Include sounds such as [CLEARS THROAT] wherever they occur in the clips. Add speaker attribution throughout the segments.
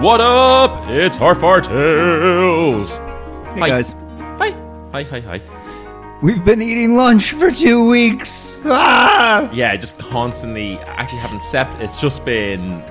Speaker 1: What up? It's Harfar Tales.
Speaker 2: Hey
Speaker 1: Hi.
Speaker 2: guys,
Speaker 1: Hi. Hi, hi, hi.
Speaker 2: we've been eating lunch for two weeks. Ah!
Speaker 1: Yeah, just constantly, I actually haven't slept. It's just been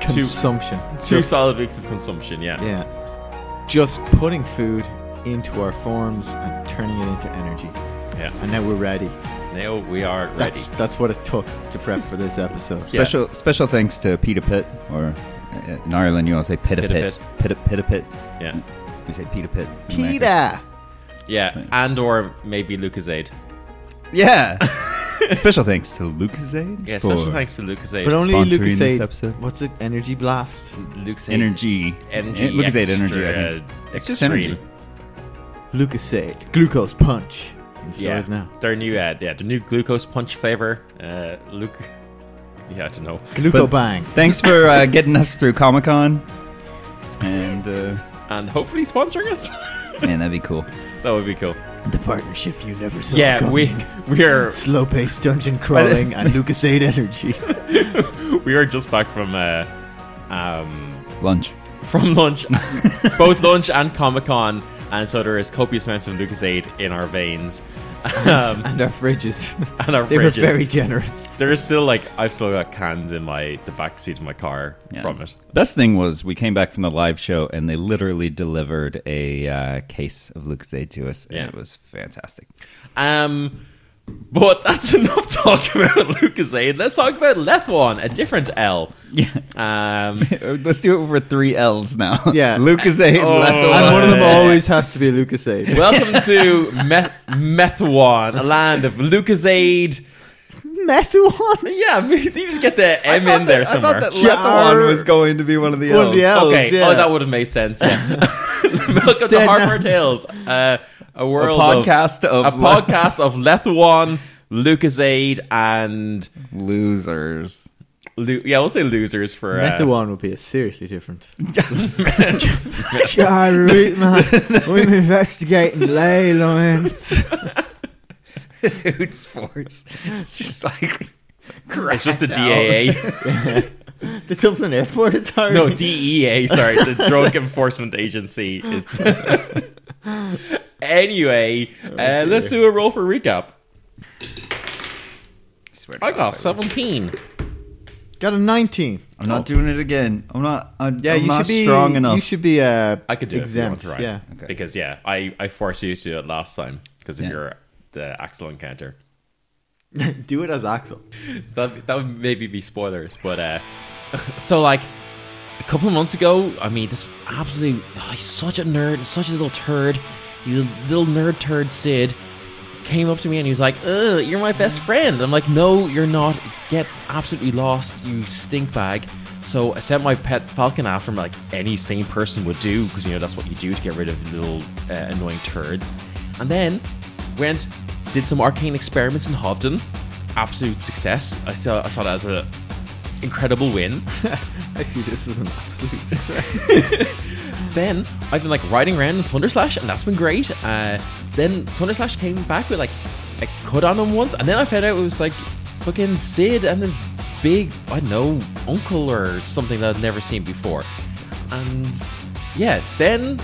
Speaker 1: two,
Speaker 3: consumption.
Speaker 1: two
Speaker 3: Just-
Speaker 1: solid weeks of consumption, yeah.
Speaker 3: Yeah. Just putting food into our forms and turning it into energy.
Speaker 1: Yeah.
Speaker 3: And now we're ready.
Speaker 1: Now we are ready.
Speaker 3: That's that's what it took to prep for this episode.
Speaker 1: Yeah.
Speaker 2: Special special thanks to Peter Pitt, or uh, in Ireland you all say Pitta
Speaker 1: Peter
Speaker 2: Pitt. Pitta Pitta Pitt.
Speaker 1: Yeah.
Speaker 2: We say Peter Pitt. in America.
Speaker 3: Peter.
Speaker 1: Yeah. And or maybe Lucasade. [LAUGHS]
Speaker 2: Yeah. special thanks to Lucasade.
Speaker 1: Yeah,
Speaker 2: for
Speaker 1: special thanks to Lucasade.
Speaker 3: But only
Speaker 2: Sponsoring this
Speaker 3: Lucas said,
Speaker 2: episode.
Speaker 3: what's it? Energy blast.
Speaker 1: Lucasade.
Speaker 2: Energy.
Speaker 1: Energy.
Speaker 2: Eh, Lucasade
Speaker 1: extra,
Speaker 2: energy. I think.
Speaker 1: uh,
Speaker 2: It's just
Speaker 1: extreme.
Speaker 2: energy.
Speaker 3: Lucas aid. Glucose punch. In
Speaker 1: Yeah.
Speaker 3: stores now.
Speaker 1: Their new ad, yeah, the new glucose punch flavor. Uh, Luke. [LAUGHS] Yeah, I don't know.
Speaker 3: Gluco bang.
Speaker 2: Thanks for uh, getting us through Comic Con. And uh,
Speaker 1: And hopefully sponsoring us. [LAUGHS]
Speaker 2: man, that'd be cool.
Speaker 1: that would be cool.
Speaker 3: The partnership you never saw.
Speaker 1: yeah,
Speaker 3: coming.
Speaker 1: we we are
Speaker 3: Slow paced
Speaker 1: [LAUGHS]
Speaker 3: dungeon crawling and Lucas aid energy.
Speaker 1: we are just back from uh, um,
Speaker 2: Lunch.
Speaker 1: from lunch, [LAUGHS] both lunch and Comic Con, and so there is copious amounts of Lucasade in our veins um,
Speaker 3: and our fridges.
Speaker 1: and our
Speaker 3: They
Speaker 1: fridges.
Speaker 3: were very generous.
Speaker 1: there is still like I've still got cans in my the back seat of my car
Speaker 2: Yeah.
Speaker 1: from it.
Speaker 2: Best thing was we came back from the live show and they literally delivered a uh, case of Lucasade to us. And
Speaker 1: Yeah.
Speaker 2: It was fantastic.
Speaker 1: Um, but [LAUGHS] that's enough talk about [LAUGHS] Lucasade. Let's talk about Left One, a different L.
Speaker 2: Yeah.
Speaker 1: Um,
Speaker 2: [LAUGHS] Let's do it for three L's now. [LAUGHS]
Speaker 3: Yeah.
Speaker 2: Lucasade.
Speaker 1: Oh.
Speaker 2: Lethal-
Speaker 3: And one of [LAUGHS] them
Speaker 1: Uh,
Speaker 3: always has to be a Lucas aid. [LAUGHS]
Speaker 1: welcome to Meth- Methwan, a land of Lucasade.
Speaker 3: Methuan.
Speaker 1: Yeah, [LAUGHS] you just get the
Speaker 2: I
Speaker 1: M
Speaker 2: thought
Speaker 1: in there
Speaker 2: that- I
Speaker 1: somewhere.
Speaker 2: thought that Lethal
Speaker 3: Jar-
Speaker 2: was going to be one of the
Speaker 3: One of
Speaker 2: L's.
Speaker 3: the L's,
Speaker 1: okay,
Speaker 3: yeah.
Speaker 1: oh, that would have made sense. Yeah. welcome to
Speaker 3: dead
Speaker 1: Harper
Speaker 3: now.
Speaker 1: Tales, uh, a
Speaker 2: A
Speaker 1: world of-
Speaker 2: podcast of,
Speaker 1: a
Speaker 2: le-
Speaker 1: podcast of Lethwan, Lucasade, and
Speaker 2: [LAUGHS] losers.
Speaker 1: Lu- yeah, we'll say losers for uh, [LAUGHS]
Speaker 3: Methuan would be a seriously different. [LAUGHS] Charlie, man. We're investigating ley lines.
Speaker 2: Dude's force. It's just like.
Speaker 1: It's just a DAA.
Speaker 3: [LAUGHS] [LAUGHS] The Dublin Airport
Speaker 1: [LAUGHS]
Speaker 3: Authority.
Speaker 1: No, DEA, sorry. The Drug Enforcement Agency is. [LAUGHS] anyway, uh, let's do a roll for recap. I got 17.
Speaker 3: Got a 19.
Speaker 2: I'm not doing it again. I'm not. I'm,
Speaker 3: Yeah,
Speaker 2: I'm
Speaker 3: you
Speaker 2: not
Speaker 3: should be
Speaker 2: strong enough.
Speaker 3: You should be. Uh,
Speaker 1: I could do it if
Speaker 3: exempt.
Speaker 1: you want to
Speaker 3: Yeah.
Speaker 1: Ryan. Because, yeah, I, I forced you to do it last time because of
Speaker 2: Yeah.
Speaker 1: your the Axel encounter.
Speaker 3: [LAUGHS] do it as Axel.
Speaker 1: That, that would maybe be spoilers, but. uh [LAUGHS] So, like, a couple of months ago, I mean, this absolute. Oh, he's such a nerd, such a little turd. You little nerd turd, Sid. came up to me and he was like, Ugh, you're my best friend. I'm like, no, you're not. Get absolutely lost, you stink bag. So I sent my pet falcon after him like any sane person would do, because, you know, that's what you do to get rid of little uh, annoying turds. And then went, did some arcane experiments in Hobden. Absolute success. I saw, I saw that as an incredible win.
Speaker 3: [LAUGHS] I see this as an absolute success.
Speaker 1: [LAUGHS] then I've been like riding around in Thunderslash, and that's been great. Uh, then Thunderslash came back with like a cut on him once, and then I found out it was like fucking Sid and his big, I don't know, uncle or something that I'd never seen before. And yeah, then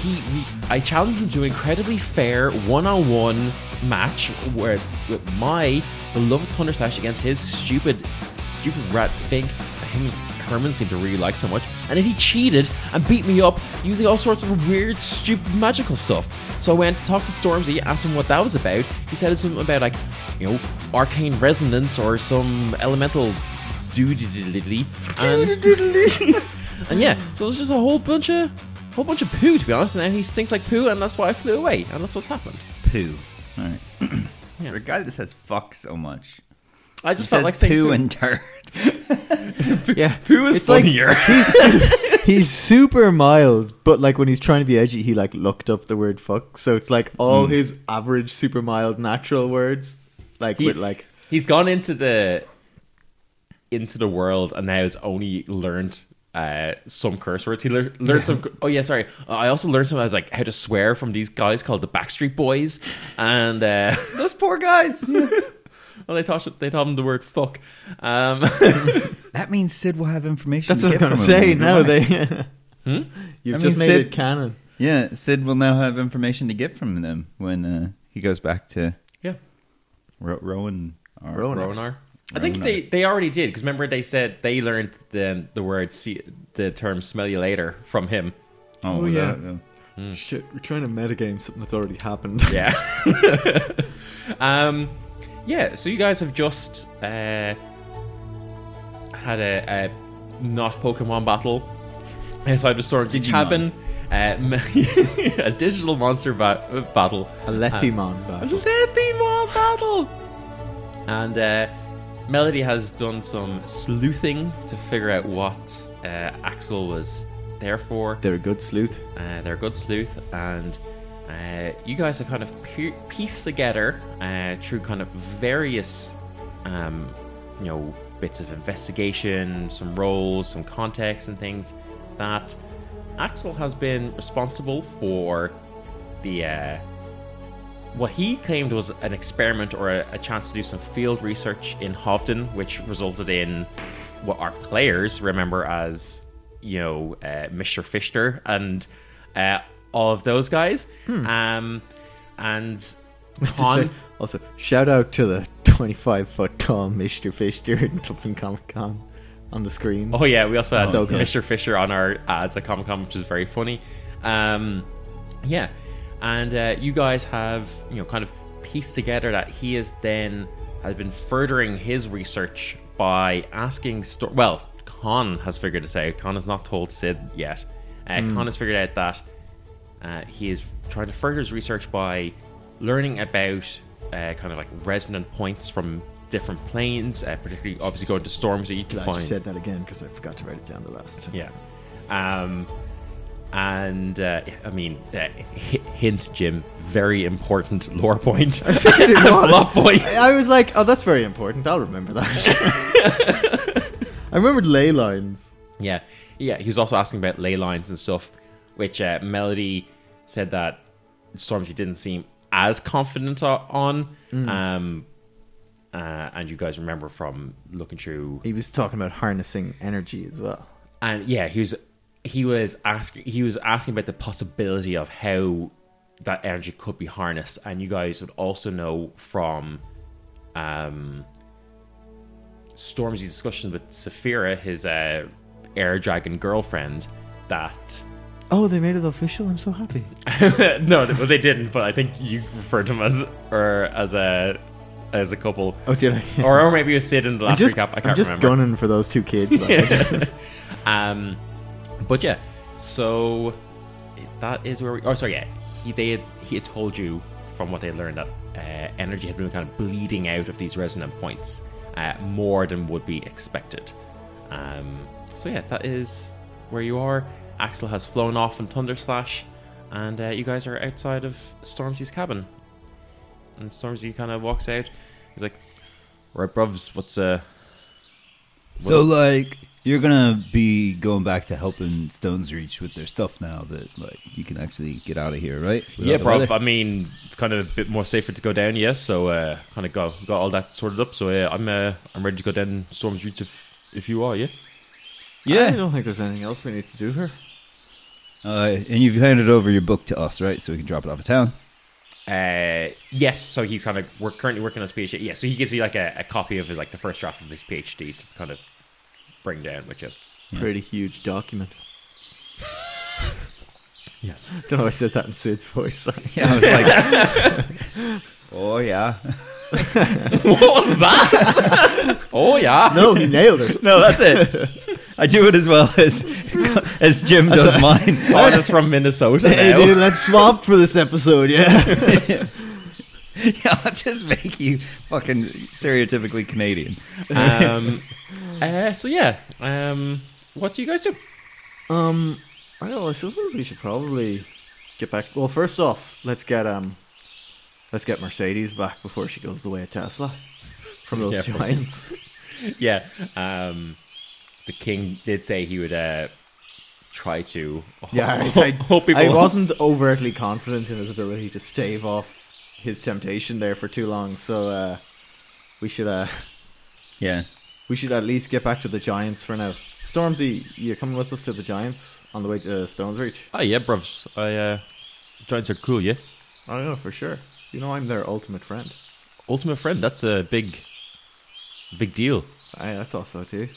Speaker 1: he, we, I challenged him to an incredibly fair one-on-one match where with my beloved Thunderslash against his stupid, stupid rat Fink. that Him and Herman seemed to really like so much, and then he cheated and beat me up using all sorts of weird, stupid magical stuff. So I went talked to Stormzy, asked him what that was about. He said it's something about like, you know, arcane resonance or some elemental doodly. And yeah, so it was just a whole bunch of whole bunch of poo to be honest, and now he stinks like poo and that's why I flew away, and that's what's happened.
Speaker 2: poo.
Speaker 1: [CLEARS THROAT]
Speaker 2: All right. For a guy that says fuck so much,
Speaker 1: I
Speaker 2: he
Speaker 1: just
Speaker 2: says
Speaker 1: felt like saying poo,
Speaker 2: poo and turd.
Speaker 3: yeah.
Speaker 1: poo is
Speaker 3: It's
Speaker 2: [LAUGHS]
Speaker 3: like-
Speaker 1: funnier.
Speaker 3: He's su- he's super mild, but like when he's trying to be edgy, he like looked up the word fuck. So it's like all his average super mild natural words, like
Speaker 1: He-
Speaker 3: with like
Speaker 1: He's gone into the into the world and now has only learned uh, some curse words. He lear- learned some. Oh yeah, sorry. Uh, I also learned some about, like how to swear from these guys called the Backstreet Boys, and uh,
Speaker 2: Those poor guys.
Speaker 1: [LAUGHS] Well, they taught they taught him the word fuck. Um, [LAUGHS]
Speaker 2: That means Sid will have information.
Speaker 3: That's
Speaker 2: to
Speaker 3: what I'm
Speaker 2: get
Speaker 3: gonna
Speaker 2: from him.
Speaker 3: say.
Speaker 2: You're
Speaker 3: No,
Speaker 2: right.
Speaker 3: they. [LAUGHS]
Speaker 1: hmm?
Speaker 3: You've
Speaker 2: I mean,
Speaker 3: just made
Speaker 2: Sid-
Speaker 3: it canon.
Speaker 2: [LAUGHS] Yeah, Sid will now have information to get from them when uh, he goes back to
Speaker 1: Yeah.
Speaker 2: Ro- Rowan. Or
Speaker 3: Rowan.
Speaker 1: Ronar. Oh, I think
Speaker 2: Ronar.
Speaker 1: they, they already did because remember they said they learned the the word see, the term "smell you later" from him.
Speaker 2: Oh,
Speaker 3: Oh,
Speaker 2: yeah.
Speaker 3: yeah. Shit, we're trying to metagame something that's already happened.
Speaker 1: Hmm.
Speaker 3: [LAUGHS]
Speaker 1: Yeah. um, yeah. So you guys have just uh, had a, a not Pokemon battle inside the storm's
Speaker 2: Digimon.
Speaker 1: cabin. Uh, m- [LAUGHS] a digital monster ba- battle. Uh,
Speaker 3: A Letimon
Speaker 1: A
Speaker 3: battle.
Speaker 1: Letimon battle. And uh, Melody has done some sleuthing to figure out what uh, Axel was there for.
Speaker 3: They're a good [LAUGHS] sleuth.
Speaker 1: Uh, they're a good sleuth, and uh, you guys have kind of pe- pieced together uh, through kind of various, um, you know, bits of investigation, some roles, some context, and things that Axel has been responsible for the uh, what he claimed was an experiment or a, a chance to do some field research in Hovden, which resulted in what our players remember as, you know, uh, Mr. Fisher and uh, all of those guys. Um, and Con,
Speaker 3: Also, shout out to the [LAUGHS] 25 foot tall Mr. Fisher [LAUGHS] in Dublin Comic Con on the screens.
Speaker 1: Oh yeah, we also had
Speaker 3: So good.
Speaker 1: Mr. Fisher on our ads at Comic Con, which is very funny. Um, yeah, and uh, you guys have you know kind of pieced together that he is then has been furthering his research by asking. Sto- well, Con has figured this out. Con has not told Sid yet. Uh,
Speaker 3: Hmm.
Speaker 1: Con has figured out that uh, he is trying to further his research by learning about uh, kind of like resonant points from different planes, uh, particularly obviously going to storms that you can
Speaker 3: Glad you
Speaker 1: find.
Speaker 3: said that again because I forgot to write it down the last time. [LAUGHS]
Speaker 1: Yeah. Um, and uh, I mean, uh, hi- hint, Jim, very important [LAUGHS] lore point. [LAUGHS]
Speaker 3: It was.
Speaker 1: Plot point.
Speaker 3: I I was like, oh, that's very important. I'll remember that.
Speaker 1: [LAUGHS]
Speaker 3: I remembered ley lines.
Speaker 1: Yeah, yeah. He was also asking about ley lines and stuff, which uh, Melody said that Stormzy didn't seem as confident o- on.
Speaker 3: Mm.
Speaker 1: Um, uh, and you guys remember from looking through
Speaker 3: He was talking about harnessing energy as well.
Speaker 1: and yeah, he was he was asking he was asking about the possibility of how that energy could be harnessed, and you guys would also know from um, Stormzy's discussions with Saphira, his uh, air dragon girlfriend, that. [LAUGHS]
Speaker 3: Oh, they made it official. I'm so happy.
Speaker 1: no, th- well, they didn't. But I think you referred to him as or as a as a couple,
Speaker 3: Oh, [LAUGHS] did I?
Speaker 1: or, or maybe you said in the
Speaker 3: I'm
Speaker 1: last
Speaker 3: just,
Speaker 1: recap. I can't
Speaker 3: am just
Speaker 1: remember.
Speaker 3: gunning for those two kids. [LAUGHS] like.
Speaker 1: Um, but yeah, so that is where we. Oh, sorry. Yeah, he they had, he had told you from what they learned that uh, energy had been kind of bleeding out of these resonant points uh, more than would be expected. Um, so yeah, that is where you are. Axel has flown off in Thunderslash, and uh, you guys are outside of Stormzy's cabin. And Stormzy kind of walks out. He's like, "Right, bruvs, what's uh?"
Speaker 4: So like you're gonna be going back to helping Stones Reach with their stuff now that like you can actually get out of here, right? Without
Speaker 1: yeah,
Speaker 4: the
Speaker 1: bro.
Speaker 4: weather?
Speaker 1: I mean, it's kind of a bit more safer to go down, yeah. So, uh, kind of got got all that sorted up. So, yeah, I'm uh, I'm ready to go down Storm's Reach if if you are, yeah.
Speaker 3: I
Speaker 4: Yeah.
Speaker 3: don't think there's anything else we need to do here.
Speaker 4: Uh, and you've handed over your book to us, right? So we can drop it off at town.
Speaker 1: Uh, yes. So he's kind of we're currently working on his PhD. Yeah. So he gives you like a, a copy of his, like the first draft of his PhD to kind of bring down with you.
Speaker 3: Pretty huge [LAUGHS] document.
Speaker 1: Yes.
Speaker 3: [LAUGHS] Don't know why I said that in Sid's voice.
Speaker 4: Yeah, I was like, oh yeah.
Speaker 1: [LAUGHS] what was that? [LAUGHS] oh yeah.
Speaker 3: [LAUGHS] no, he nailed
Speaker 2: [LAUGHS]
Speaker 3: it.
Speaker 2: No, that's it. I do it as well as as Jim does mine.
Speaker 1: Oh, that's from [LAUGHS] Minnesota.
Speaker 3: Hey,
Speaker 1: now.
Speaker 3: dude, let's swap [LAUGHS] for this episode, yeah?
Speaker 2: [LAUGHS] Yeah, I'll just make you fucking stereotypically Canadian.
Speaker 1: um, uh, so yeah. Um, what do you guys do?
Speaker 3: um, I don't know, I suppose we should probably get back. Well, first off, let's get, um, let's get Mercedes back before she goes the way of Tesla from those
Speaker 1: Yeah.
Speaker 3: giants.
Speaker 1: [LAUGHS] yeah. Um, the king did say he would uh, try to.
Speaker 3: [LAUGHS]
Speaker 1: [LAUGHS]
Speaker 3: Yeah, I,
Speaker 1: hope,
Speaker 3: I,
Speaker 1: hope people.
Speaker 3: I wasn't overtly confident in his ability to stave off his temptation there for too long, so uh, We should uh [LAUGHS]
Speaker 5: Yeah.
Speaker 3: we should at least get back to the Giants for now. Stormzy, you're coming with us to the Giants on the way to uh, Stone's Reach.
Speaker 1: Oh yeah, bruvs. I uh, Giants are cool, yeah.
Speaker 3: I know Oh, for sure. You know I'm their ultimate friend.
Speaker 1: Ultimate friend. That's a big, big deal.
Speaker 3: I, that's also too.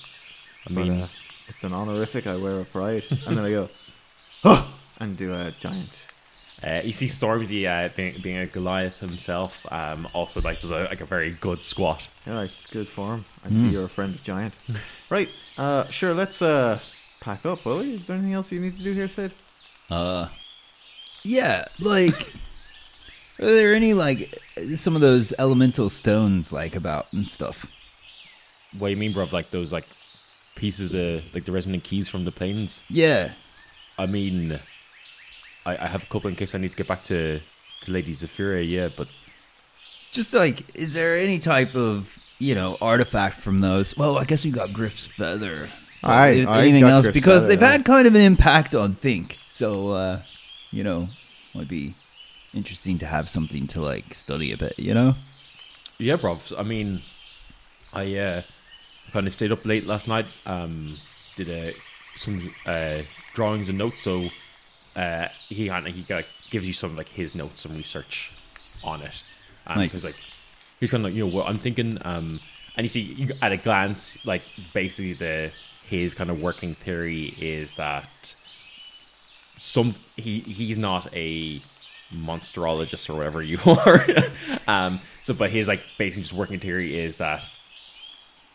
Speaker 1: I mean,
Speaker 3: but, uh, it's an honorific. I wear a [LAUGHS] pride, and then I go, huh, and do a giant.
Speaker 6: Uh, you see Stormzy uh, being, being a Goliath himself, um, also like does a, like a very good squat.
Speaker 3: All right, good form. I see you're a friend of giant. [LAUGHS] right. Uh, sure. Let's uh pack up, will we? Is there anything else you need to do here, Sid?
Speaker 2: Uh, yeah, like, [LAUGHS] are there any like some of those elemental stones like about and stuff?
Speaker 1: what do you mean, bruv? Like those like pieces, of the like the resonant keys from the planes.
Speaker 2: Yeah,
Speaker 1: I mean, I, I have a couple in case I need to get back to to Lady Zephyra. Yeah, but
Speaker 2: just like, is there any type of you know artifact from those? Well, I guess we got Griff's feather.
Speaker 3: I-
Speaker 2: If
Speaker 3: I
Speaker 2: anything
Speaker 3: got
Speaker 2: else
Speaker 3: Griff's
Speaker 2: because
Speaker 3: feather,
Speaker 2: they've
Speaker 3: yeah.
Speaker 2: had kind of an impact on Think, so uh, you know, might be interesting to have something to like study a bit. You know,
Speaker 1: Yeah, bruv. I mean, I uh, kind of stayed up late last night. Um, did uh, some uh, drawings and notes. So uh, he kind of he kind of gives you some like his notes and research on it. Um,
Speaker 2: Nice.
Speaker 1: He's like he's kind of like you know what I'm thinking. Um, and you see you, at a glance, like basically the his kind of working theory is that some he he's not a monsterologist or whatever [LAUGHS] you are. um, so, but his like basically just working theory is that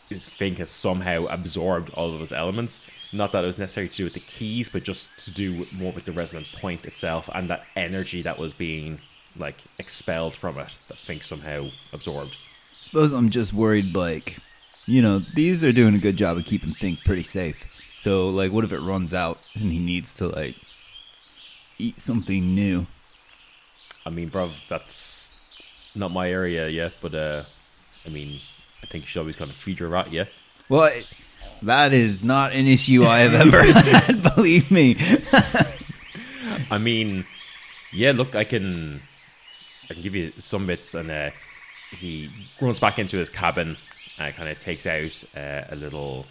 Speaker 1: his Fink has somehow absorbed all of those elements. Not that it was necessary to do with the keys, but just to do with- more with the resonant point itself and that energy that was being like expelled from it that Fink somehow absorbed.
Speaker 2: suppose I'm just worried like, you know, these are doing a good job of keeping Think pretty safe. So like, what if it runs out and he needs to like eat something new?
Speaker 1: I mean, bruv, that's not my area yet, but uh, I mean, I think you should always kind of feed your rat, yeah.
Speaker 2: Well, I- that is not an issue I
Speaker 5: [LAUGHS]
Speaker 2: have ever had. Believe me.
Speaker 1: I mean, yeah. Look, I can, I can give you some bits, and uh, he runs back into his cabin and kind of takes out uh, a little,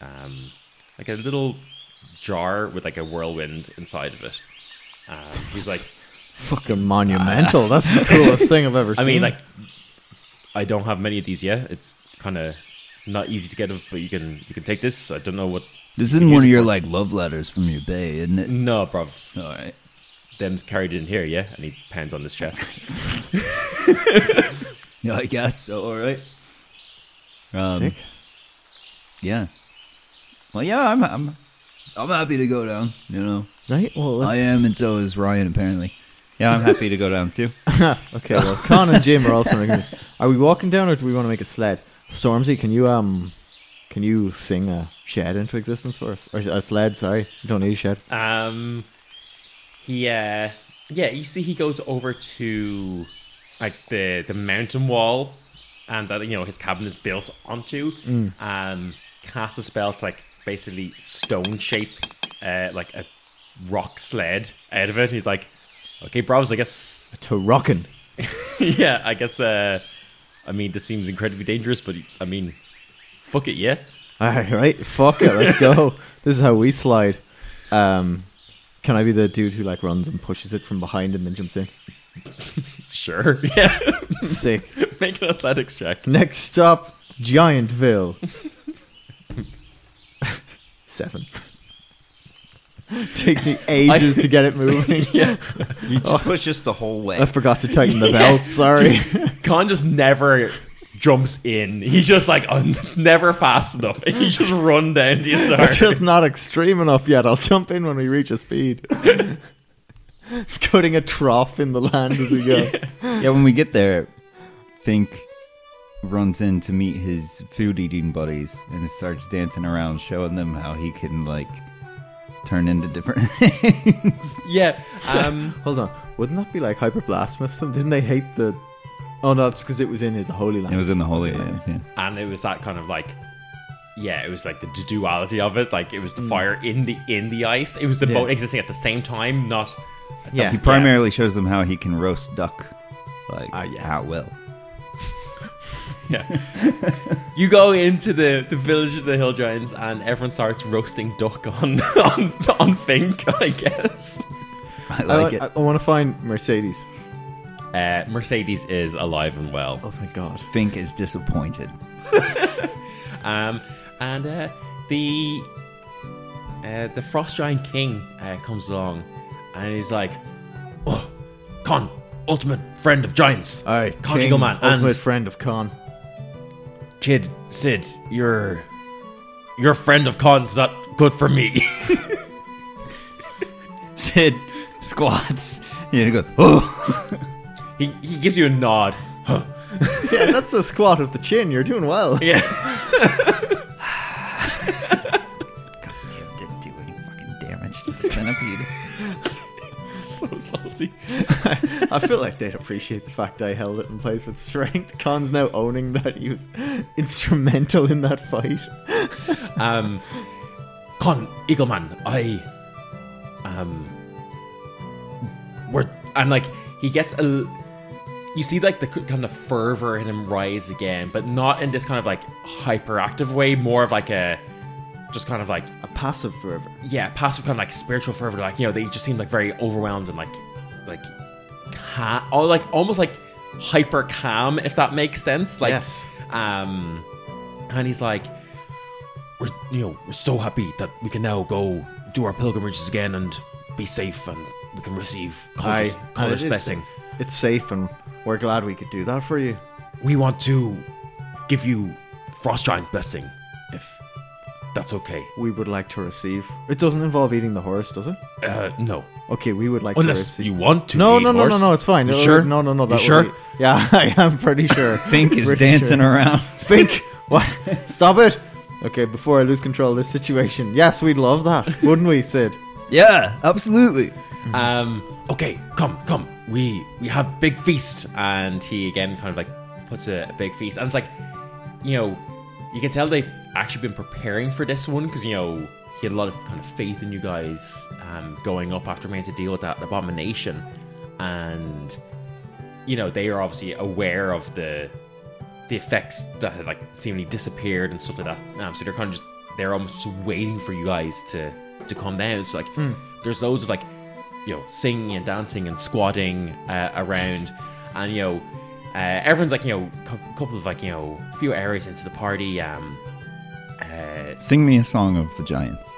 Speaker 1: um, like a little jar with like a whirlwind inside of it. Um, he's like,
Speaker 3: Fucking monumental. That's [LAUGHS] the coolest thing I've ever
Speaker 1: I mean, like, I don't have many of these yet. It's kind of not easy to get of, but you can you can take this. I don't know what.
Speaker 2: This isn't one of your like love letters from your bay, isn't it?
Speaker 1: No, bruv.
Speaker 5: Mm-hmm.
Speaker 2: All right.
Speaker 1: Them's carried in here, yeah. And he pans on his chest.
Speaker 2: Yeah, [LAUGHS] I guess so. All right. Um,
Speaker 3: Sick.
Speaker 2: Yeah. Well, yeah, I'm, I'm, I'm happy to go down. You know,
Speaker 3: right? Well,
Speaker 2: I am, and so is Ryan. Apparently. Yeah, I'm happy to go down too.
Speaker 3: [LAUGHS] okay. [LAUGHS] Well, Con and Jim are also making. Are we walking down, or do we want to make a sled? Stormzy, can you um, can you sing a shed into existence for us, or a sled? Sorry, you don't need a shed.
Speaker 6: Um, he uh, yeah, you see, he goes over to like the the mountain wall, and that you know his cabin is built onto. Um, cast a spell to like basically stone shape, uh, like a rock sled out of it. He's like, okay, bros, I guess [LAUGHS]
Speaker 3: To rockin'.
Speaker 6: yeah, I guess. Uh, I mean, this seems incredibly dangerous, but I mean, fuck it, yeah.
Speaker 3: All right, right. Fuck it. Let's go. this is how we slide. Um, can I be the dude who like runs and pushes it from behind and then jumps in?
Speaker 6: Sure, [LAUGHS] yeah.
Speaker 3: Sick.
Speaker 6: Make an athletics check.
Speaker 3: Next stop, Giantville. [LAUGHS] Seven. Takes me ages to get it moving.
Speaker 5: [LAUGHS]
Speaker 2: [LAUGHS]
Speaker 5: You just push us the whole way.
Speaker 3: I forgot to tighten the belt. Sorry.
Speaker 6: Khan just never jumps in. He's just like oh, [LAUGHS] it's never fast enough. [LAUGHS] He just run down the entire.
Speaker 3: it's just not extreme enough yet. I'll jump in when we reach a speed. [LAUGHS] Cutting a trough in the land as we go.
Speaker 2: yeah, when we get there, Fink runs in to meet his food eating buddies and starts dancing around, showing them how he can like turn into different [LAUGHS] things.
Speaker 6: [LAUGHS] yeah. Um.
Speaker 3: Hold on. Wouldn't that be like hyperblasphemous? [LAUGHS] Some- Didn't they hate the? Oh no, it's because it was in the Holy Land.
Speaker 2: It was in the Holy Lands, yeah.
Speaker 6: [LAUGHS] and it was that kind of like yeah it was like the duality of it like it was the fire in the in the ice it was the
Speaker 3: Yeah.
Speaker 6: boat existing at the same time not
Speaker 3: Yeah.
Speaker 2: He primarily shows them how he can roast duck, like
Speaker 3: Ah, yeah.
Speaker 2: at will.
Speaker 1: yeah. You go into the, the village of the hill giants, and everyone starts roasting duck on
Speaker 6: [LAUGHS]
Speaker 1: on, on Fink, I guess.
Speaker 2: [LAUGHS] I like
Speaker 3: I,
Speaker 2: it.
Speaker 3: I, want to find Mercedes.
Speaker 1: Uh, Mercedes is alive and well.
Speaker 3: Oh, thank God.
Speaker 2: Fink is disappointed.
Speaker 1: Um, and uh, the uh, the frost giant king uh, comes along, and he's like, "Oh, Con, ultimate friend of giants,
Speaker 3: Aye,
Speaker 1: Con
Speaker 3: King,
Speaker 1: Eagle Man,
Speaker 3: ultimate
Speaker 1: and
Speaker 3: friend of Con.
Speaker 1: kid Sid, you're you're friend of Con's not good for me."
Speaker 2: [LAUGHS]
Speaker 1: [LAUGHS]
Speaker 2: Sid squats. And he goes, oh.
Speaker 1: he he gives you a nod. [LAUGHS]
Speaker 3: yeah, that's a squat of the chin. You're doing well.
Speaker 1: Yeah,
Speaker 2: God damn, didn't do any fucking damage to the centipede.
Speaker 1: so salty.
Speaker 3: I feel like they'd appreciate the fact I held it in place with strength. Khan's now owning that he was [LAUGHS] instrumental in that fight.
Speaker 1: Um, Con Eagleman, I, um, we're and like he gets a, l- you see like the c- kind of fervor in him rise again, but not in this kind of like hyperactive way, more of like a, just kind of like
Speaker 3: A passive fervor.
Speaker 1: yeah, passive kind of like spiritual fervor. Like you know, they just seem like very overwhelmed and like, like, ca- or like almost like hyper calm, if that makes sense. Like,
Speaker 3: Yes.
Speaker 1: um, and he's like, we're you know we're so happy that we can now go do our pilgrimages again and be safe and we can receive Calder's, Calder's
Speaker 3: it is
Speaker 1: blessing.
Speaker 3: safe. It's safe, and we're glad we could do that for you.
Speaker 1: We want to give you frost giant blessing, if that's okay.
Speaker 3: We would like to receive. It doesn't involve eating the horse, does it?
Speaker 1: Uh, no,
Speaker 3: Okay, we would like to
Speaker 1: unless
Speaker 3: receive.
Speaker 1: you want to.
Speaker 3: no,
Speaker 1: eat
Speaker 3: no, no, no,
Speaker 1: horse.
Speaker 3: no. It's fine.
Speaker 1: You
Speaker 3: It'll-
Speaker 1: sure?
Speaker 3: No, no, no.
Speaker 1: You
Speaker 3: That would
Speaker 1: sure?
Speaker 3: be- yeah, [LAUGHS] I am pretty sure.
Speaker 2: Fink is
Speaker 3: Pretty
Speaker 2: dancing
Speaker 3: sure.
Speaker 2: around.
Speaker 3: Fink, what? [LAUGHS] Stop it. Okay, before I lose control of this situation. Yes, we'd love that, wouldn't we, Sid?
Speaker 2: Yeah, absolutely.
Speaker 3: Mm-hmm.
Speaker 1: Um, okay, come, come. We we have big feast, and he again kind of like puts a, a big feast, and it's like, you know, you can tell they've actually been preparing for this one because you know he had a lot of kind of faith in you guys um, going up after having to deal with that abomination, and you know they are obviously aware of the the effects that had like seemingly disappeared and stuff like that. Um, so they're kind of just they're almost just waiting for you guys to to come down. So like there's loads of like you know singing and dancing and squatting uh, around, and you know uh, everyone's like you know a couple of like you know a few hours into the party. Um, uh,
Speaker 2: Sing me a song of the giants.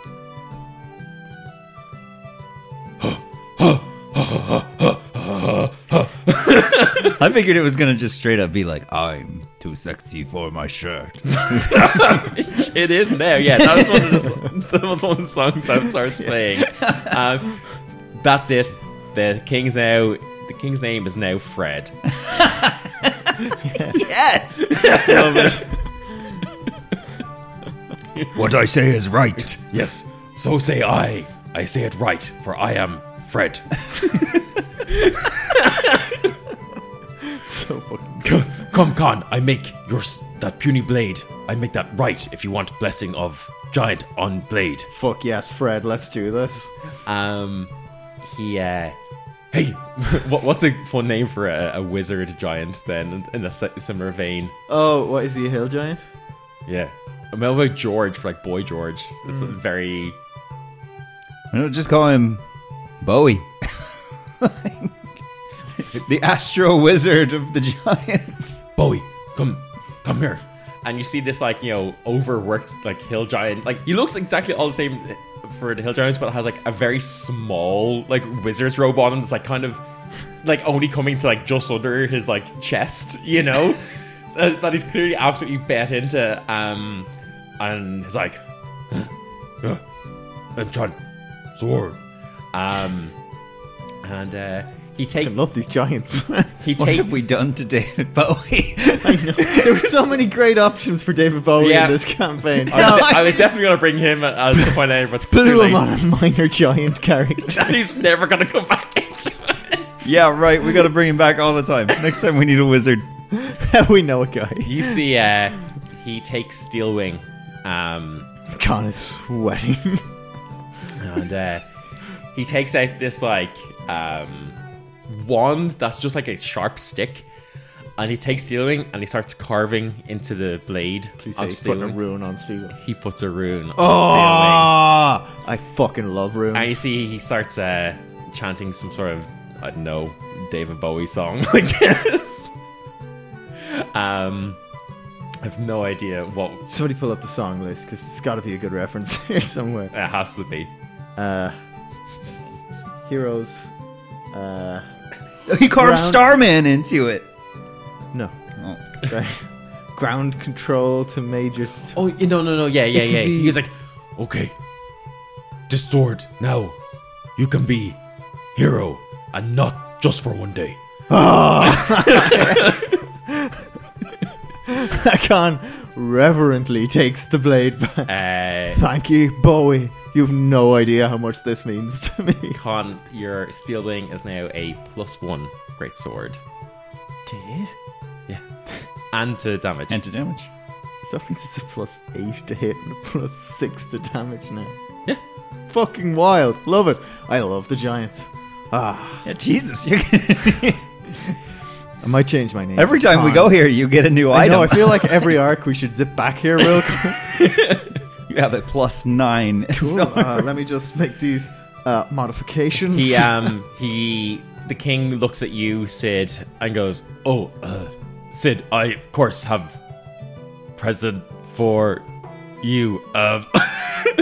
Speaker 2: I figured it was gonna just straight up be like, "I'm too sexy for my shirt."
Speaker 1: it is now, yeah. That was one of the, [LAUGHS] that was one of the songs I starts playing. Um, that's it. The king's now. The king's name is now Fred.
Speaker 2: yes.
Speaker 7: What I say is right.
Speaker 1: Yes, so say I. I say it right, for I am
Speaker 7: [LAUGHS]
Speaker 1: Fred.
Speaker 3: So fucking.
Speaker 1: Come, Khan, I make your s- that puny blade. I make that right if you want blessing of giant on blade.
Speaker 3: [LAUGHS] Fuck yes, Fred, let's do this.
Speaker 1: Um, he uh, hey, [LAUGHS] what, what's a fun name for a, a wizard giant then in a si- similar vein?
Speaker 3: Oh, what is he, a hill giant?
Speaker 1: Yeah, I'm about George for like boy George. It's a very
Speaker 2: No, just call him Bowie. [LAUGHS] the Astro Wizard of the Giants.
Speaker 1: Bowie, come, come here. And you see this like you know overworked like hill giant. Like he looks exactly all the same for the hill giants, but has like a very small like wizard's robe on him. That's like kind of like only coming to like just under his like chest, you
Speaker 2: [LAUGHS]
Speaker 1: know. Uh, that he's clearly absolutely bet into. Um, and he's like,
Speaker 7: Uh,
Speaker 1: I'm John.
Speaker 7: sword.
Speaker 1: Um, and uh, he takes
Speaker 3: I love these
Speaker 1: [LAUGHS]
Speaker 3: giants, [LAUGHS] man.
Speaker 1: he takes.
Speaker 2: What have we done to David Bowie? [LAUGHS]
Speaker 3: there were so many great options for David Bowie
Speaker 1: Yeah.
Speaker 3: in this
Speaker 2: [LAUGHS]
Speaker 3: campaign.
Speaker 1: I was,
Speaker 3: [LAUGHS]
Speaker 1: I was definitely gonna bring him at, at some point later, but it's too
Speaker 3: Blew him
Speaker 1: late.
Speaker 3: on a minor giant character. [LAUGHS]
Speaker 1: and he's never gonna come back into it.
Speaker 2: yeah, right. We got to bring him back all the time. Next time we need a wizard.
Speaker 3: we know a guy.
Speaker 1: You see, uh, he takes Steelwing, um,
Speaker 3: Khan is sweating.
Speaker 1: and uh, he takes out this like um, wand that's just like a sharp stick, and he takes stealing and he starts carving into the blade
Speaker 3: Please say
Speaker 1: of
Speaker 3: he's putting a
Speaker 1: stealing.
Speaker 3: rune on Seal.
Speaker 1: he puts a rune on stealing.
Speaker 3: Oh, I fucking love runes.
Speaker 1: And you see he starts uh, chanting some sort of, I don't know, David Bowie song, [LAUGHS] I guess. Um, I have no idea what
Speaker 3: Somebody pull up the song list because it's got to be a good reference [LAUGHS] here somewhere.
Speaker 1: it has to be.
Speaker 3: Uh, heroes. Uh,
Speaker 8: He carved
Speaker 3: Round-
Speaker 8: Starman into it.
Speaker 3: no.
Speaker 8: Oh.
Speaker 3: Sorry. [LAUGHS] Ground control to major. th- [LAUGHS]
Speaker 1: Oh, no, no, no, yeah, yeah,
Speaker 3: It could
Speaker 1: yeah.
Speaker 3: be-
Speaker 1: He's like, okay, this sword, now you can be hero and not just for one day.
Speaker 3: Akan reverently takes the blade back.
Speaker 1: Uh,
Speaker 3: Thank you, Bowie. You've no idea how much this means to me.
Speaker 1: Con, your stealing is now a plus one great sword.
Speaker 3: Did?
Speaker 1: [LAUGHS] And to damage.
Speaker 2: And to damage.
Speaker 3: So that means it's a plus eight to hit and a plus six to damage now.
Speaker 1: Yeah.
Speaker 3: Fucking wild. Love it. I love the Giants. Ah.
Speaker 2: Yeah, Jesus. You're... [LAUGHS]
Speaker 3: I might change my name.
Speaker 2: Every time we
Speaker 3: Con.
Speaker 2: go here, you get a new
Speaker 3: I
Speaker 2: item.
Speaker 3: know. I feel like [LAUGHS] every arc we should zip back here real quick.
Speaker 2: [LAUGHS] you have a plus nine.
Speaker 3: [LAUGHS]
Speaker 2: [LAUGHS]
Speaker 3: Cool.
Speaker 2: So-
Speaker 3: Uh, let me just make these uh, modifications.
Speaker 1: [LAUGHS] He
Speaker 3: [LAUGHS]
Speaker 1: um he the king looks at you, Sid, and goes, "Oh, uh, Sid, I of course have present for you." Um, [LAUGHS]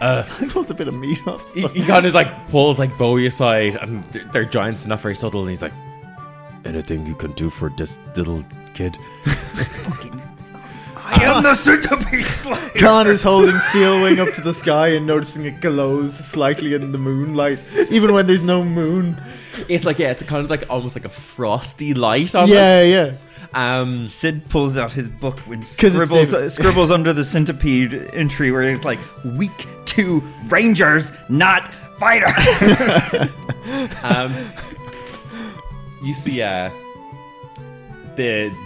Speaker 3: I pulled a bit of meat off.
Speaker 1: he, he kind of like pulls like Bowie aside, and they're, they're giants enough very subtle, and he's like,
Speaker 7: Anything you can do for this little kid.
Speaker 9: I am the centipede slayer.
Speaker 3: Khan is [LAUGHS] holding Steel Wing up to the sky and noticing it glows slightly in the moonlight, even when there's no moon.
Speaker 1: "It's like yeah, it's kind of like almost like a frosty light on it."
Speaker 3: [LAUGHS] Yeah, yeah.
Speaker 1: Um,
Speaker 2: Sid pulls out his book with
Speaker 3: it's
Speaker 2: scribbles,
Speaker 3: David.
Speaker 2: [LAUGHS] scribbles under the centipede entry where he's like, week two, Rangers, not fighter. [LAUGHS]
Speaker 1: um, you see, uh, the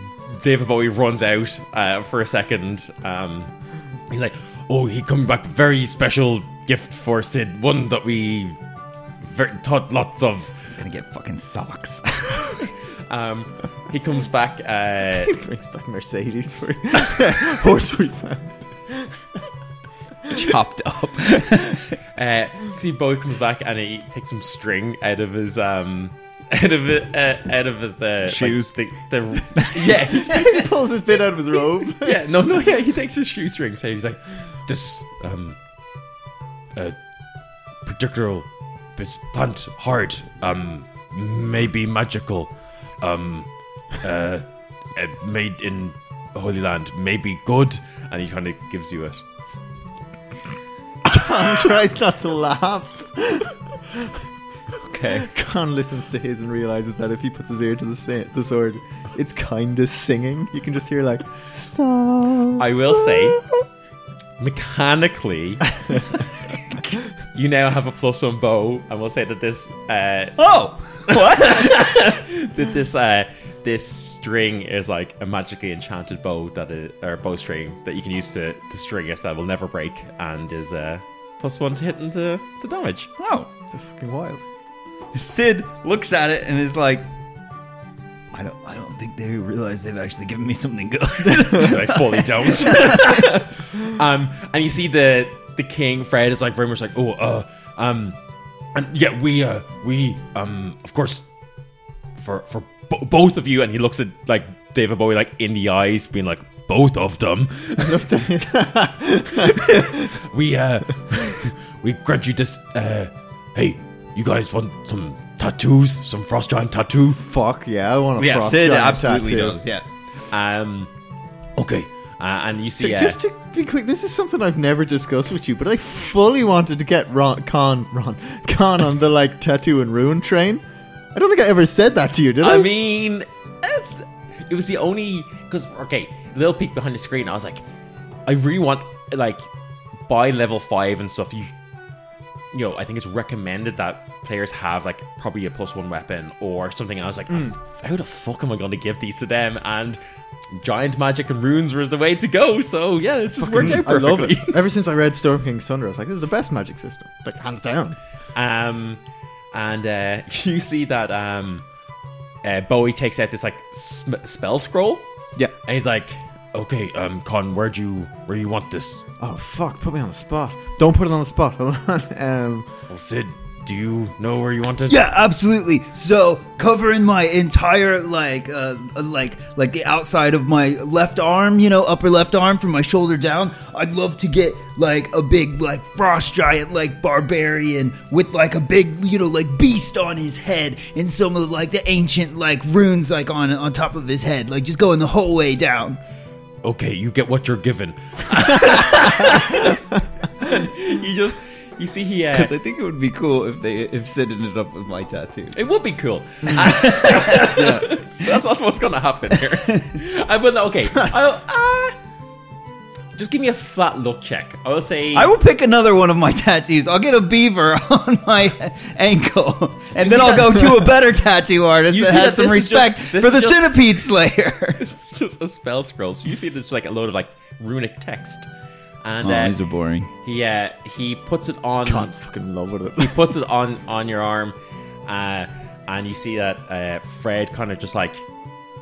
Speaker 1: David Bowie runs out uh, for a second. Um, he's like, "Oh, he coming back. Very special gift for Sid. One that we ver taught lots of."
Speaker 2: Gonna get fucking socks. [LAUGHS]
Speaker 1: Um, he comes back. Uh,
Speaker 3: He brings back Mercedes for [LAUGHS] horse we found.
Speaker 2: Chopped up.
Speaker 1: uh, see, Bowie comes back and he takes some string out of his um. Out of it, uh, out of his the
Speaker 2: Shoes.
Speaker 1: like, the, the yeah, he takes
Speaker 3: [LAUGHS] He pulls his bit out of his robe.
Speaker 1: yeah, no, no, yeah, he takes his shoestrings. So he's like, this, um, uh, particular, it's blunt, hard, um, maybe magical, um, uh, [LAUGHS] uh, made in Holy Land, maybe good. And he kind of gives you it.
Speaker 3: Khan tries not to laugh.
Speaker 2: Okay.
Speaker 3: Khan listens to his and realizes that if he puts his ear to the, sa- the sword, it's kind of singing. You can just hear like, stop.
Speaker 1: I will
Speaker 3: [LAUGHS]
Speaker 1: say, mechanically, you now have a plus one bow, and we'll say that this, uh,
Speaker 2: Oh! What?
Speaker 1: that this uh this string is like a magically enchanted bow that is or bowstring that you can use to, to string it that will never break and is uh plus one to hit and to, to damage.
Speaker 2: oh.
Speaker 3: That's fucking wild.
Speaker 2: Sid looks at it and is like, I don't, I don't think they realize they've actually given me something [LAUGHS] good.
Speaker 1: [LAUGHS] I fully don't. [LAUGHS] um and you see the the king Fred is like very much like, oh uh um and yeah we uh we um of course for for bo- both of you and he looks at like David Bowie like in the eyes being like both of them [LAUGHS] we uh we grant you this uh hey you guys want some tattoos some frost giant tattoo
Speaker 3: Fuck yeah, I want to frost giant tattoo.
Speaker 2: Yeah.
Speaker 1: um okay uh, and you see
Speaker 3: Ju-
Speaker 1: uh,
Speaker 3: Just to be quick, this is something I've never discussed with you, but I fully wanted to get Ron, Con, Ron, Con on the like tattoo and ruin train. I don't think I ever said that to you, did I?
Speaker 1: I mean, it's, it was the only because okay, a little peek behind the screen. I was like, I really want like by level five and stuff. You, you know, I think it's recommended that players have like probably a plus one weapon or something. I was like,
Speaker 3: Hmm.
Speaker 1: how the fuck am I going to give these to them? And giant magic and runes was the way to go. So yeah, it just worked out
Speaker 3: I
Speaker 1: perfectly.
Speaker 3: love it. Ever since I read Storm King's Thunder, I was like, this is the best magic system.
Speaker 1: [LAUGHS]
Speaker 3: Like, hands down.
Speaker 1: Um, and uh, you see that um, uh, Bowie takes out this like sm- spell scroll,
Speaker 3: Yeah.
Speaker 1: and he's like, "Okay, um, Con, where do you where you want this?
Speaker 3: Oh fuck! Put me on the spot. Don't put it on the spot. [LAUGHS] Hold on. Um,
Speaker 1: Well, Sid, do you know where you want it?
Speaker 2: Yeah, absolutely. So covering my entire like uh like like the outside of my left arm, you know, upper left arm from my shoulder down, I'd love to get like a big like frost giant like barbarian with like a big, you know, like beast on his head and some of like the ancient like runes like on on top of his head, like just going the whole way down.
Speaker 1: Okay, you get what you're given. you just you see he uh,
Speaker 2: I think it would be cool if they if Sid ended up with my tattoo.
Speaker 1: It would be [LAUGHS] cool. that's, that's what's gonna happen here. I will. Okay. I'll, uh, just give me a flat look check. I will say.
Speaker 2: I will pick another one of my [LAUGHS] tattoos. I'll get a beaver [LAUGHS] on my ankle, and then
Speaker 1: see
Speaker 2: I'll go
Speaker 1: that-
Speaker 2: [LAUGHS] to a better tattoo artist
Speaker 1: You
Speaker 2: that
Speaker 1: see
Speaker 2: has
Speaker 1: that
Speaker 2: some
Speaker 1: this is just-
Speaker 2: respect
Speaker 1: this
Speaker 2: for
Speaker 1: is
Speaker 2: the
Speaker 1: just-
Speaker 2: centipede [LAUGHS] slayer.
Speaker 1: It's just a spell scroll. So you see there's like a load of like runic text, and uh,
Speaker 2: boring.
Speaker 1: he uh, he puts it on.
Speaker 3: I'm fucking love with
Speaker 1: He [LAUGHS]
Speaker 3: it.
Speaker 1: puts it on on your arm, uh, and you see that uh, Fred kind of just like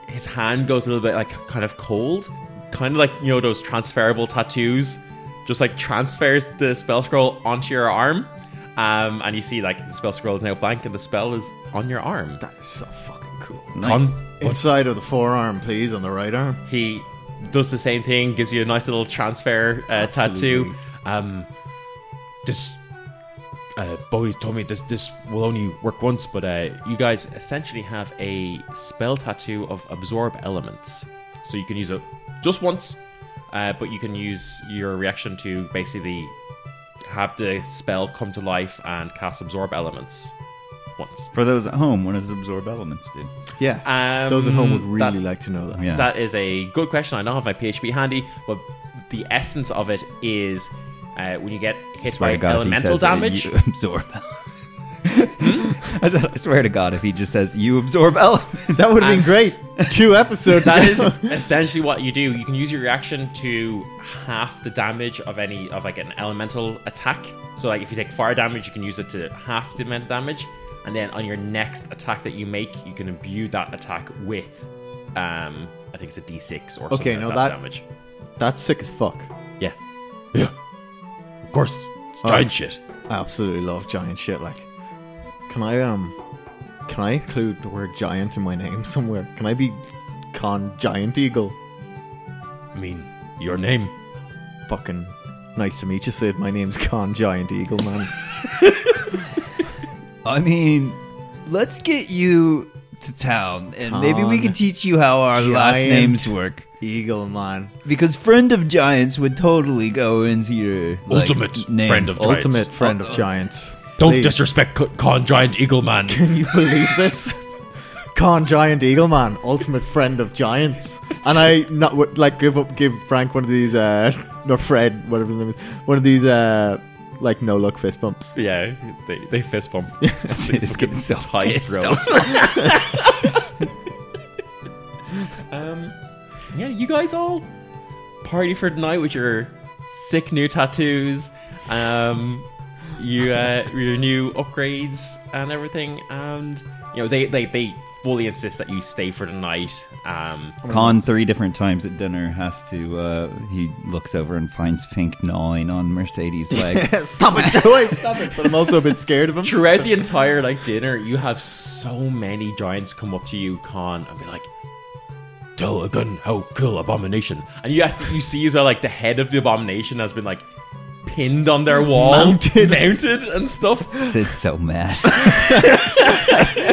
Speaker 1: his hand goes a little bit like kind of cold, kind of like you know those transferable tattoos, just like transfers the spell scroll onto your arm, um, and you see like the spell scroll is now blank and the spell is on your arm.
Speaker 3: That is so fucking cool.
Speaker 1: Con-
Speaker 3: Inside of the forearm, please, on the right arm.
Speaker 1: he does the same thing, gives you a nice little transfer uh, tattoo.
Speaker 2: Absolutely.
Speaker 1: Um, this uh, Bowie told me this this will only work once, but uh, you guys essentially have a spell tattoo of absorb elements, so you can use it just once, uh, but you can use your reaction to basically have the spell come to life and cast absorb elements once.
Speaker 2: For those at home, what does absorb elements do?
Speaker 3: Yeah.
Speaker 1: Um,
Speaker 3: Those at home would really
Speaker 1: that-
Speaker 3: like to know that.
Speaker 2: Yeah.
Speaker 1: That is a good question. I don't have my PHP handy, but the essence of it is uh, when you get hit by elemental damage.
Speaker 2: [LAUGHS] absorb. I, said, I swear to God, if he just says you absorb [LAUGHS] elements,
Speaker 3: That would have been
Speaker 1: And- [LAUGHS]
Speaker 3: great. Two episodes.
Speaker 1: That
Speaker 3: ago.
Speaker 1: is essentially what you do. You can use your reaction to half the damage of any of like an elemental attack. So like if you take fire damage, you can use it to half the amount of damage, and then on your next attack that you make, you can imbue that attack with, um, I think it's a D6 or something
Speaker 3: no,
Speaker 1: like
Speaker 3: that-
Speaker 1: that damage.
Speaker 3: That's sick as fuck.
Speaker 1: Yeah, yeah, of course, it's
Speaker 3: Oh.
Speaker 1: giant shit.
Speaker 3: I absolutely love giant shit. Like, can I um, can I include the word giant in my name [LAUGHS] somewhere? Can I be con giant eagle?
Speaker 1: I mean, your name.
Speaker 3: Fucking nice to meet you, Sid. My name's con giant eagle,
Speaker 1: [LAUGHS]
Speaker 3: man.
Speaker 2: I mean, let's get you to town, and maybe we
Speaker 3: Con
Speaker 2: can teach you how our last
Speaker 3: giant.
Speaker 2: names work.
Speaker 3: eagle, man.
Speaker 2: Because friend of giants would totally go into your like,
Speaker 1: Ultimate
Speaker 2: name.
Speaker 1: friend of giants.
Speaker 3: Ultimate friend of giants.
Speaker 1: Uh, Don't
Speaker 3: Please.
Speaker 1: disrespect C- Con Giant Eagle Man. [LAUGHS]
Speaker 3: Can you believe this? Con giant eagle man, ultimate friend of giants, and I not would, like give up give Frank one of these uh [LAUGHS] or Fred whatever his name is one of these uh like no look fist bumps.
Speaker 1: yeah, they, they fist bump.
Speaker 2: [LAUGHS] It's getting
Speaker 1: [LAUGHS]
Speaker 2: so
Speaker 1: tight, bro.
Speaker 2: pissed
Speaker 1: um, yeah, you guys all party for tonight with your sick new tattoos, um, you uh, your new upgrades and everything, and you know they they they fully insist that you stay for the night. Um,
Speaker 2: Con three different times at dinner has to. Uh, he looks over and finds Fink gnawing on Mercedes'
Speaker 1: [LAUGHS]
Speaker 2: leg.
Speaker 3: [LAUGHS] stop [LAUGHS] it, boy, stop it. But I'm also a bit scared of him.
Speaker 1: throughout the entire like dinner, you have so many giants come up to you, Khan, and be like, "Tell again how kill abomination." And you ask, you see as well, like the head of the abomination has been like pinned on their wall, mounted, [LAUGHS] mounted and stuff.
Speaker 2: Sid's so mad.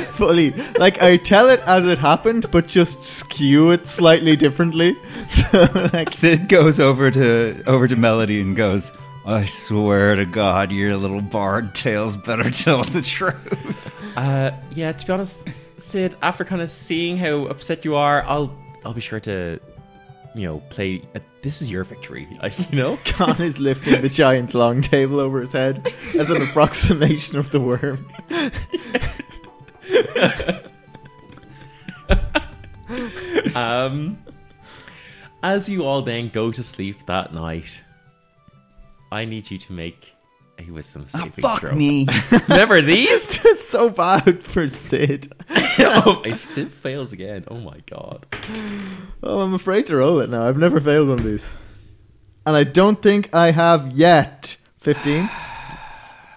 Speaker 2: [LAUGHS]
Speaker 3: fully. Like I tell it as it happened, but just skew it slightly differently. [LAUGHS] So like
Speaker 2: Sid goes over to over to Melody and goes, "I swear to God, your little bard tales better tell the truth."
Speaker 1: Uh, yeah, to be honest, Sid, after kind of seeing how upset you are, I'll I'll be sure to, you know, play. Uh, this is your victory, [LAUGHS] like, you know.
Speaker 3: Khan is lifting the giant long table over his head as an approximation of the worm. [LAUGHS]
Speaker 1: Um, as you all then go to sleep that night, I need you to make a wisdom saving
Speaker 2: Ah, Fuck
Speaker 1: throw. [LAUGHS]
Speaker 2: me.
Speaker 1: Remember
Speaker 2: [LAUGHS]
Speaker 1: these?
Speaker 3: It's just so bad for [LAUGHS] Sid.
Speaker 1: oh, if Sid fails again, oh my god.
Speaker 3: Oh, I'm afraid to roll it now. I've never failed one of these. And I don't think I have yet. [SIGHS] 15?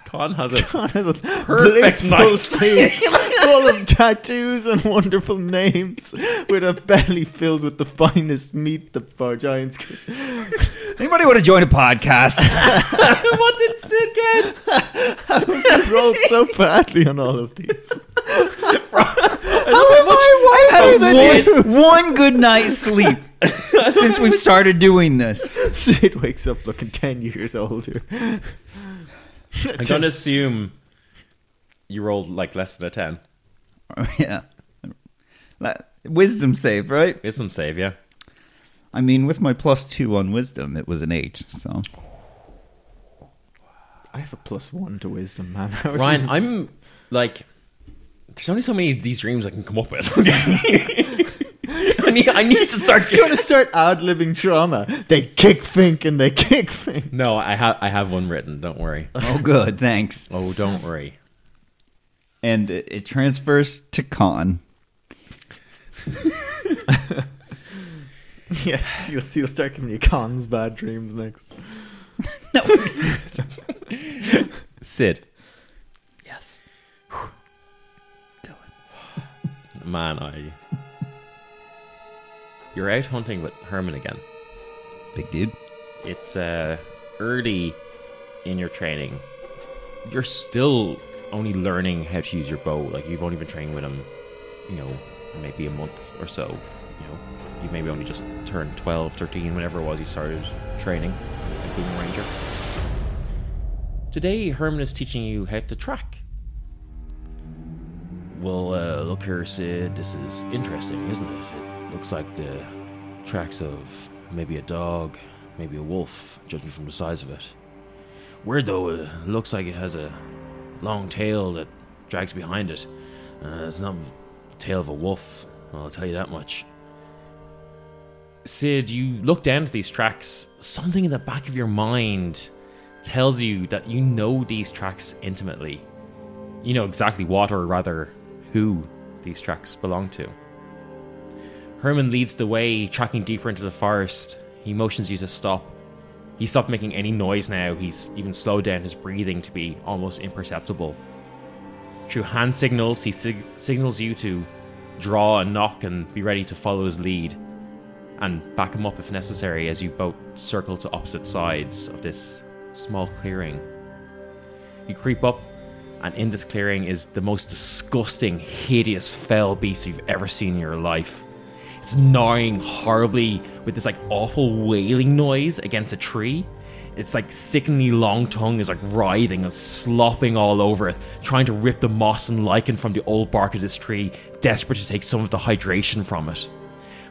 Speaker 1: Con has
Speaker 2: [LAUGHS]
Speaker 1: a [LAUGHS]
Speaker 3: Perfect [LAUGHS]
Speaker 1: night.
Speaker 3: full of tattoos and wonderful names with a belly filled with the finest meat the far giants can.
Speaker 10: Anybody want to join a podcast?
Speaker 3: what did
Speaker 2: [LAUGHS]
Speaker 3: Sid get? [LAUGHS] How have you rolled so badly on all of these? [LAUGHS] How am I? Why
Speaker 2: I
Speaker 3: are they
Speaker 2: had one, one good night's
Speaker 3: [LAUGHS]
Speaker 2: sleep since we've started doing this. [LAUGHS]
Speaker 3: Sid wakes up looking 10 years older.
Speaker 1: I'm gonna assume you rolled like less than a ten.
Speaker 2: yeah. That, wisdom save, right?
Speaker 1: Wisdom save, yeah.
Speaker 2: I mean, with my plus two on wisdom, it was an eight.
Speaker 3: [LAUGHS]
Speaker 2: So
Speaker 3: I have a plus one to wisdom, man. [LAUGHS] How are
Speaker 1: Ryan,
Speaker 3: you-
Speaker 1: I'm like, there's only so many of these dreams I can come up with. [LAUGHS] Okay? I need, I need to start.
Speaker 3: It's gonna start ad libbing trauma. They kick Fink and they kick Fink.
Speaker 1: No, I have I have one written. Don't worry.
Speaker 2: oh, good, thanks.
Speaker 1: Oh, don't worry.
Speaker 2: And it, it transfers to con.
Speaker 3: [LAUGHS] Yes, you'll see. You'll start giving you cons bad dreams next.
Speaker 1: Sid,
Speaker 2: Yes.
Speaker 1: man, are you? You're out hunting with Herman again.
Speaker 2: Big dude.
Speaker 1: It's uh, early in your training. You're still only learning how to use your bow. Like you've only been training with him, you know, maybe a month or so. You know, you maybe only just turned 12, 13, whenever it was you started training, like being a ranger. Today, Herman is teaching you how to track. Well, uh, look here, Sid. This is interesting, isn't it? It looks like the tracks of maybe a dog, maybe a wolf, judging from the size of it. Weird though, it looks like it has a long tail that drags behind it. Uh, it's not the tail of a wolf, I'll tell you that much. Sid, you look down at these tracks. Something in the back of your mind tells you that you know these tracks intimately. You know exactly what, or rather, who these tracks belong to. Herman leads the way, tracking deeper into the forest. He motions you to stop. He stopped making any noise now. He's even slowed down his breathing to be almost imperceptible. Through hand signals, he sig- signals you to draw and knock and be ready to follow his lead and back him up if necessary as you both circle to opposite sides of this small clearing. You creep up, and in this clearing is the most disgusting, hideous, fell beast you've ever seen in your life. It's gnawing horribly with this like awful wailing noise against a tree. It's like sickeningly long tongue is like writhing and slopping all over it, trying to rip the moss and lichen from the old bark of this tree, desperate to take some of the hydration from it.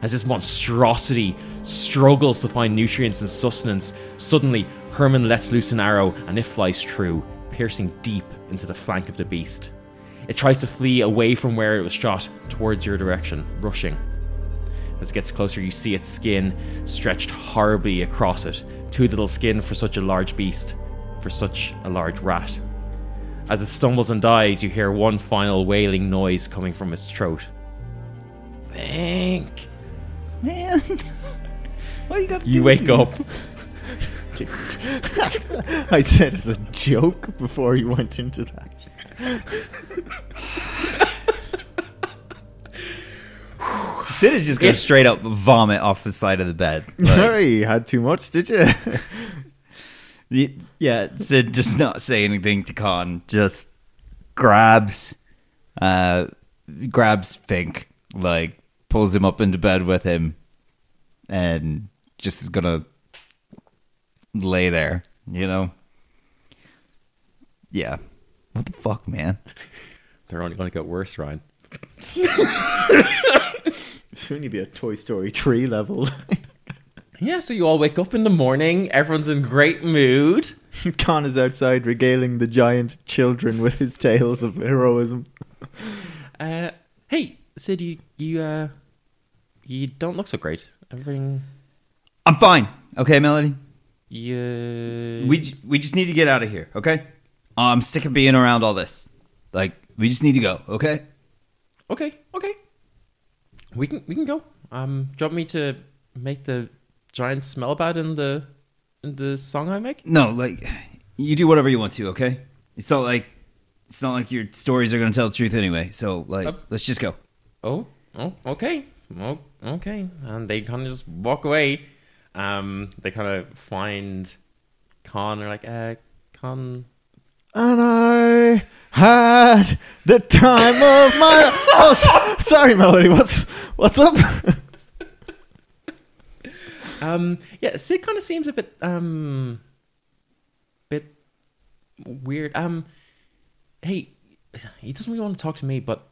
Speaker 1: As this monstrosity struggles to find nutrients and sustenance, suddenly Herman lets loose an arrow and it flies true, piercing deep into the flank of the beast. It tries to flee away from where it was shot towards your direction, rushing. As it gets closer, you see its skin stretched horribly across it. Too little skin for such a large beast, for such a large rat. As it stumbles and dies, you hear one final wailing noise coming from its throat. Think.
Speaker 2: Man. [LAUGHS] Why you got
Speaker 1: You wake up.
Speaker 3: I said as a joke before you went into that.
Speaker 2: Sid is just gonna straight up vomit off the side of the bed.
Speaker 3: [LAUGHS]
Speaker 2: Like,
Speaker 3: Sorry, you had too much, did you? [LAUGHS]
Speaker 2: y- yeah, Sid just not say anything to Con. Just grabs, uh, grabs Fink, like pulls him up into bed with him, and just is gonna lay there. You know. Yeah. What the fuck, man?
Speaker 1: [LAUGHS] They're only going to get worse, Ryan.
Speaker 3: Soon you'd be at Toy Story 3 [LAUGHS] level.
Speaker 1: Yeah, so you all wake up in the morning. Everyone's in great mood.
Speaker 3: Khan is outside regaling the giant children with his tales of heroism.
Speaker 1: Uh, hey, Sid, you you uh, you don't look so great. Everything.
Speaker 2: I'm fine. Okay, Melody.
Speaker 1: Yeah.
Speaker 11: We j- we just need to get out of here, okay? I'm sick of being around all this. Like, we just need to go, okay?
Speaker 1: Okay, okay. We can we can go. Um, do you want me to make the giant smell bad in the in the song I make?
Speaker 11: No, like, you do whatever you want to, okay? It's not like it's not like your stories are gonna tell the truth anyway. So, like,
Speaker 1: Yep.
Speaker 11: let's just go.
Speaker 1: Oh, oh, okay, oh, okay. And they kind of just walk away. Um, they kind of find Khan. They're like, uh, Khan.
Speaker 3: And I had the time of my. Oh, s- sorry, Melody. What's what's up? [LAUGHS]
Speaker 1: Um, yeah, Sid kind of seems a bit um, bit weird. Um, hey, he doesn't really want to talk to me, but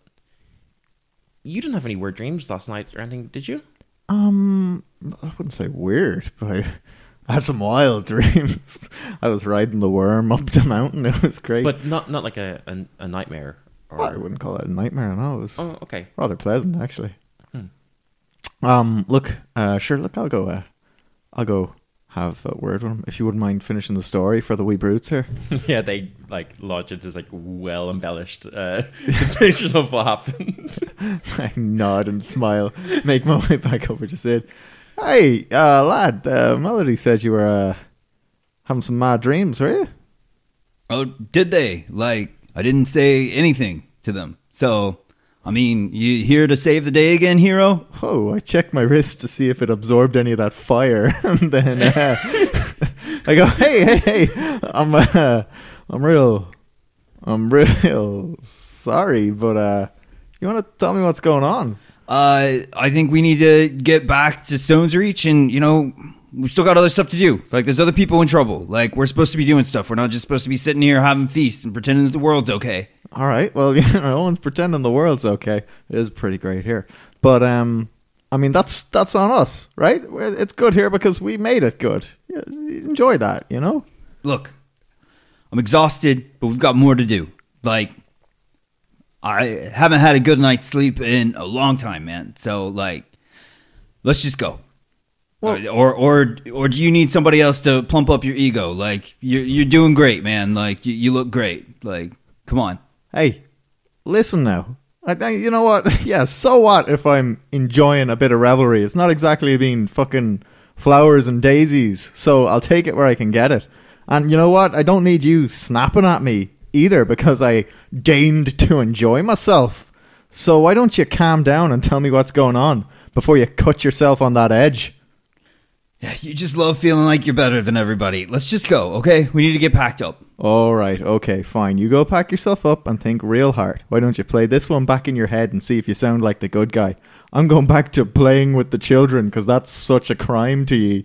Speaker 1: you didn't have any weird dreams last night or anything, did you?
Speaker 3: um, I wouldn't say weird, [LAUGHS] but I, I had some wild [LAUGHS] dreams. I was riding the worm up the mountain. It was great.
Speaker 1: But not not like a a, a nightmare. Or,
Speaker 3: I wouldn't call it a nightmare. No, it was
Speaker 1: oh, Hmm. okay.
Speaker 3: rather pleasant actually. Um, look, uh, sure. Look, I'll go. Uh, I'll go have a word with him if you wouldn't mind finishing the story for the wee brutes here. [LAUGHS]
Speaker 1: [LAUGHS] yeah, they like lodge it as like well embellished uh, [LAUGHS] depiction of what happened.
Speaker 3: I nod and smile, make my [LAUGHS] way back over to Sid. Hey, uh, lad, uh, Melody said you were uh, having some mad dreams, were you?
Speaker 2: Oh, did they? Like, I didn't say anything to them. So, I mean, you here to save the day again, hero?
Speaker 3: Oh, I checked my wrist to see if it absorbed any of that fire, [LAUGHS] and then uh, I go, hey, hey, hey, I'm, uh, I'm real, I'm real sorry, but uh, you want to tell me what's going on?
Speaker 2: Uh, I think we need to get back to Stone's Reach, and you know, we've still got other stuff to do. Like, there's other people in trouble. Like, we're supposed to be doing stuff. We're not just supposed to be sitting here having feasts and pretending that the world's okay.
Speaker 3: All right. Well, [LAUGHS] you know, no one's pretending the world's okay. It is pretty great here, but um, I mean that's that's on us, right? Well, It's good here because we made it good. Yeah, Enjoy that, you know.
Speaker 2: Look, I'm exhausted, but we've got more to do. Like, I haven't had a good night's sleep in a long time, man. So, like, let's just go.
Speaker 3: Well-
Speaker 2: or or or do you need somebody else to plump up your ego? Like you're you're doing great, man. Like you, you look great. Like come on.
Speaker 3: Hey, listen now. I think you know what. [LAUGHS] yeah. So what if I'm enjoying a bit of revelry? It's not exactly being fucking flowers and daisies. So I'll take it where I can get it. And you know what? I don't need you snapping at me either because I deigned to enjoy myself. So why don't you calm down and tell me what's going on before you cut yourself on that edge?
Speaker 2: You just love feeling like you're better than everybody. Let's just go, okay? We need to get packed up.
Speaker 3: All right, okay, fine. You go pack yourself up and think real hard. Why don't you play this one back in your head and see if you sound like the good guy? I'm going back to playing with the children because that's such a crime to ye.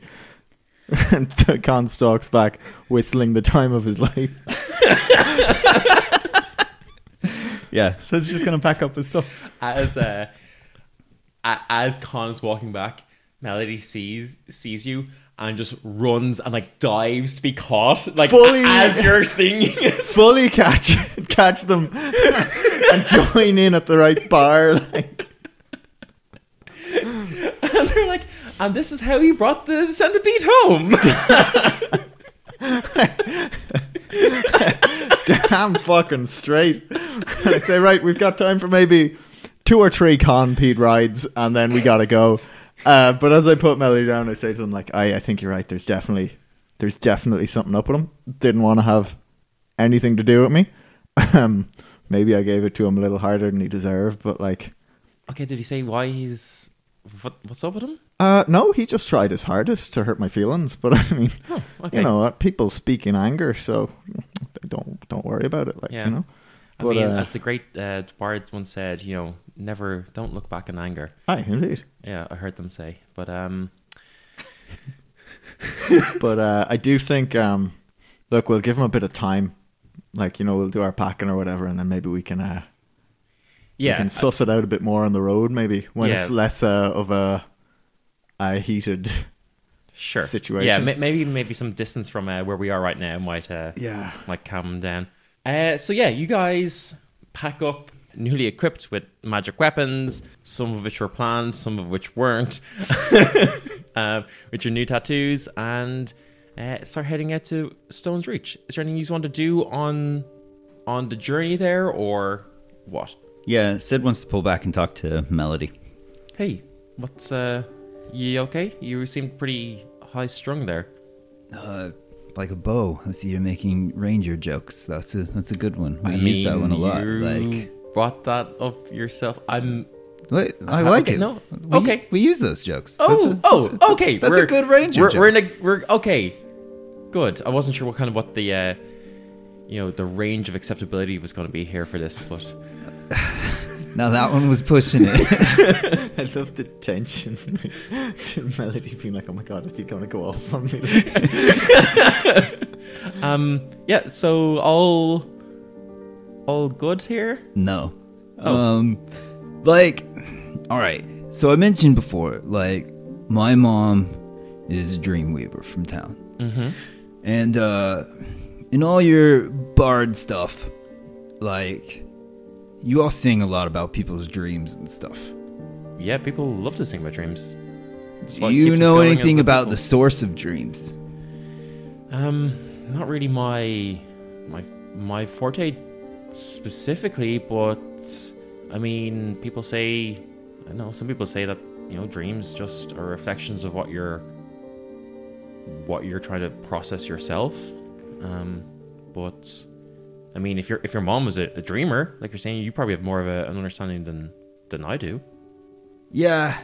Speaker 3: [LAUGHS] and Khan stalks back, whistling the time of his life. yeah, so he's just going to pack up his stuff.
Speaker 1: [LAUGHS] as uh, a- as Khan's walking back, Melody sees sees you and just runs and like dives to be caught, like
Speaker 3: Fully-
Speaker 1: as you're singing. it. [LAUGHS]
Speaker 3: Fully catch catch them [LAUGHS] and join in at the right bar. Like,
Speaker 1: and they're like, and this is how you brought the centipede home. [LAUGHS]
Speaker 3: [LAUGHS] damn fucking straight. I say, right, we've got time for maybe two or three conpeed rides, and then we gotta go. Uh, but as I put Melody down, I say to them, like, I, I think you're right. There's definitely, there's definitely something up with him. Didn't want to have anything to do with me. Um, maybe I gave it to him a little harder than he deserved, but like,
Speaker 1: okay, did he say why he's what, what's up with him?
Speaker 3: Uh, no, he just tried his hardest to hurt my feelings. But
Speaker 1: [LAUGHS]
Speaker 3: I mean,
Speaker 1: Oh, okay.
Speaker 3: you know what? People speak in anger, so mm, don't don't worry about it. Like
Speaker 1: Yeah.
Speaker 3: you know,
Speaker 1: I
Speaker 3: but
Speaker 1: mean,
Speaker 3: uh,
Speaker 1: as the great uh, bards once said, you know, never don't look back in anger.
Speaker 3: aye, indeed.
Speaker 1: Yeah, I heard them say, but um,
Speaker 3: But uh, I do think, um, look, we'll give him a bit of time. Like you know, we'll do our packing or whatever, and then maybe we can uh, we
Speaker 1: yeah, uh,
Speaker 3: can suss it out a bit more on the road. Maybe when it's
Speaker 1: Yeah.
Speaker 3: less uh, of a, a heated. [LAUGHS]
Speaker 1: sure
Speaker 3: situation.
Speaker 1: Yeah, ma- maybe maybe some distance from uh, where we are right now might uh,
Speaker 3: Yeah.
Speaker 1: might calm them down. Uh, so yeah, you guys pack up, newly equipped with magic weapons, some of which were [LAUGHS] planned, some of which weren't, uh, with your new tattoos, and uh, start heading out to Stone's Reach. Is there anything you want to do on on the journey there, or what?
Speaker 2: Yeah, Sid wants to pull back and talk to Melody.
Speaker 1: Hey, what's uh, you okay? You seemed pretty high strung there.
Speaker 2: Uh, like a bow. I see you're making ranger jokes. That's a that's a good one. We
Speaker 1: I
Speaker 2: use that
Speaker 1: mean,
Speaker 2: one a lot.
Speaker 1: you
Speaker 2: Like,
Speaker 1: brought that up yourself. I'm
Speaker 2: wait, I like
Speaker 1: okay,
Speaker 2: it.
Speaker 1: no,
Speaker 2: we,
Speaker 1: okay.
Speaker 2: we use those jokes. That's
Speaker 1: Oh,
Speaker 2: a- that's a-
Speaker 1: oh, okay.
Speaker 2: That's
Speaker 1: we're-
Speaker 2: a good ranger
Speaker 1: We're,
Speaker 2: joke.
Speaker 1: we're in a we're okay. Good. I wasn't sure what kind of what the uh, you know the range of acceptability was going to be here for this, but
Speaker 2: now that one was
Speaker 1: [LAUGHS]
Speaker 2: pushing it.
Speaker 3: I love the tension. [LAUGHS] Melody being like, "Oh my god, is he gonna go off on me?"
Speaker 1: um yeah. So all all good here.
Speaker 2: no.
Speaker 1: Oh.
Speaker 2: Um, like, all right. So I mentioned before, like, my mom is a dreamweaver from town.
Speaker 1: Mm-hmm.
Speaker 2: And uh, in all your bard stuff, like, you all sing a lot about people's dreams and stuff.
Speaker 1: Yeah, people love to sing about dreams. That's
Speaker 2: Do
Speaker 1: what
Speaker 2: you
Speaker 1: keeps us
Speaker 2: know
Speaker 1: going as
Speaker 2: anything
Speaker 1: a
Speaker 2: about
Speaker 1: people.
Speaker 2: the source of dreams?
Speaker 1: Um, not really my my my forte specifically, but I mean, people say I know some people say that you know dreams just are reflections of what you're what you're trying to process yourself. Um, but I mean, if your if your mom was a, a dreamer, like you're saying, you probably have more of a, an understanding than than I do.
Speaker 2: Yeah,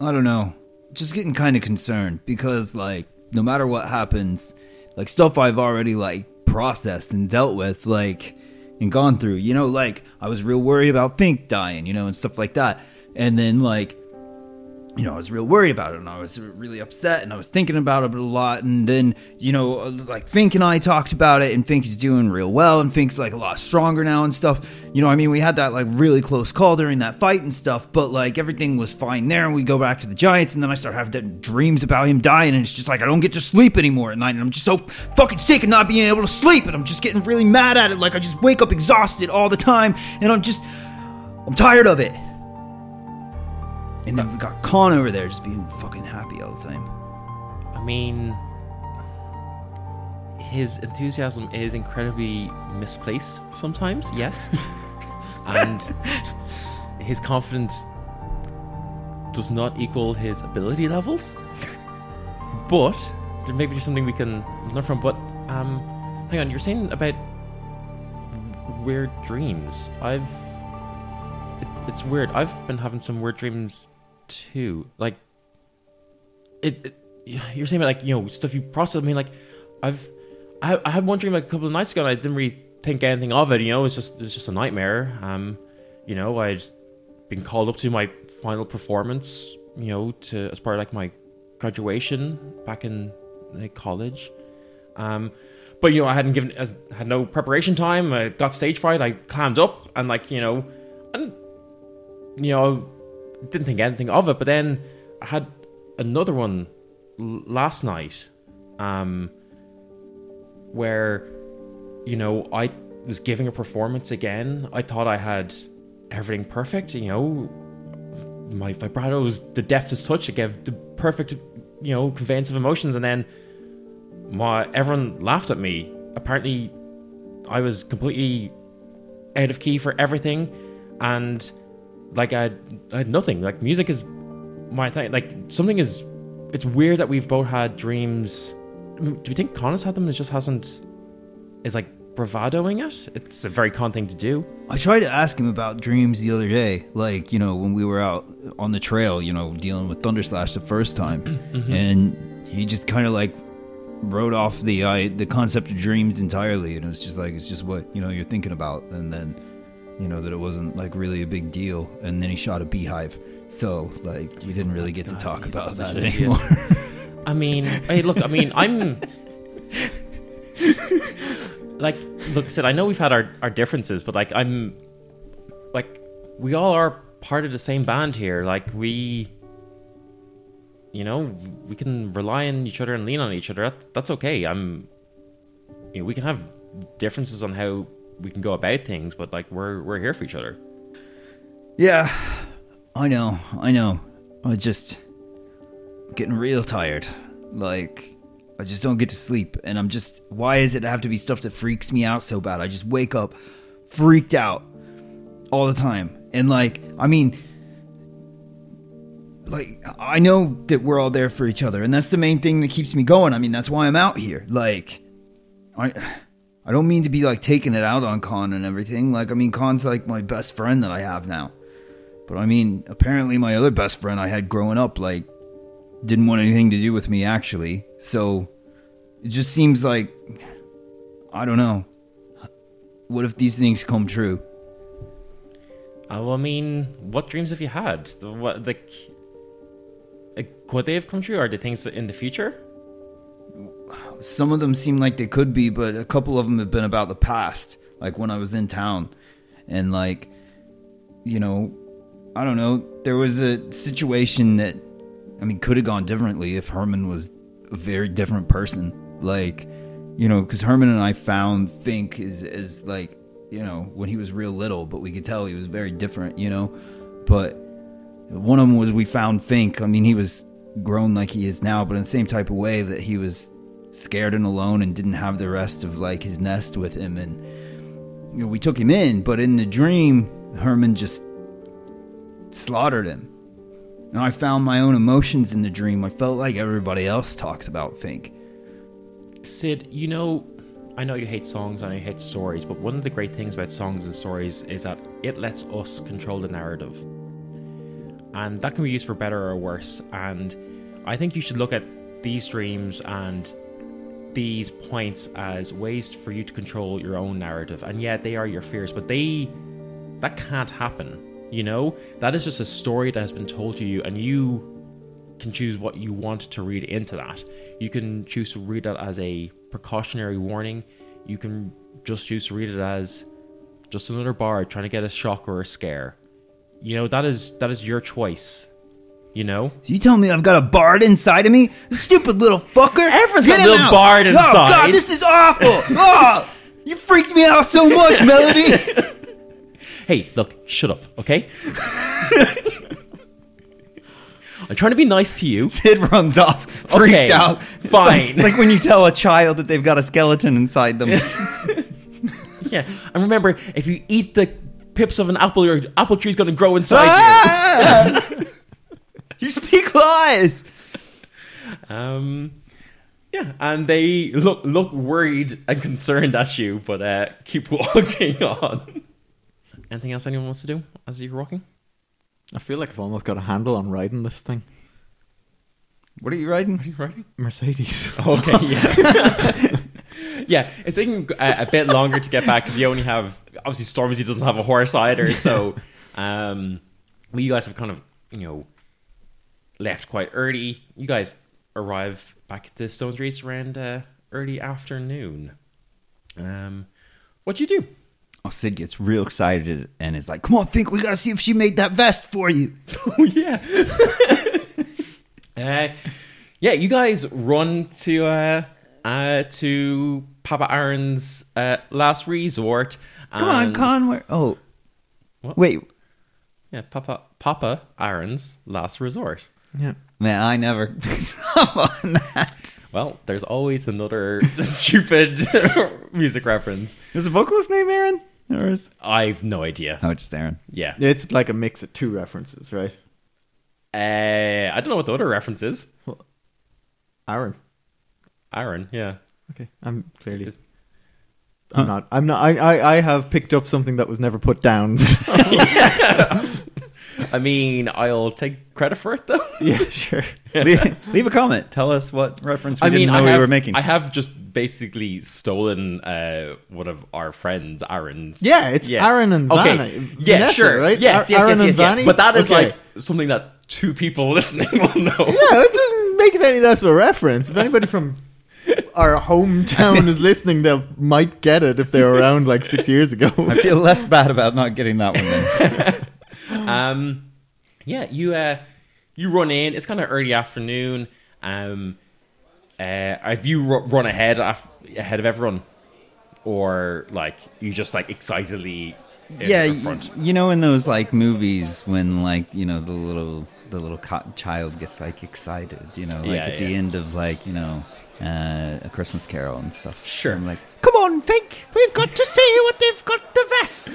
Speaker 2: I don't know. Just getting kind of concerned because, like, no matter what happens, like, stuff I've already, like, processed and dealt with, like, and gone through, you know, like, I was real worried about Fink dying, you know, and stuff like that. And then, like, you know, I was real worried about it and I was really upset and I was thinking about it a lot. And then, you know, like Fink and I talked about it and Fink is doing real well and Fink's like a lot stronger now and stuff. You know, I mean, we had that like really close call during that fight and stuff, but like everything was fine there. And we go back to the Giants and then I start having that dreams about him dying and it's just like I don't get to sleep anymore at night and I'm just so fucking sick of not being able to sleep and I'm just getting really mad at it. Like I just wake up exhausted all the time and I'm just, I'm tired of it. And then we got Khan over there just being fucking happy all the time.
Speaker 1: I mean, his enthusiasm is incredibly misplaced sometimes, yes. and his confidence does not equal his ability levels. But there maybe there's something we can learn from. But um, hang on, you're saying about weird dreams. I've it, it's weird. I've been having some weird dreams too. Like it, it you're saying about like you know stuff you process. I mean, like I've I, I had one dream like a couple of nights ago, and I didn't really think anything of it. You know, it's just it's just a nightmare. Um, you know, I'd been called up to my final performance. You know, to as part of like my graduation back in like, college. Um, but you know, I hadn't given I had no preparation time. I got stage fright. I clammed up, and like you know, and you know, didn't think anything of it. But then I had another one l- last night, um, where you know I was giving a performance again. I thought I had everything perfect. You know, my vibrato was the deftest touch. It gave the perfect, you know, conveyance of emotions, and then my everyone laughed at me. Apparently, I was completely out of key for everything, and like I, I had nothing. Like music is my thing. Like something is, it's weird that we've both had dreams. I mean, Do we think Connor's had them? and It just hasn't. Is like bravadoing it. It's a very con thing to do.
Speaker 2: I tried to ask him about dreams the other day, like, you know, when we were out on the trail, you know, dealing with Thunderslash the first time. And he just kind of like wrote off the I, the concept of dreams entirely. And it was just like, it's just what, you know, you're thinking about. And then, you know, that it wasn't like really a big deal. And then he shot a beehive. So, like, we didn't really get to talk about that [LAUGHS] anymore.
Speaker 1: I mean, hey, look, I mean, I'm. like, look, Sid, I know we've had our, our differences, but, like, I'm. Like, we all are part of the same band here. Like, we. You know, we can rely on each other and lean on each other. That, that's okay. I'm. You know, we can have differences on how we can go about things, but, like, we're, we're here for each other.
Speaker 2: Yeah, I know, I know. I just I'm getting real tired. Like I just don't get to sleep, and I'm just why is it have to be stuff that freaks me out so bad? I just wake up freaked out all the time, and like I mean, like I know that we're all there for each other, and that's the main thing that keeps me going. I mean, that's why I'm out here. Like, I I don't mean to be like taking it out on Khan and everything. Like, I mean, Khan's like my best friend that I have now. But I mean, apparently my other best friend I had growing up, like, didn't want anything to do with me actually. So it just seems like I don't know. What if these things come true?
Speaker 1: Oh, I mean, what dreams have you had? The- What like, like could they have come true? Are there things in the future?
Speaker 2: Some of them seem like they could be, but a couple of them have been about the past, like when I was in town and like you know, I don't know, there was a situation that I mean could have gone differently if Herman was a very different person. Like, you know, cuz Herman and I found think is is like, you know, when he was real little, but we could tell he was very different, you know. But One of them was we found Fink. I mean, he was grown like he is now, but in the same type of way that he was scared and alone and didn't have the rest of like his nest with him. And you know, we took him in, but in the dream, Herman just slaughtered him. And I found my own emotions in the dream. I felt like everybody else talks about Fink.
Speaker 1: Sid, you know, I know you hate songs, I know you hate stories, but one of the great things about songs and stories is that it lets us control the narrative. And that can be used for better or worse. And I think you should look at these dreams and these points as ways for you to control your own narrative. And yeah, they are your fears, but they that can't happen. You know? That is just a story that has been told to you and you can choose what you want to read into that. You can choose to read that as a precautionary warning. You can just choose to read it as just another bard trying to get a shock or a scare. You know, that is that is your choice. You know?
Speaker 2: So you telling me I've got a bard inside of me? Stupid little fucker! Everyone's
Speaker 1: got a little bard
Speaker 2: Oh
Speaker 1: inside.
Speaker 2: god, this is awful! oh, you freaked me out
Speaker 1: [LAUGHS]
Speaker 2: so much, Melody.
Speaker 1: Hey, look, shut up, okay? [LAUGHS] I'm trying to be nice to
Speaker 12: [LAUGHS]
Speaker 1: you. [LAUGHS]
Speaker 12: Sid runs off,
Speaker 1: freaked Okay, out. fine.
Speaker 12: It's like, when you tell a child that they've got a skeleton inside
Speaker 1: [LAUGHS]
Speaker 12: them.
Speaker 1: Yeah. And remember, if you eat the pips of an apple, your apple tree's gonna grow inside you. Ah!
Speaker 12: [LAUGHS] you speak lies.
Speaker 1: Um, yeah, and they look look worried and concerned at you, but uh, keep [LAUGHS] walking on. Anything else anyone wants to do as you're walking?
Speaker 3: I feel like I've almost got a handle on riding this thing.
Speaker 12: What are you riding?
Speaker 1: You ready?
Speaker 3: [LAUGHS] Mercedes.
Speaker 1: [LAUGHS] Okay, yeah. [LAUGHS] yeah, it's taking a, a bit longer to get back because you only have obviously Stormzy doesn't have a horse [LAUGHS] either, so um, well, you guys have kind of you know left quite early. You guys arrive back at the Stone's Reach around uh, early afternoon. Um, what do you do?
Speaker 12: Oh, Sid gets real excited and is like,
Speaker 2: Come on, Fink, we gotta see if she made that vest for you.
Speaker 1: Oh
Speaker 12: [LAUGHS]
Speaker 1: [LAUGHS] yeah. uh, yeah, you guys run to uh, uh, to Papa Aaron's uh, last resort.
Speaker 12: "Come on,
Speaker 1: and-
Speaker 12: Conway." Oh,
Speaker 1: Uh, What?
Speaker 12: wait,
Speaker 1: Yeah, Papa Papa Aaron's last resort.
Speaker 3: yeah.
Speaker 12: man, I never. [LAUGHS] Come on, that.
Speaker 1: Well, there's always another [LAUGHS] stupid music reference.
Speaker 12: Is the vocalist name Aaron? Or is?
Speaker 1: I've no idea.
Speaker 12: Oh, it's just Aaron.
Speaker 1: Yeah.
Speaker 3: It's like a mix of two references, right?
Speaker 1: Uh, I don't know what the other reference is.
Speaker 3: Aaron.
Speaker 1: Aaron, yeah.
Speaker 3: Okay. I'm clearly.
Speaker 1: Is-
Speaker 3: I'm not. I'm not. I, I, I have picked up something that was never put down. [LAUGHS]
Speaker 1: I mean, I'll take credit for it though.
Speaker 12: [LAUGHS]
Speaker 3: yeah, sure.
Speaker 12: leave, leave a comment. Tell us what reference we
Speaker 1: I mean,
Speaker 12: didn't know
Speaker 1: I have,
Speaker 12: we were making.
Speaker 1: I have just basically stolen uh, one of our friends, Aaron's.
Speaker 3: Yeah, it's Aaron and Vanna.
Speaker 1: Okay. Yeah,
Speaker 3: Vanessa,
Speaker 1: sure.
Speaker 3: right?
Speaker 1: Yes,
Speaker 3: Ar-
Speaker 1: yes,
Speaker 3: Aaron
Speaker 1: yes,
Speaker 3: and
Speaker 1: yes, yes.
Speaker 3: Vanni?
Speaker 1: But that is
Speaker 3: Okay.
Speaker 1: like something that two people [LAUGHS] listening will know.
Speaker 3: Yeah, it doesn't make it any less of a reference. If
Speaker 1: [LAUGHS]
Speaker 3: anybody from our hometown is listening, they might get it if they were around like six
Speaker 1: [LAUGHS]
Speaker 3: years ago.
Speaker 12: I feel less bad about not getting that one. Then.
Speaker 1: Um, yeah, you uh, you run in. It's kind of early afternoon. Um, uh, have you ru- run ahead af- ahead of everyone, or like you just like excitedly? in
Speaker 12: yeah,
Speaker 1: the
Speaker 12: y-
Speaker 1: front?
Speaker 12: you know, in those like movies when like you know the little the little co- child gets like excited, you know, like
Speaker 1: Yeah,
Speaker 12: at
Speaker 1: yeah.
Speaker 12: the end of like you know
Speaker 4: uh, A Christmas Carol and stuff.
Speaker 1: Sure.
Speaker 4: I'm like,
Speaker 13: Come on, Fink. We've got to see what they've got the vest.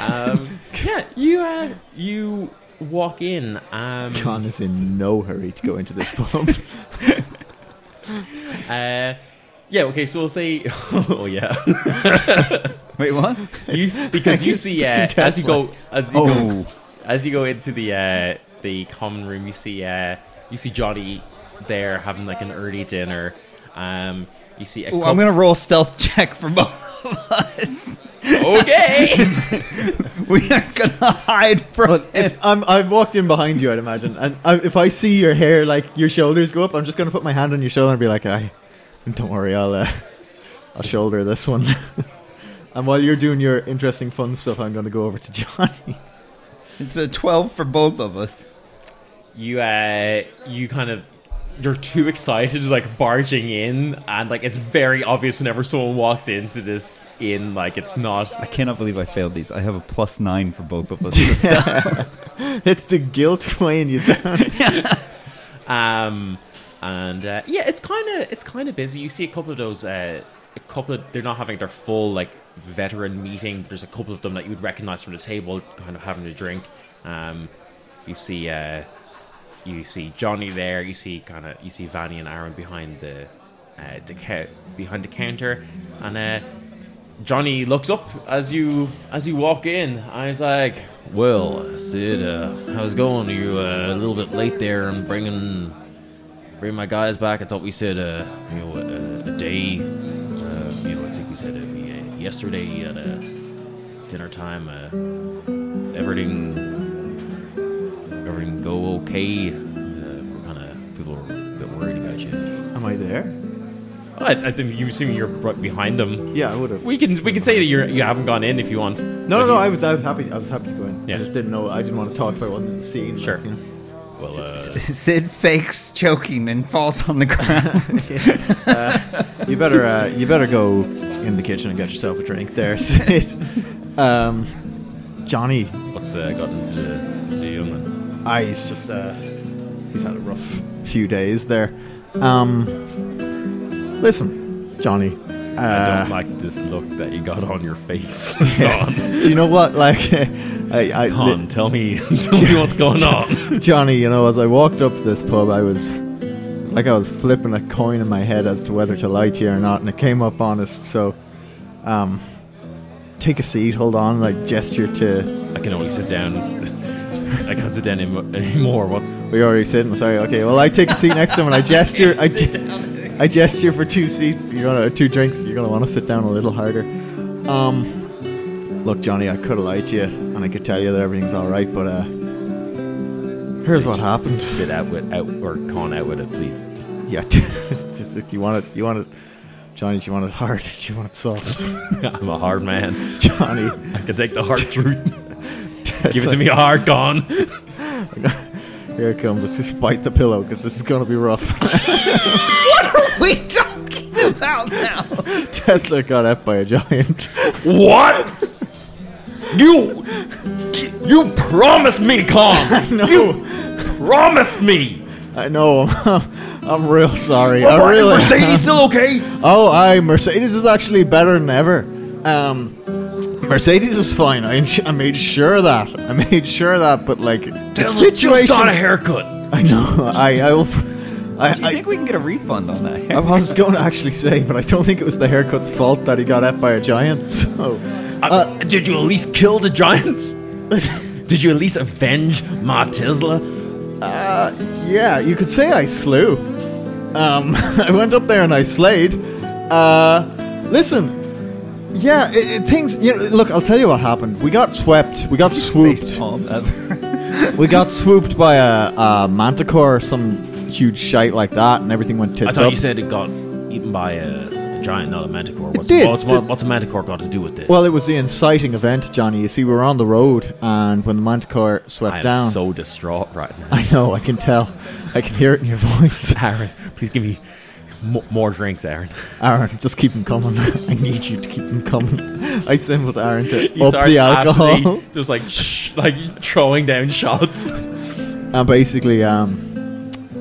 Speaker 1: Um, yeah, you uh, you walk in. Um,
Speaker 3: Con is in no hurry to go into this pub.
Speaker 1: uh, yeah, okay. So we'll say, [LAUGHS] oh yeah,
Speaker 4: wait, what?
Speaker 1: you, because you see uh,
Speaker 3: Fucking
Speaker 1: as you go as you go as you go into the uh, the common room, you see uh, you see Johnny there having like an early dinner. Um, you see a
Speaker 4: Ooh,
Speaker 1: couple-
Speaker 4: I'm gonna roll stealth check for both of us. [LAUGHS]
Speaker 1: [LAUGHS] okay.
Speaker 4: We are gonna hide from
Speaker 3: But
Speaker 4: it.
Speaker 3: if [LAUGHS] I'm, I've walked in behind you, I'd imagine, and I, if I see your hair, like your shoulders go up, I'm just gonna put my hand on your shoulder and be like, "I, don't worry, I'll, uh, I'll shoulder this one." [LAUGHS] and while you're doing your interesting, fun stuff, I'm gonna go over to Johnny.
Speaker 4: [LAUGHS]
Speaker 3: [LAUGHS]
Speaker 4: It's a twelve for both of us.
Speaker 1: you uh you kind of you're too excited like barging in and like it's very obvious whenever someone walks into this inn like it's not
Speaker 4: I cannot believe I failed these. I have a plus nine for both of us.
Speaker 1: [LAUGHS]
Speaker 4: [LAUGHS] This time.
Speaker 3: it's the guilt weighing you [LAUGHS] down.
Speaker 1: um and uh, yeah it's kind of it's kind of busy you see a couple of those uh a couple of they're not having their full like veteran meeting there's a couple of them that you would recognize from the table kind of having a drink um you see uh you see Johnny there. You see kind of you see Vanny and Aaron behind the uh, the ca- behind the counter, and uh, Johnny looks up as you as you walk in, and he's like, "Well, Sid, uh, how's it going? Are you uh, a little bit late there? I'm bringing bringing my guys back. I thought we said uh, you know a, a day. Uh, you know, I think we said it'd be, uh, yesterday at uh, dinner time. Uh, everything." everything go okay? Uh, we're kind of people are a bit worried about you.
Speaker 3: Am I there?
Speaker 1: I, I think you assuming you're right behind them.
Speaker 3: Yeah, I would have.
Speaker 1: We can we can say that you're you haven't gone in if you want.
Speaker 3: No, no, no. I was, I was happy. I was happy to go in.
Speaker 1: Yeah.
Speaker 3: I just didn't know. I didn't want to talk if I wasn't seen. like,
Speaker 1: Sure.
Speaker 3: you know.
Speaker 1: Well, uh,
Speaker 4: Sid fakes choking and falls on the ground.
Speaker 3: You better uh, you better go in the kitchen and get yourself a drink there, [LAUGHS] Sid. um, Johnny,
Speaker 1: what's uh, got into the, to the young man?
Speaker 3: ah, he's just uh, he's had a rough few days there. Um, listen, Johnny,
Speaker 1: I
Speaker 3: uh,
Speaker 1: don't like this look that you got on your
Speaker 3: [LAUGHS]
Speaker 1: face. Don,
Speaker 3: do you know what? [LAUGHS] Like, I, I
Speaker 1: Don, tell me [LAUGHS] tell me what's going on.
Speaker 3: Johnny, you know, as I walked up to this pub, I was. It's like I was flipping a coin in my head as to whether to lie to you or not, and it came up honest, so. Um, take a seat, hold on, like gesture to.
Speaker 1: I can only sit down. I can't sit down any- anymore. What?
Speaker 3: We already sitting, sorry, okay, well, I take a seat next to him and I gesture. I, ge- I gesture for two seats, you're gonna, two drinks, you're gonna wanna sit down a little harder. Um, look, Johnny, I could have lied to you, and I could tell you that everything's alright, but, uh. Here's what happened.
Speaker 1: Sit out with out or con out with it, please. Just
Speaker 3: Yeah, [LAUGHS] it's just that you want it. You want it, Johnny. You want it hard. [LAUGHS] You want it soft,
Speaker 1: I'm a hard man.
Speaker 3: Johnny.
Speaker 1: I can take
Speaker 3: [LAUGHS]
Speaker 1: the hard truth. Give it
Speaker 3: It's
Speaker 1: to me hard, con.
Speaker 3: like, Here it comes. Let's just bite the pillow because this is gonna be rough.
Speaker 13: [LAUGHS] We talking about now.
Speaker 3: Tesla got up by a giant. [LAUGHS]
Speaker 14: What? You you promised me, Kong.
Speaker 3: no,
Speaker 14: promised me.
Speaker 3: I know. I'm, I'm real sorry. I
Speaker 7: Why, is
Speaker 3: really.
Speaker 7: Mercedes still okay?
Speaker 3: Oh, I Mercedes is actually better than ever. Um, Mercedes is fine. I, ins- I made sure of that. I [LAUGHS] made sure of that. But like the
Speaker 14: Dylan
Speaker 3: situation,
Speaker 14: just got a haircut.
Speaker 3: I know. I I will. I,
Speaker 4: Do you
Speaker 3: I,
Speaker 4: think we can get a refund on that?
Speaker 3: I was going to actually say, but I don't think it was the haircut's fault that he got up by a giant. [LAUGHS] So,
Speaker 14: Uh, did you at least kill the giants? did you at least avenge Ma Tisla?
Speaker 3: yeah, you could say I slew. Um, [LAUGHS] I went up there and I slayed. Uh, listen, yeah, it, it, things. You know, look, I'll tell you what happened. We got swept. We got
Speaker 15: [LAUGHS]
Speaker 3: swooped.
Speaker 4: Palm ever.
Speaker 3: We got swooped by a, a manticore or some huge shite like that, and everything went
Speaker 14: I
Speaker 3: tits
Speaker 14: thought
Speaker 3: up.
Speaker 14: you said it got eaten by a, a giant, not a manticore. What's,
Speaker 3: did.
Speaker 14: What's,
Speaker 3: The-
Speaker 14: what's a manticore got to do with this?
Speaker 3: well, it was the inciting event, Johnny. You see, we were on the road, and when the manticore swept
Speaker 14: I am
Speaker 3: down,
Speaker 14: so distraught right now.
Speaker 3: [LAUGHS] I know, I can tell. I can hear it in your voice.
Speaker 14: Aaron, please give me mo- more drinks, Aaron.
Speaker 3: Aaron, just keep them coming. [LAUGHS] I need you to keep them coming. [LAUGHS] I symboled Aaron to
Speaker 1: He
Speaker 3: up
Speaker 1: starts
Speaker 3: the alcohol. [LAUGHS]
Speaker 1: actually Just like sh- like throwing down shots.
Speaker 3: And basically, um,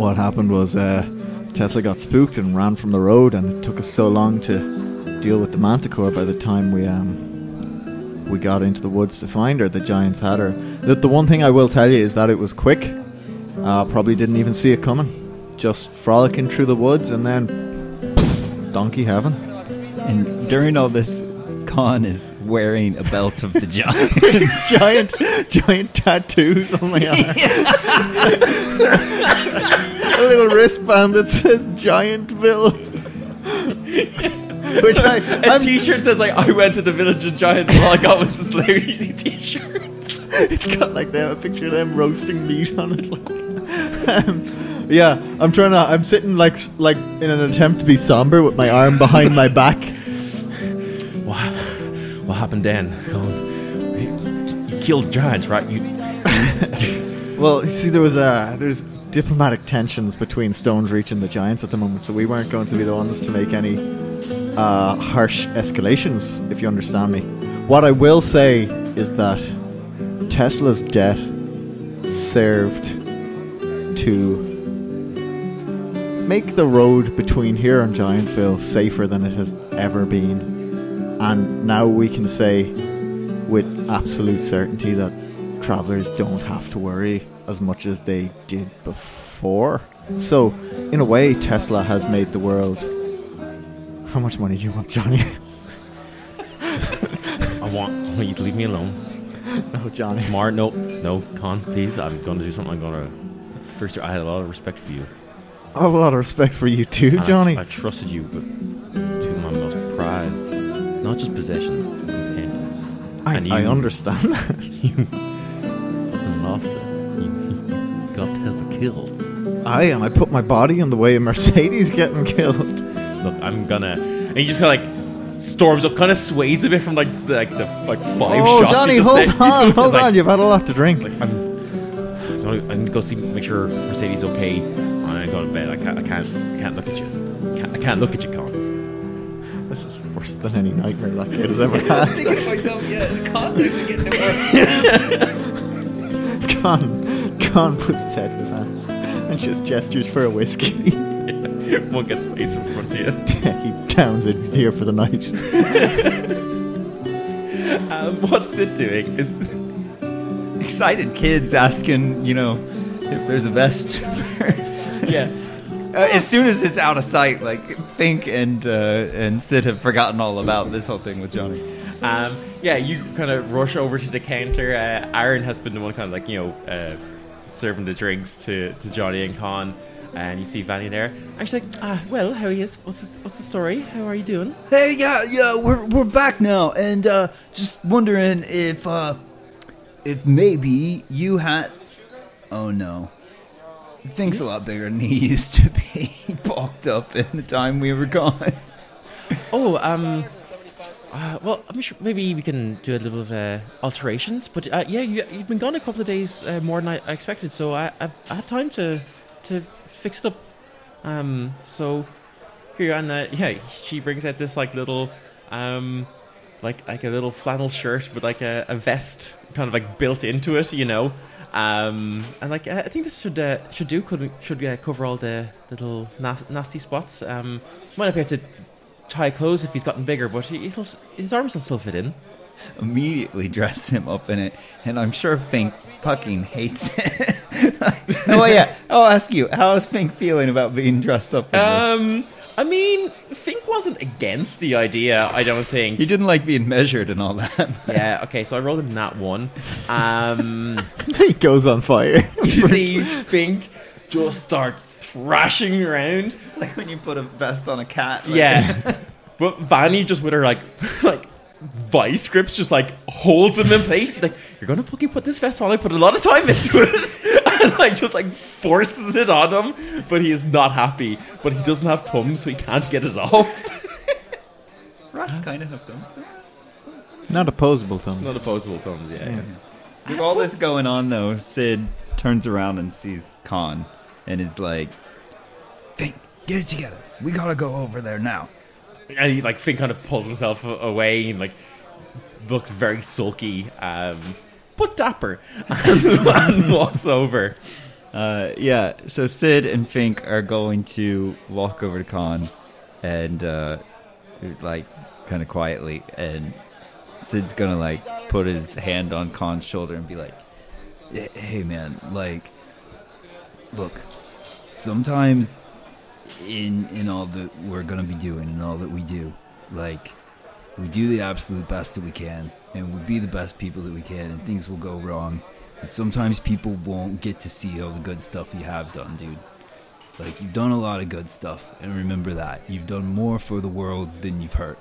Speaker 3: what happened was uh, Tesla got spooked and ran from the road, and it took us so long to deal with the manticore by the time we um, we got into the woods to find her. The giants had her. The, the one thing I will tell you is that it was quick. Uh, probably didn't even see it coming. Just frolicking through the woods and then donkey heaven.
Speaker 2: And during all this, Khan is wearing a belt of the giant.
Speaker 3: [LAUGHS] giant, giant tattoos on my arm. [LAUGHS] a little wristband that says Giantville. Which
Speaker 15: [LAUGHS]
Speaker 3: I,
Speaker 15: A
Speaker 3: I'm
Speaker 15: t-shirt says like I went to the village of giants and all I got was this lazy t-shirt.
Speaker 3: it's got like them, a picture of them roasting meat on it. Like, um, yeah, I'm trying to. I'm sitting like s- like in an attempt to be somber with my arm behind my back.
Speaker 14: What, what happened then? Colin? You killed giants, right? You,
Speaker 3: Well, you see, there was a there's diplomatic tensions between Stone's Reach and the Giants at the moment, so we weren't going to be the ones to make any uh, harsh escalations, if you understand me. What I will say is that Tesla's death served to make the road between here and Giantville safer than it has ever been. And now we can say with absolute certainty that travelers don't have to worry as much as they did before. So, in a way, Tesla has made the world. How much money do you want,
Speaker 14: [LAUGHS]
Speaker 3: Johnny?
Speaker 14: I want, I want you to leave me alone. Oh,
Speaker 3: no, Johnny.
Speaker 14: Tomorrow, no, no, Con, please. I'm going to do something. I'm going to. First, I had a lot of respect for you.
Speaker 3: I have a lot of respect for you too,
Speaker 14: And I-
Speaker 3: Johnny.
Speaker 14: I, trusted you, but two of my most prized, not just possessions, companions.
Speaker 3: I,
Speaker 14: and
Speaker 3: I
Speaker 14: you-
Speaker 3: understand. [LAUGHS]
Speaker 14: You fucking [LAUGHS] lost it. You [LAUGHS] you got Tesla killed.
Speaker 3: I and I put my body in the way of Mercedes getting killed.
Speaker 14: Look, I'm gonna. And he just kind of like storms up, kind of sways a bit from like the, like the like five
Speaker 3: oh,
Speaker 14: shots. he
Speaker 3: Johnny,
Speaker 14: just
Speaker 3: hold
Speaker 14: said.
Speaker 3: on,
Speaker 14: [LAUGHS] He's
Speaker 3: hold
Speaker 14: like-
Speaker 3: on. You've had a lot to drink.
Speaker 14: Like I'm, I'm gonna, I'm gonna go see, make sure Mercedes okay. And I go to bed. I can't, I can't, I can't look at you. I can't, I can't look at you, Con.
Speaker 3: this is worse than any nightmare that kid has ever had.
Speaker 16: myself, yeah, the context is getting worse.
Speaker 3: [LAUGHS] Con, Con puts his head in his hands and just gestures for a whiskey. [LAUGHS]
Speaker 14: Won't get space in front of you.
Speaker 3: he downs it. He's here for the night.
Speaker 14: Um, what's it doing? Is
Speaker 2: [LAUGHS] Excited kids asking, you know, if there's
Speaker 15: [LAUGHS]
Speaker 2: a vest.
Speaker 14: yeah.
Speaker 2: Uh, as soon as it's out of sight, like Fink and uh, and Sid have forgotten all about this whole thing with Johnny.
Speaker 14: Um, [LAUGHS] yeah, you kind of rush over to the counter. Uh, Aaron has been the one kind of like you know uh, serving the drinks to, to Johnny and Con, and you see Vanny there. And she's like, ah, well, how are you? What's the, what's the story? How are you doing?
Speaker 2: Hey, yeah, yeah, we're we're back now, and uh, just wondering if uh,
Speaker 17: If maybe you had. Oh no. Fink's a lot bigger than
Speaker 2: [LAUGHS]
Speaker 17: he used to be. He bulked up in the time we were gone.
Speaker 14: Oh, um, uh, well, I'm sure maybe we can do a little of uh, alterations, but uh, yeah, you, you've been gone a couple of days uh, more than I, I expected, so I, I, I had time to to fix it up. Um, so here and uh, yeah, she brings out this like little, um, like like a little flannel shirt with like a, a vest kind of like built into it, you know. Um, and like I I think this should uh, should do could should uh, cover all the, the little nas- nasty spots. Um, might appear to tie clothes if he's gotten bigger, but he, he'll, s- his arms will still fit in.
Speaker 2: [LAUGHS] immediately dress him up in it, and I'm sure Fink fucking hates it. [LAUGHS] oh yeah, I'll ask you, how is Fink feeling about being dressed up? In this?
Speaker 14: Um, I mean, Fink wasn't against the idea, I don't
Speaker 2: He
Speaker 14: think.
Speaker 2: didn't like being measured and all that.
Speaker 14: yeah, okay, so I rolled him that one. Um,
Speaker 3: [LAUGHS]
Speaker 14: [LAUGHS]
Speaker 3: he goes on fire.
Speaker 14: you see Fink just start thrashing around.
Speaker 2: [LAUGHS] like when you put a vest on a cat. like-
Speaker 14: Yeah. [LAUGHS] but Vanny just with her like [LAUGHS] like vice grips just like holds him in place. She's like, You're gonna fucking put this vest on. I put a lot of time into it. [LAUGHS] and like just like forces it on him, but he is not happy. But he doesn't have thumbs, so he can't get it [LAUGHS] off.
Speaker 2: rats kind of have them.
Speaker 3: Not opposable, Tom.
Speaker 14: not opposable thumbs, yeah. yeah.
Speaker 2: With all this going on, though, Sid turns around and sees Khan, and is like,
Speaker 18: Fink, get it together. We gotta go over there now.
Speaker 14: and he like Finn kind of pulls himself a- away and like looks [LAUGHS] very sulky, um, but dapper, and, and walks over.
Speaker 4: Uh, yeah, so Sid and Fink are going to walk over to Khan and, uh, like, kind of quietly. And Sid's gonna, like, put his hand on Khan's shoulder and be like,
Speaker 2: Eh, Hey, man, like, look, sometimes in in all that we're gonna be doing and all that we do, like, we do the absolute best that we can, and we be the best people that we can, and things will go wrong. And sometimes people won't get to see all the good stuff you have done, dude. Like, you've done a lot of good stuff, and remember that. You've done more for the world than you've hurt.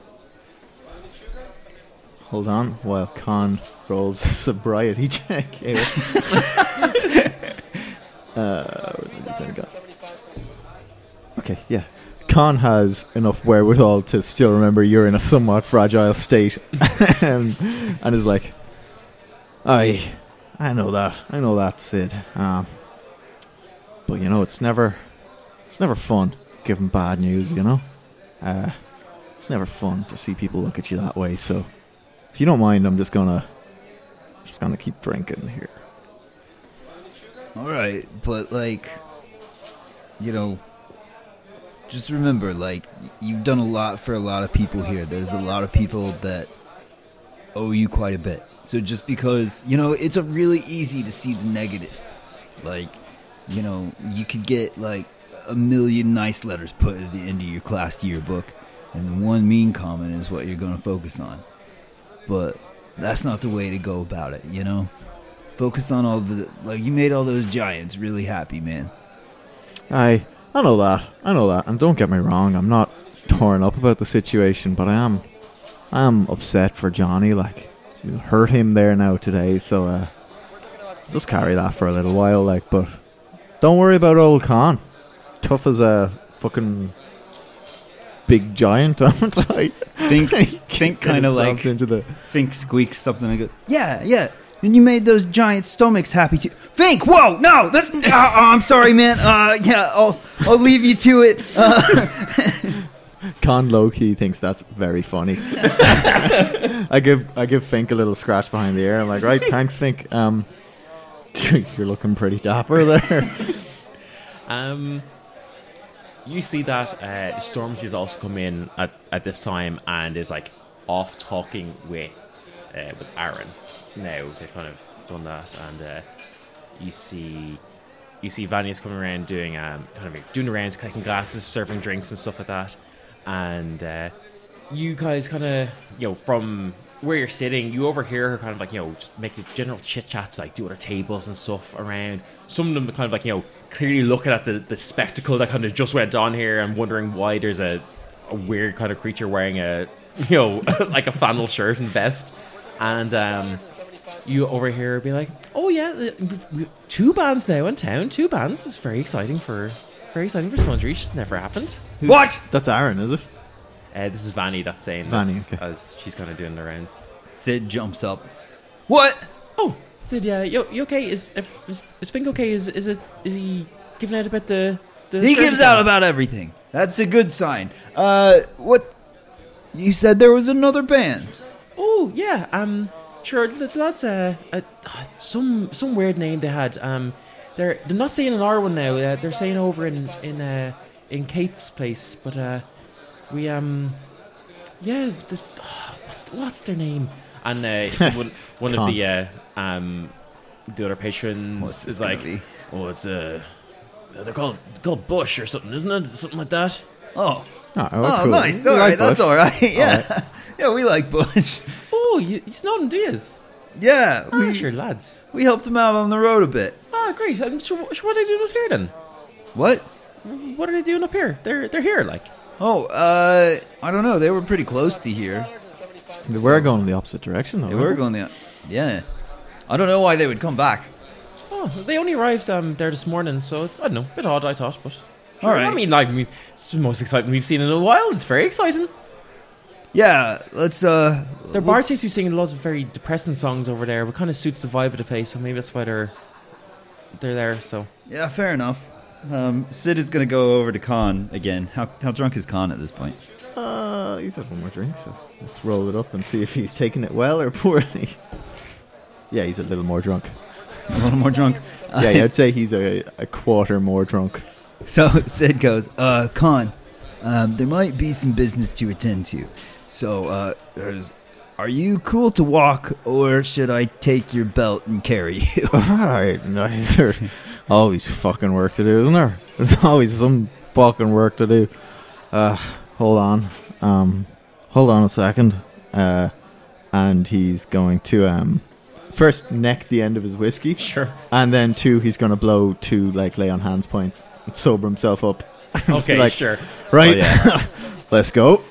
Speaker 3: Hold on while Khan rolls [LAUGHS] a sobriety check. Here. uh, where did I turn it down? okay, yeah. Khan has enough wherewithal to still remember you're in a somewhat fragile state [LAUGHS] and, and is like, I, I know that. I know that, Sid. Um, but, you know, it's never, it's never fun giving bad news, you know? Uh, it's never fun to see people look at you that way, so if you don't mind, I'm just gonna just gonna keep drinking here.
Speaker 2: All right, but like, you know, just remember, like, you've done a lot for a lot of people here. There's a lot of people that owe you quite a bit. So just because, you know, it's a really easy to see the negative. Like, you know, you could get like a million nice letters put at the end of your class yearbook, and the one mean comment is what you're going to focus on. But that's not the way to go about it, you know? Focus on all the like you made all those giants really happy, man.
Speaker 3: I I know that. I know that. And don't get me wrong, I'm not torn up about the situation, but I am I am upset for Johnny, like you hurt him there now today, so uh just carry that for a little while, like but don't worry about old Khan. Tough as a fucking big giant, [LAUGHS] aren't I?
Speaker 4: think, think kind of like,
Speaker 3: Sobs into the
Speaker 4: Fink squeaks something and goes,
Speaker 2: Yeah, yeah. And you made those giant stomachs happy too. Fink, whoa, no, that's. Uh, I'm sorry, man. Uh, yeah, I'll I'll leave you to it.
Speaker 3: Con low key thinks that's very [LAUGHS] funny. I give I give Fink a little scratch behind the ear. I'm like, right, thanks, Fink. Um, [LAUGHS] you're looking pretty dapper there.
Speaker 14: Um, you see that uh, Stormzy has also come in at, at this time and is like off talking with uh, with Aaron. Now they've kind of done that, and uh, you see you see Vanya's coming around doing um, kind of doing the rounds, collecting glasses, serving drinks and stuff like that. And uh, you guys kind of you know from where you're sitting, you overhear her kind of like you know just making general chit chat to like do other tables and stuff around. Some of them are kind of like you know clearly looking at the the spectacle that kind of just went on here and wondering why there's a a weird kind of creature wearing a [LAUGHS] you know like a flannel shirt and vest and um you over here be like, oh yeah, the- we- we- two bands now in town, two bands. It's very exciting for, very exciting for someone to reach. It's never happened.
Speaker 2: what?
Speaker 3: [LAUGHS] That's Aaron, is it?
Speaker 14: Uh, this is Vanny that's saying
Speaker 3: Vanny,
Speaker 14: this
Speaker 3: okay.
Speaker 14: as she's kind of doing the rounds.
Speaker 2: Sid jumps up. What?
Speaker 14: Oh, Sid, yeah, you, you okay? Is if, is, is Fink okay? Is is it is he giving out about the? the
Speaker 2: He
Speaker 14: shirt
Speaker 2: gives
Speaker 14: again?
Speaker 2: out about everything. That's a good sign. Uh, what? You said there was another band.
Speaker 14: Oh yeah, um, sure. th- That's uh, uh, some some weird name they had. Um, they're they're not saying in our one now. Uh, they're saying over in in uh, in Kate's place. But uh, we um, yeah. The, oh, what's what's their name? And uh, [LAUGHS] so one one of the uh, um, the other patrons
Speaker 2: What's this
Speaker 14: is
Speaker 2: gonna
Speaker 14: like,
Speaker 2: be?
Speaker 14: oh, it's uh, they're called called Bush or something, isn't it? Something like that.
Speaker 2: Oh,
Speaker 3: Oh,
Speaker 2: oh,
Speaker 3: cool.
Speaker 2: nice.
Speaker 3: We
Speaker 2: All right,
Speaker 3: like
Speaker 2: that's
Speaker 3: Bush.
Speaker 2: all right. [LAUGHS] Yeah, yeah, we like Bush.
Speaker 14: Oh, you, you snowed and dears.
Speaker 2: Yeah,
Speaker 14: Ah,
Speaker 2: we
Speaker 14: sure, lads.
Speaker 2: we helped him out on the road a bit.
Speaker 14: Ah, great. I'm sure. What are they doing up here then?
Speaker 2: What?
Speaker 14: What are they doing up here? They're they're here, like.
Speaker 2: Oh, uh, I don't know. They were pretty close to here.
Speaker 3: They were going the opposite direction, though.
Speaker 2: They
Speaker 3: weren't
Speaker 2: were going the. Yeah. I don't know why they would come back.
Speaker 14: Oh, they only arrived um there this morning, so it's- I don't know, a bit odd, I thought, but.
Speaker 2: All right.
Speaker 14: I mean, like, I mean, it's the most exciting we've seen in a while. It's very exciting.
Speaker 2: Yeah, let's, uh.
Speaker 14: Their bar seems to be singing lots of very depressing songs over there, but kind of suits the vibe of the place, so maybe that's why they're they're there. So
Speaker 2: Yeah, fair enough.
Speaker 4: um, Sid is going to go over to Khan again. How, how drunk is Khan at this point?
Speaker 3: Uh, he's had one more drink, so let's [LAUGHS] roll it up and see if he's taking it well or poorly. yeah, he's a little more drunk.
Speaker 2: a little more drunk.
Speaker 3: yeah, yeah, I'd say he's a, a quarter more drunk.
Speaker 2: [LAUGHS] So Sid goes, uh, Con, um, there might be some business to attend to. So, uh, there's, are you cool to walk, or should I take your belt and carry you?
Speaker 3: [LAUGHS] Alright, nice. There's always fucking work to do, isn't there? [LAUGHS] There's always some fucking work to do. Uh, hold on. Um, hold on a second. Uh, and he's going to, um, first neck the end of his whiskey.
Speaker 14: Sure.
Speaker 3: And then two, he's going to blow two, like, lay on hands points and sober himself up. [LAUGHS] Just be
Speaker 14: Okay,
Speaker 3: like,
Speaker 14: sure. Oh,
Speaker 3: Right. [LAUGHS] Let's go.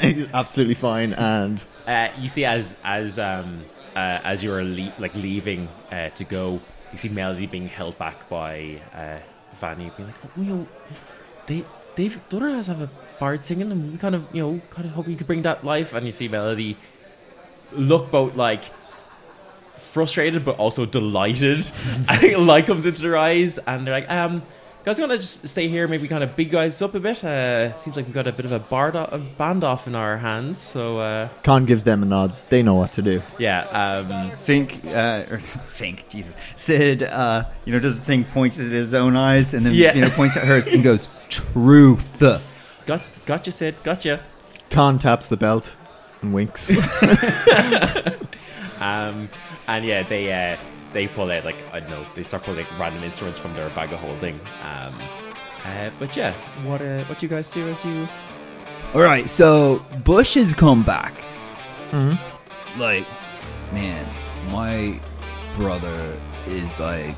Speaker 3: he's absolutely fine. And
Speaker 14: Uh, you see, as as um, uh, as you are le- like leaving uh, to go, you see Melody being held back by uh, Vanny, being like,
Speaker 1: you know, they they've the other guys have a bard singing, and we kind of you know kind of hoping you could bring that life.
Speaker 14: and you see Melody look both like frustrated but also delighted. [LAUGHS] I think a light comes into their eyes, and they're like, um. Guys, you want to just stay here? Maybe kind of big guys up a bit. Uh, seems like we've got a bit of a, bard o- a band off in our hands. So uh,
Speaker 3: Khan gives them a nod. They know what to do.
Speaker 14: yeah, um,
Speaker 4: Think,
Speaker 2: [LAUGHS]
Speaker 4: uh, or think, Jesus. Sid, uh, you know, does the thing, points at his own eyes, and then,
Speaker 14: Yeah.
Speaker 4: you know, points at hers and goes, truth.
Speaker 14: got gotcha, Sid, gotcha.
Speaker 3: Khan taps the belt and winks.
Speaker 14: Um, and yeah, they uh, they pull out like I don't know, they start pulling like, random instruments from their bag of holding. Um, uh, but yeah, what uh, what do you guys do as you?
Speaker 2: All right, so Bush has come back.
Speaker 3: Mm-hmm.
Speaker 2: Like, man, my brother is like.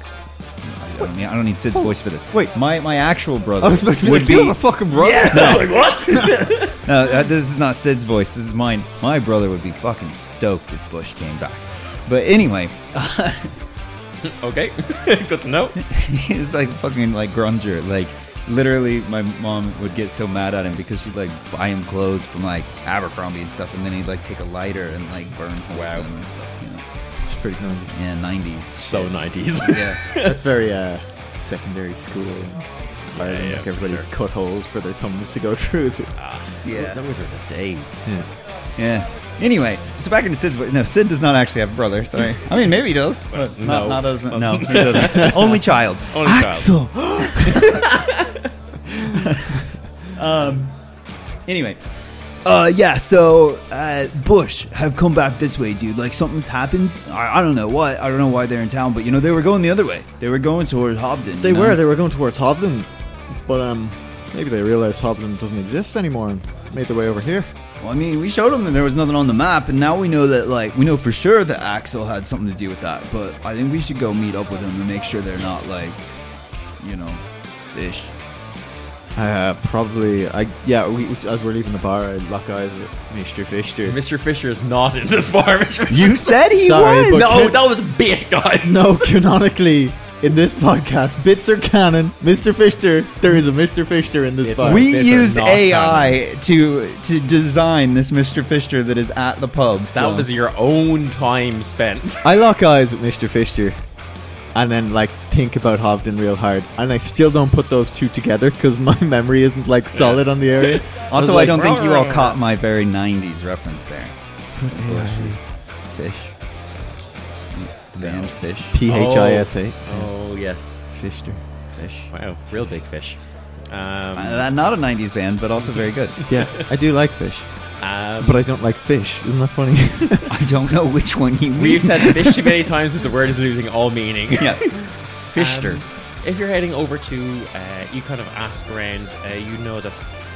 Speaker 2: I don't need, I don't need Sid's voice for this.
Speaker 3: wait.
Speaker 2: my my actual brother
Speaker 3: I was supposed to be
Speaker 2: would
Speaker 3: like, you have a fucking brother.
Speaker 2: no, uh, this is not Sid's voice. This is mine. My brother would be fucking stoked if Bush came back. But anyway,
Speaker 14: Okay, [LAUGHS] good to know.
Speaker 2: [LAUGHS] he was like fucking like grunger. Like literally, my mom would get so mad at him because she'd like buy him clothes from like Abercrombie and stuff, and then he'd like take a lighter and like burn holes
Speaker 14: Wow.
Speaker 2: in them and stuff. You know?
Speaker 3: It's pretty nice.
Speaker 2: Yeah, nineties.
Speaker 14: So nineties.
Speaker 2: Yeah,
Speaker 3: That's very uh, secondary school. I
Speaker 14: yeah,
Speaker 3: think everybody cut holes for their thumbs to go [LAUGHS] through.
Speaker 2: yeah,
Speaker 14: [LAUGHS] Those are the days.
Speaker 3: Yeah.
Speaker 2: yeah. Anyway, so back into Sid's. No, Sid does not actually have a brother. Sorry. I mean, maybe he
Speaker 14: [LAUGHS]
Speaker 2: does. But
Speaker 14: Uh, No.
Speaker 2: not, not doesn't.
Speaker 14: [LAUGHS]
Speaker 2: No, he doesn't. Only child.
Speaker 14: Only child. [LAUGHS]
Speaker 2: [LAUGHS] Um, Anyway. Uh, yeah, so, uh, Bush have come back this way, dude. Like, something's happened. I, I don't know what. I don't know why they're in town, but, you know, they were going the other way. They were going towards Hobden.
Speaker 3: They
Speaker 2: you know?
Speaker 3: were. They were going towards Hobden, but um, maybe they realized Hobden doesn't exist anymore and made their way over here.
Speaker 2: Well, I mean, we showed them and there was nothing on the map, and now we know that, like, we know for sure that Axel had something to do with that, but I think we should go meet up with him and make sure they're not, like, you know, fish.
Speaker 3: Uh, probably. I yeah. We, as we're leaving the bar, I lock eyes with Mister Fisher.
Speaker 14: Mr. Fisher is not in this bar. Mr.
Speaker 2: [LAUGHS] You said he
Speaker 3: Sorry,
Speaker 2: was!
Speaker 3: but-
Speaker 14: No, that was a bit, guys.
Speaker 3: No, canonically, in this podcast, bits are canon. Mr. Fisher, there is a Mr. Fisher in this bar.
Speaker 2: we
Speaker 14: Bits are
Speaker 2: used
Speaker 14: not
Speaker 2: AI to to design this Mr. Fisher that is at the pub. so-
Speaker 14: That was your own time spent.
Speaker 3: I lock eyes with Mr. Fisher, and then like think about Hobden real hard, and I still don't put those two together because my [LAUGHS] memory isn't like solid [LAUGHS] on the area.
Speaker 2: Also, I,
Speaker 3: was like,
Speaker 2: don't think you all caught my very '90s reference there. Bushes, fish, band fish,
Speaker 3: [LAUGHS] P H I S A
Speaker 14: Oh yes,
Speaker 3: Fisher.
Speaker 14: [LAUGHS]
Speaker 2: fish.
Speaker 14: wow, real big fish. Um,
Speaker 2: Uh, not a '90s band, but also very
Speaker 14: [LAUGHS]
Speaker 2: good.
Speaker 3: Yeah, I do like fish,
Speaker 14: um,
Speaker 3: but I don't like fish. Isn't that funny?
Speaker 2: I don't know which one you mean.
Speaker 14: [LAUGHS] we've said fish too many times that the word is losing all
Speaker 2: [LAUGHS]
Speaker 3: [LAUGHS]
Speaker 14: meaning. [LAUGHS]
Speaker 2: yeah,
Speaker 14: Um, if you're heading over to, uh, you kind of ask around. Uh, you know that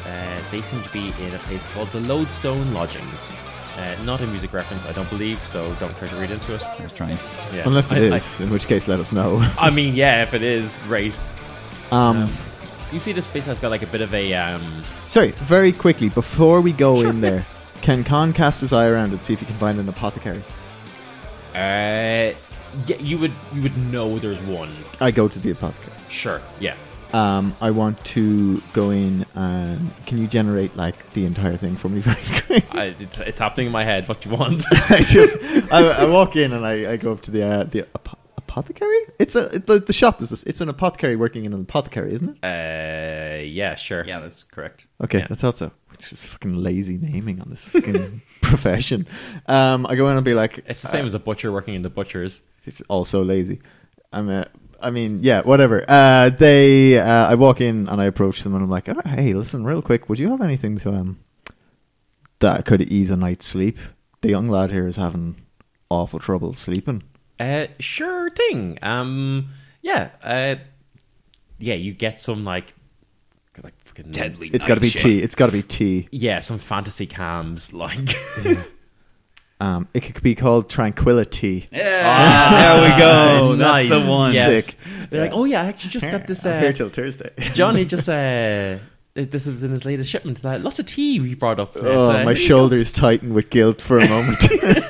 Speaker 14: uh, they seem to be in a place called the Lodestone Lodgings. Uh, not a music reference, I don't believe, so don't try to read into it.
Speaker 2: I was trying.
Speaker 14: Yeah.
Speaker 3: [LAUGHS] Unless it is,
Speaker 14: I,
Speaker 3: in which case let us know.
Speaker 14: I, I mean, yeah, if it is, great.
Speaker 3: Um,
Speaker 14: You see, this place has got like a bit of a. Um,
Speaker 3: sorry, very quickly before we go in there, can Khan cast his eye around and see if he can find an apothecary?
Speaker 14: uh, yeah, you would you would know there's one.
Speaker 3: I go to the apothecary.
Speaker 14: Sure. Yeah.
Speaker 3: Um, I want to go in and can you generate like the entire thing for me [LAUGHS] very quick?
Speaker 14: I, it's, it's happening in my head. What do you want?
Speaker 3: I just I, I walk in and I, I go up to the uh, the apo- apothecary. It's a it, the, the shop is this. It's an apothecary working in an apothecary, isn't it?
Speaker 14: uh, yeah. Sure.
Speaker 4: Yeah, that's correct.
Speaker 3: Okay,
Speaker 14: yeah.
Speaker 3: I thought so. It's just fucking lazy naming on this fucking [LAUGHS] profession. Um, I go in and be like,
Speaker 14: It's the same as a butcher working in the butchers.
Speaker 3: it's also lazy. I'm a, I mean, yeah, whatever. Uh, they, uh, I walk in and I approach them and I'm like, "Oh, hey, listen, real quick, would you have anything to um that could ease a night's sleep? The young lad here is having awful trouble sleeping.
Speaker 14: Uh, sure thing. Um, yeah. Uh, yeah, you get some like, like fucking
Speaker 7: Deadly
Speaker 3: It's got to be
Speaker 7: nightshade.
Speaker 3: tea. It's got to be tea.
Speaker 14: Yeah, some fantasy cams like. [LAUGHS]
Speaker 3: Um, it could be called tranquility.
Speaker 2: there
Speaker 4: [LAUGHS]
Speaker 2: we go.
Speaker 14: nice.
Speaker 2: That's the one.
Speaker 14: Yes.
Speaker 3: Sick.
Speaker 14: They're like, oh yeah, I actually [LAUGHS] just got this. Uh,
Speaker 3: till Thursday.
Speaker 14: Johnny just uh, this was in his latest shipment. Like, lots of tea we brought up. there, so,
Speaker 3: Oh,
Speaker 14: here
Speaker 3: my
Speaker 14: you
Speaker 3: shoulders tighten with guilt for a moment.
Speaker 14: go. [LAUGHS]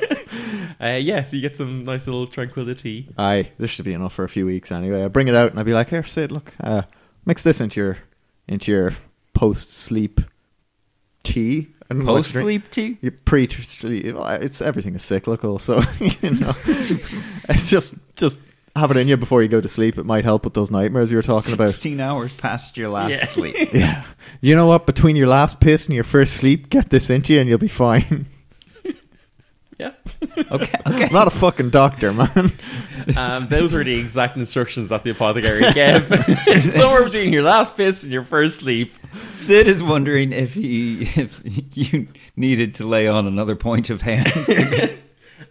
Speaker 14: Uh, yeah, so you get some nice little tranquility.
Speaker 3: Aye, this should be enough for a few weeks anyway. I bring it out and I'd be like, "Here, Sid, look, uh, mix this into your into your post sleep tea." I don't know what to drink.
Speaker 2: Post-sleep tea?
Speaker 3: Your pre sleep. It's everything is cyclical, so [LAUGHS]
Speaker 4: [LAUGHS]
Speaker 2: [LAUGHS]
Speaker 3: you know, it's just just have it in you before you go to sleep. It might help with those nightmares you were talking about.
Speaker 2: 16 hours past your last sleep.
Speaker 4: [LAUGHS]
Speaker 3: [LAUGHS] Yeah, you know what? Between your last piss and your first sleep, get this into you, and you'll be fine.
Speaker 14: Yeah.
Speaker 2: Okay. okay.
Speaker 3: [LAUGHS] I'm not a fucking doctor, man.
Speaker 14: [LAUGHS] Um,
Speaker 3: [LAUGHS]
Speaker 14: those were the exact instructions that the apothecary gave. [LAUGHS] Somewhere between your last piss and your first sleep.
Speaker 4: Sid is wondering if he if you needed to lay on another point of hands.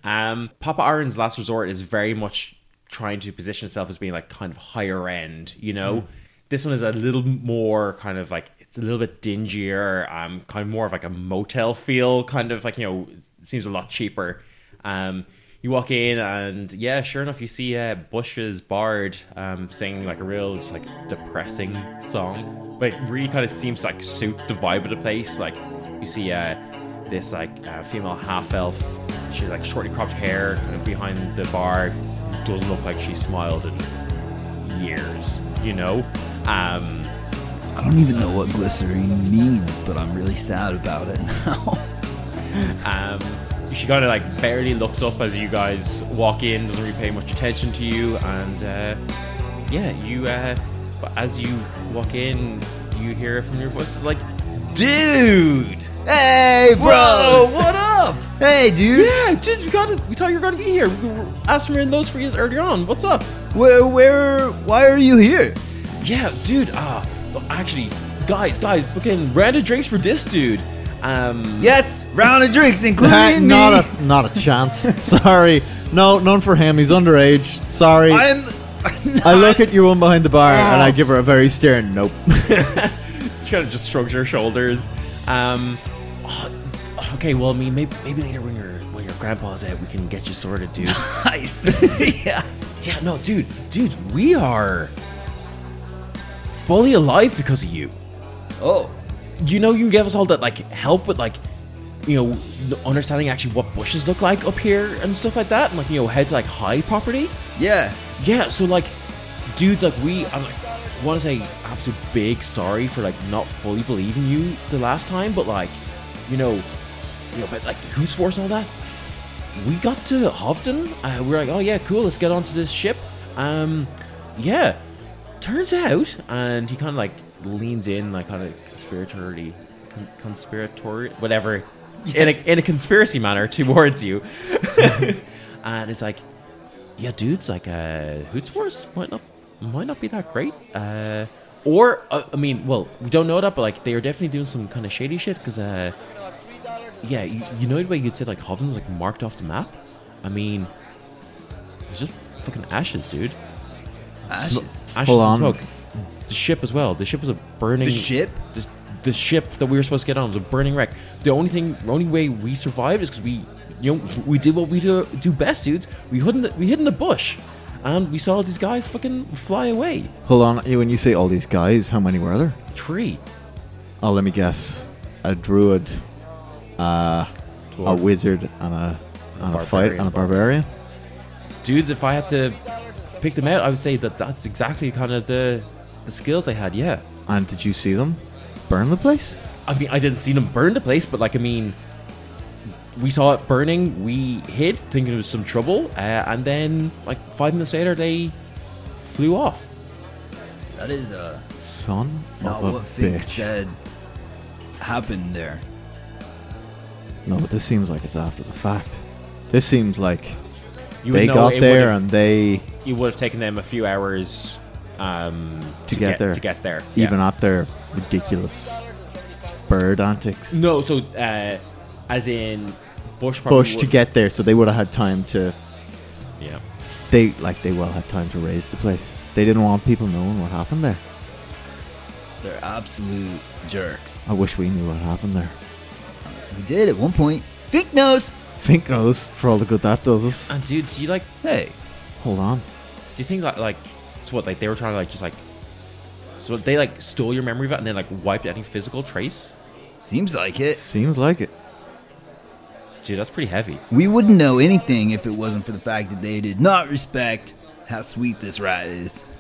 Speaker 14: Um, Papa Aaron's Last Resort is very much trying to position itself as being like kind of higher end, you know? This one is a little more kind of like, it's a little bit dingier, um, kind of more of like a motel feel, kind of like, you know, it seems a lot cheaper. Um, you walk in and yeah, sure enough, you see uh, Bush's Bard um, singing like a real, just like depressing song, but it really kind of seems to like suit the vibe of the place. Like you see uh, this like uh, female half elf. She's like shortly cropped hair, kind of behind the bar. Doesn't look like she smiled in years, you know. Um,
Speaker 4: [LAUGHS] I don't even know what glycerine means, but I'm really sad about it now. [LAUGHS]
Speaker 14: um, she kind of like barely looks up as you guys walk in. Doesn't really pay much attention to you, and uh, yeah, you. Uh, but as you walk in, you hear from your voice like, "Dude,
Speaker 4: Hey,
Speaker 14: bro,
Speaker 4: bro!
Speaker 14: what up?
Speaker 4: Hey, dude!
Speaker 14: Yeah, dude, you got it. We thought you were gonna be here. We were asking for those for you earlier on. What's up?"
Speaker 4: Where, where, why are you here?
Speaker 14: Yeah, dude. Ah, actually, guys, guys, fucking random drinks for this dude. Um,
Speaker 4: Yes, round of drinks, including
Speaker 3: Ah,
Speaker 4: me.
Speaker 3: not a not a chance. Sorry, no, none for him. He's underage. Sorry.
Speaker 4: I'm.
Speaker 3: I look at you one behind the bar and I give her a very stern nope. [LAUGHS]
Speaker 14: she kind of just shrugs her shoulders. Um, oh, okay, well, I mean, maybe, maybe later when your when your grandpa's out, we can get you sorted, dude.
Speaker 4: [LAUGHS] Nice. [LAUGHS] yeah.
Speaker 14: yeah, no, dude, dude, we are fully alive because of you.
Speaker 4: Oh,
Speaker 14: you know you gave us all that like help with like you know the understanding actually what bushes look like up here and stuff like that and like you know how to like hide property
Speaker 4: yeah.
Speaker 14: yeah so like dudes like we i'm like want to say absolute big sorry for like not fully believing you the last time but like you know you know but like who's force and all that we got to Hovden. Uh, we are like, oh yeah, cool. Let's get onto this ship. Um, yeah. Turns out, and he kind of like leans in, like kind of conspiratorially, con- conspiratorial, whatever, in a in a conspiracy manner towards you, [LAUGHS] and it's like, yeah, dudes, like uh, Hoots Wars might not might not be that great. Uh, or uh, I mean, well, we don't know that, but like they are definitely doing some kind of shady shit because uh, yeah, you, you know the way you'd say like Hovden was like marked off the map. I mean, it's just fucking ashes, dude. Sm-
Speaker 4: Ashes.
Speaker 14: ashes
Speaker 3: Hold
Speaker 14: and
Speaker 3: on.
Speaker 14: smoke. The ship as well. The ship was a burning.
Speaker 4: The ship?
Speaker 14: The, the ship that we were supposed to get on was a burning wreck. The only thing, the only way we survived is because we, you know, we did what we do, do best, dudes. We hid in the, we hid in the bush, and we saw these guys fucking fly away.
Speaker 3: Hold on, eh, when you say all these guys, how many were there?
Speaker 14: Tree.
Speaker 3: Oh, let me guess. A druid, uh, a wizard, and a and a fight and a barbarian.
Speaker 14: dudes, if I had to pick them out, I would say that that's exactly kind of the the skills they had. Yeah,
Speaker 3: And did you see them burn the place?
Speaker 14: I mean, I didn't see them burn the place, but like, I mean, we saw it burning. We hid, thinking it was some trouble, uh, and then like five minutes later, they flew off.
Speaker 2: That is uh,
Speaker 3: Son
Speaker 2: not
Speaker 3: of a
Speaker 2: what Fink
Speaker 3: bitch.
Speaker 2: said happened there.
Speaker 3: No, but this seems like it's after the fact. This seems like
Speaker 14: You would
Speaker 3: they
Speaker 14: know
Speaker 3: got
Speaker 14: it
Speaker 3: there
Speaker 14: would've-
Speaker 3: and they
Speaker 14: it would have taken them a few hours um,
Speaker 3: To get there.
Speaker 14: To get there, yeah.
Speaker 3: Even up their ridiculous bird antics.
Speaker 14: No, so uh, as in Bush. probably
Speaker 3: Bush to
Speaker 14: would-
Speaker 3: get there, so they would have had time to.
Speaker 14: Yeah.
Speaker 3: They like they well had time to raise the place. They didn't want people knowing what happened there.
Speaker 2: They're absolute jerks.
Speaker 3: I wish we knew what happened there. [LAUGHS]
Speaker 2: We did at one point. Vic knows.
Speaker 3: Fink knows for all the good that does us.
Speaker 14: And dude, so you like?
Speaker 2: Hey,
Speaker 3: Hold on.
Speaker 14: Do you think that like? So what? Like they were trying to like just like. So they like stole your memory of it and then like wiped any physical trace.
Speaker 2: seems like it.
Speaker 3: Seems like it.
Speaker 14: Dude, that's pretty heavy.
Speaker 2: We wouldn't know anything if it wasn't for the fact that they did not respect how sweet this rat is. [LAUGHS]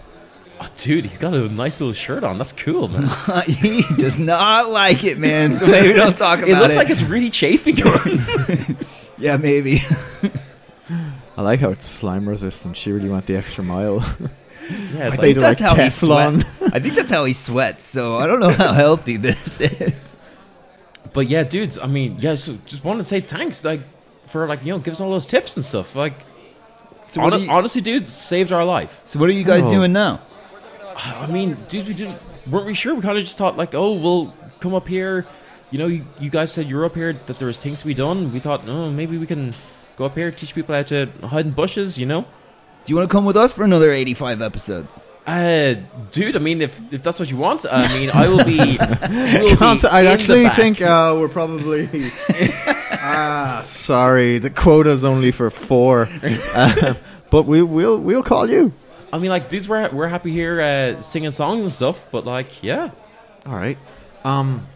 Speaker 14: Oh, dude, he's got a nice little shirt on. That's cool, man.
Speaker 2: he does not like it, man. So [LAUGHS] maybe don't talk about it.
Speaker 14: it looks like it's really
Speaker 3: [LAUGHS]
Speaker 14: chafing. him.
Speaker 2: yeah, maybe.
Speaker 3: I like how it's slime resistant. She really went the extra
Speaker 14: [LAUGHS]
Speaker 3: mile. [LAUGHS]
Speaker 14: yeah,
Speaker 2: [LAUGHS]
Speaker 3: I think
Speaker 14: it's like,
Speaker 3: Made of, like, Teflon.
Speaker 2: sweats. I think that's how he sweats. So I don't know how healthy this [LAUGHS] is.
Speaker 14: but yeah, dudes. I mean, yeah. So just wanted to say thanks, like for like you know, give us all those tips and stuff. Like,
Speaker 2: So
Speaker 14: hon-
Speaker 2: what, are you,
Speaker 14: honestly, dude, saved our life.
Speaker 2: so what are you guys
Speaker 3: Oh.
Speaker 2: doing now?
Speaker 14: I mean, dude, we didn't weren't we sure? We kind of just thought like, oh, we'll come up here. You know, you, you guys said you're up here that there was things to be done. We thought, oh, maybe we can go up here, teach people how to hide in bushes. You know,
Speaker 2: Do you want to come with us for another 85 episodes?
Speaker 14: uh, dude. I mean, if if that's what you want, I mean, I will be.
Speaker 3: [LAUGHS]
Speaker 14: will
Speaker 3: Can't-
Speaker 14: be
Speaker 3: I
Speaker 14: in the
Speaker 3: actually
Speaker 14: back.
Speaker 3: think uh, we're probably.
Speaker 14: [LAUGHS]
Speaker 3: ah, sorry. The quota's only for four.
Speaker 14: [LAUGHS]
Speaker 3: Uh, but we, we'll, we'll call you.
Speaker 14: I mean, like, dudes, we're we're happy here uh, singing songs and stuff, but like, yeah,
Speaker 3: All right. Um,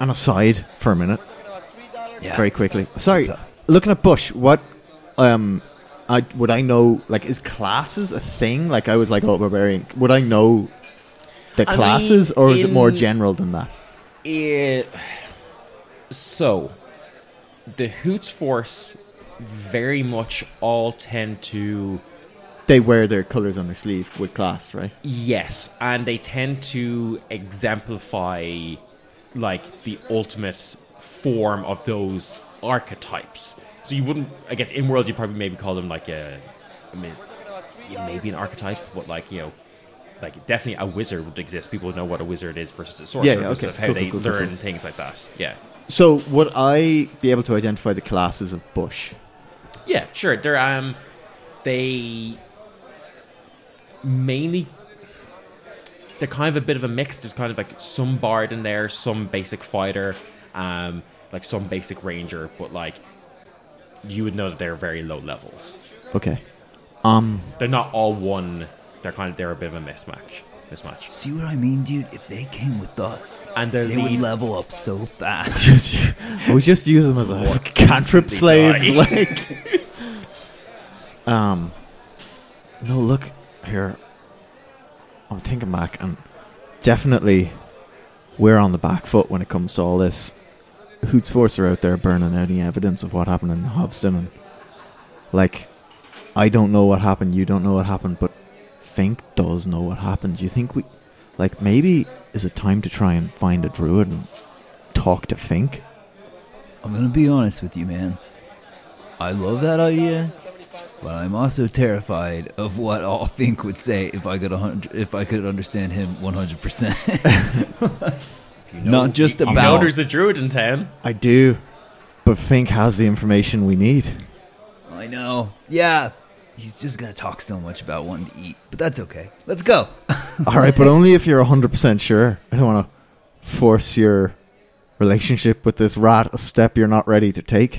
Speaker 3: an aside for a minute. Very quickly. Sorry. Looking at Bush, what um, I would I know? Like, is classes a thing? Like, I was like, oh, barbarian. Would I know the
Speaker 14: I
Speaker 3: classes,
Speaker 14: mean,
Speaker 3: or is it more
Speaker 14: in-
Speaker 3: general than that?
Speaker 14: It. So, the Hoots Force very much all tend to
Speaker 3: They wear their colors on their sleeve with class, right?
Speaker 14: yes, and they tend to exemplify like the ultimate form of those archetypes. So you wouldn't, I guess, in world you probably maybe call them like a, I mean, yeah, maybe an archetype, but like you know, like definitely a wizard would exist. People would know what a wizard is versus a sorcerer,
Speaker 3: yeah,
Speaker 14: because
Speaker 3: okay.
Speaker 14: of how
Speaker 3: Cool, cool,
Speaker 14: they
Speaker 3: cool, cool,
Speaker 14: learn
Speaker 3: cool.
Speaker 14: things like that. Yeah.
Speaker 3: So, would I be able to identify the classes of Bush?
Speaker 14: Yeah, sure. They're um, they mainly they're kind of a bit of a mix. There's kind of like some bard in there, some basic fighter, um, like some basic ranger, but like you would know that they're very low levels.
Speaker 3: Okay. Um.
Speaker 14: They're not all one. They're kind of they're a bit of a mismatch. Mismatch.
Speaker 2: See what I mean, dude? If they came with us,
Speaker 14: And their
Speaker 2: they would
Speaker 14: lead-
Speaker 2: level up so fast.
Speaker 3: Just, we just use them as a [LAUGHS] cantrip slaves, [LAUGHS] like. um, no, look here. I'm thinking back, and definitely, we're on the back foot when it comes to all this. Hoots Force are out there burning any evidence of what happened in Hobston, and like, I don't know what happened. You don't know what happened, but Fink does know what happened. Do you think we, like, maybe is it time to try and find a druid and talk to Fink.
Speaker 2: I'm gonna be honest with you, man. I love that idea, but I'm also terrified of what all [LAUGHS] Fink would say if I could a hun- if I could understand him 100. percent [LAUGHS] Not just
Speaker 14: You know
Speaker 2: about
Speaker 14: there's a druid in town.
Speaker 3: I do, but Fink has the information we need.
Speaker 2: I know. Yeah. He's just going to talk so much about wanting to eat, but that's okay. Let's go. [LAUGHS]
Speaker 3: All right, but only if you're 100% sure. I don't want to force your relationship with this rat a step you're not ready to take.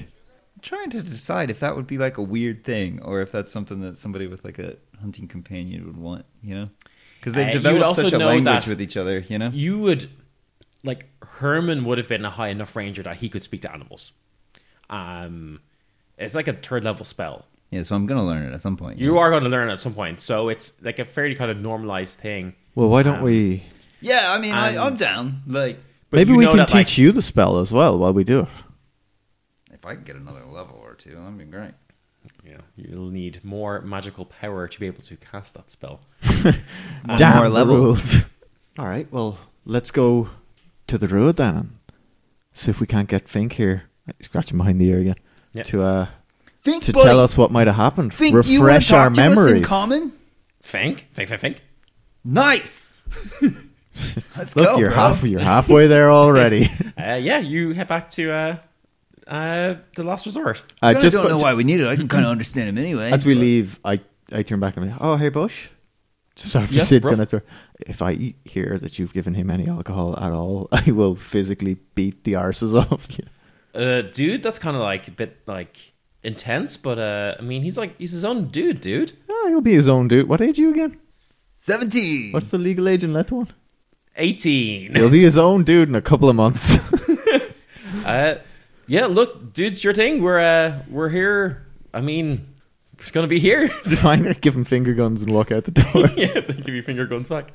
Speaker 4: I'm trying to decide if that would be like a weird thing or if that's something that somebody with like a hunting companion would want, you know? Because
Speaker 14: Uh,
Speaker 4: they've
Speaker 14: you would
Speaker 4: developed
Speaker 14: also
Speaker 4: such a
Speaker 14: know
Speaker 4: language
Speaker 14: that-
Speaker 4: with each other, you know?
Speaker 14: you would like Herman would have been a high enough ranger that he could speak to animals. Um, it's like a third level spell.
Speaker 4: Yeah, so I'm going to learn it at some point.
Speaker 14: You are going to learn at some point, so it's like a fairly kind of normalized thing.
Speaker 3: Well, why don't we?
Speaker 2: Yeah, I mean, I,
Speaker 14: Um,
Speaker 2: I'm down. Like,
Speaker 14: But
Speaker 3: Maybe
Speaker 14: you
Speaker 3: we
Speaker 14: know
Speaker 3: can
Speaker 14: that, like-
Speaker 3: teach you the spell as well while we do it.
Speaker 4: If I can get another level or two, that'd be great.
Speaker 14: Yeah, you'll need more magical power to be able to cast that spell.
Speaker 3: Damn
Speaker 2: more level.
Speaker 3: rules. All right, well, let's go to the druid then. and See if we can't get Fink here. Scratching behind the ear again.
Speaker 14: Yeah.
Speaker 3: To uh,
Speaker 2: Think,
Speaker 3: to
Speaker 2: buddy,
Speaker 3: tell us what might have happened.
Speaker 2: Think you wanna
Speaker 3: Refresh
Speaker 2: talk
Speaker 3: our
Speaker 2: to us in
Speaker 3: memories.
Speaker 2: common?
Speaker 14: Think, think, think, think.
Speaker 3: [LAUGHS]
Speaker 2: Nice. Let's
Speaker 3: Look,
Speaker 2: go,
Speaker 3: you're
Speaker 2: bro.
Speaker 3: half you're halfway there [LAUGHS] already.
Speaker 14: Uh, yeah, you head back to uh, uh, the last resort.
Speaker 3: I
Speaker 2: I
Speaker 3: just
Speaker 2: don't
Speaker 3: put-
Speaker 2: know why we need it. I can kind of understand him anyway.
Speaker 3: as we
Speaker 2: but-
Speaker 3: leave, I I turn back and I'm like, oh hey Bush. Just after
Speaker 14: Yeah,
Speaker 3: Sid's
Speaker 14: rough.
Speaker 3: gonna throw, if I hear that you've given him any alcohol at all, [LAUGHS] I will physically beat the arses [LAUGHS] off you.
Speaker 14: Uh, dude, that's kind of like a bit like intense, but uh, I mean, he's like he's his own dude, dude.
Speaker 3: Ah, he'll be his own dude. What age are you again?
Speaker 2: seventeen.
Speaker 3: What's the legal age in Lethwan? [LAUGHS]
Speaker 14: Eighteen.
Speaker 3: He'll be his own dude in a couple of months. [LAUGHS]
Speaker 14: Uh, yeah, look, dude's your thing. We're uh, we're here. I mean, it's gonna be here. [LAUGHS]
Speaker 3: Fine, give him finger guns and walk out the [LAUGHS] door.
Speaker 14: yeah, [LAUGHS] they give you finger guns back.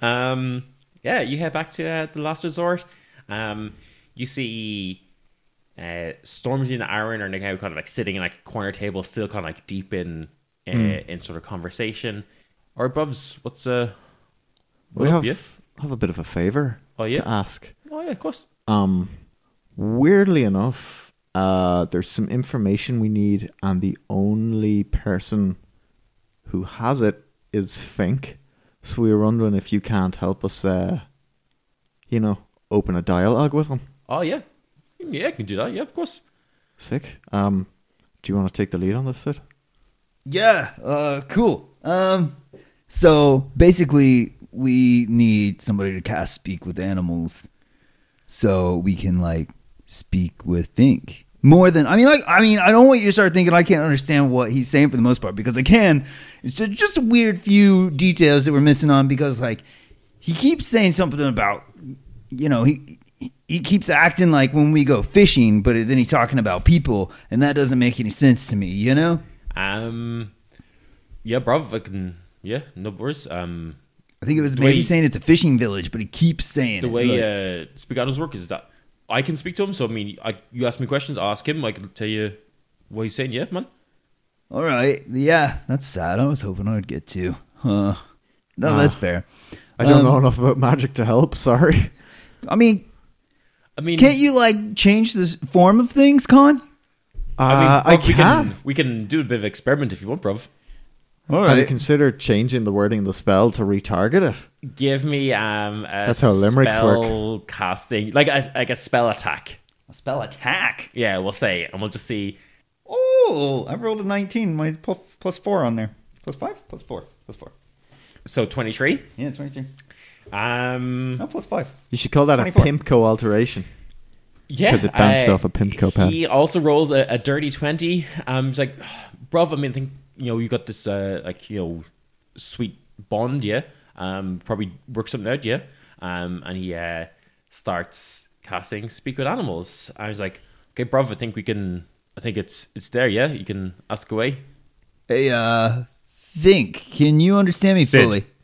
Speaker 14: Um, yeah, you head back to uh, the last resort. Um, you see uh, Stormzy and Aaron are now kind of like sitting in like a corner table, still kind of like deep in uh, in sort of conversation. All right, Bubs, what's uh?
Speaker 3: we
Speaker 14: Well,
Speaker 3: have
Speaker 14: yeah.
Speaker 3: have a bit of a favor
Speaker 14: Oh, yeah.
Speaker 3: to ask.
Speaker 14: Oh yeah, of course.
Speaker 3: Um, weirdly enough, uh, there's some information we need, and the only person who has it is Fink. So we were wondering if you can't help us, uh, you know, open a dialogue with him.
Speaker 14: Oh yeah, yeah, I can do that. Yeah, of course.
Speaker 3: Sick. Um, do you want to take the lead on this, Sid?
Speaker 2: Yeah. Uh, cool. Um, so basically, we need somebody to cast speak with animals, so we can like speak with think more than I mean. Like I mean, I don't want you to start thinking I can't understand what he's saying for the most part because I can. It's ju- just a weird few details that we're missing on because like he keeps saying something about you know he. he- He keeps acting like when we go fishing, but then he's talking about people, and that doesn't make any sense to me, you know?
Speaker 14: Um, yeah, bro, I can. Yeah, no worries. Um,
Speaker 2: I think it was
Speaker 14: The
Speaker 2: maybe
Speaker 14: way-
Speaker 2: saying it's a fishing village, but he keeps saying
Speaker 14: the
Speaker 2: it.
Speaker 14: way
Speaker 2: Like,
Speaker 14: uh, speak animals work is that I can speak to him. So I mean, I, you ask me questions, I ask him. I can tell you what he's saying. Yeah, man. uh,
Speaker 2: all right, yeah, that's sad. I was hoping I'd get to. Huh. No, that's
Speaker 14: Ah.
Speaker 2: fair.
Speaker 3: I
Speaker 2: Um,
Speaker 3: don't know enough about magic to help. Sorry.
Speaker 2: I mean,
Speaker 14: I mean,
Speaker 2: can't you like change the s- form of things, Con?
Speaker 14: I, mean,
Speaker 3: Uh, I
Speaker 14: bruv, we
Speaker 3: can.
Speaker 14: can. We can do a bit of experiment if you want, bruv.
Speaker 2: All
Speaker 3: Have you considered changing the wording of the spell to retarget it?
Speaker 14: Give me um. A
Speaker 3: That's how limericks work.
Speaker 14: spell Casting like a, like a spell attack.
Speaker 2: A spell attack.
Speaker 14: Yeah, we'll say, and we'll just see.
Speaker 2: Oh, I rolled a nineteen. My plus, plus four on there. Plus five. Plus four. Plus four.
Speaker 14: So twenty three.
Speaker 2: Yeah, twenty-three.
Speaker 14: Um.
Speaker 2: No, plus five.
Speaker 3: You should call that
Speaker 2: 24.
Speaker 3: a Pimco alteration.
Speaker 14: Yeah,
Speaker 3: 'Cause it bounced off a Pimco pad.
Speaker 14: He also rolls a, a dirty twenty. Um, he's like, [SIGHS] bruv, I mean, think you know, you got this uh, like you know, sweet bond, yeah. Um, probably work something out, yeah. Um, and he uh starts casting speak with animals. I was like, okay, bruv, I think we can. I think it's it's there, yeah. You can ask away.
Speaker 2: Hey, uh, think. Can you understand me
Speaker 14: Sid.
Speaker 2: fully? [LAUGHS]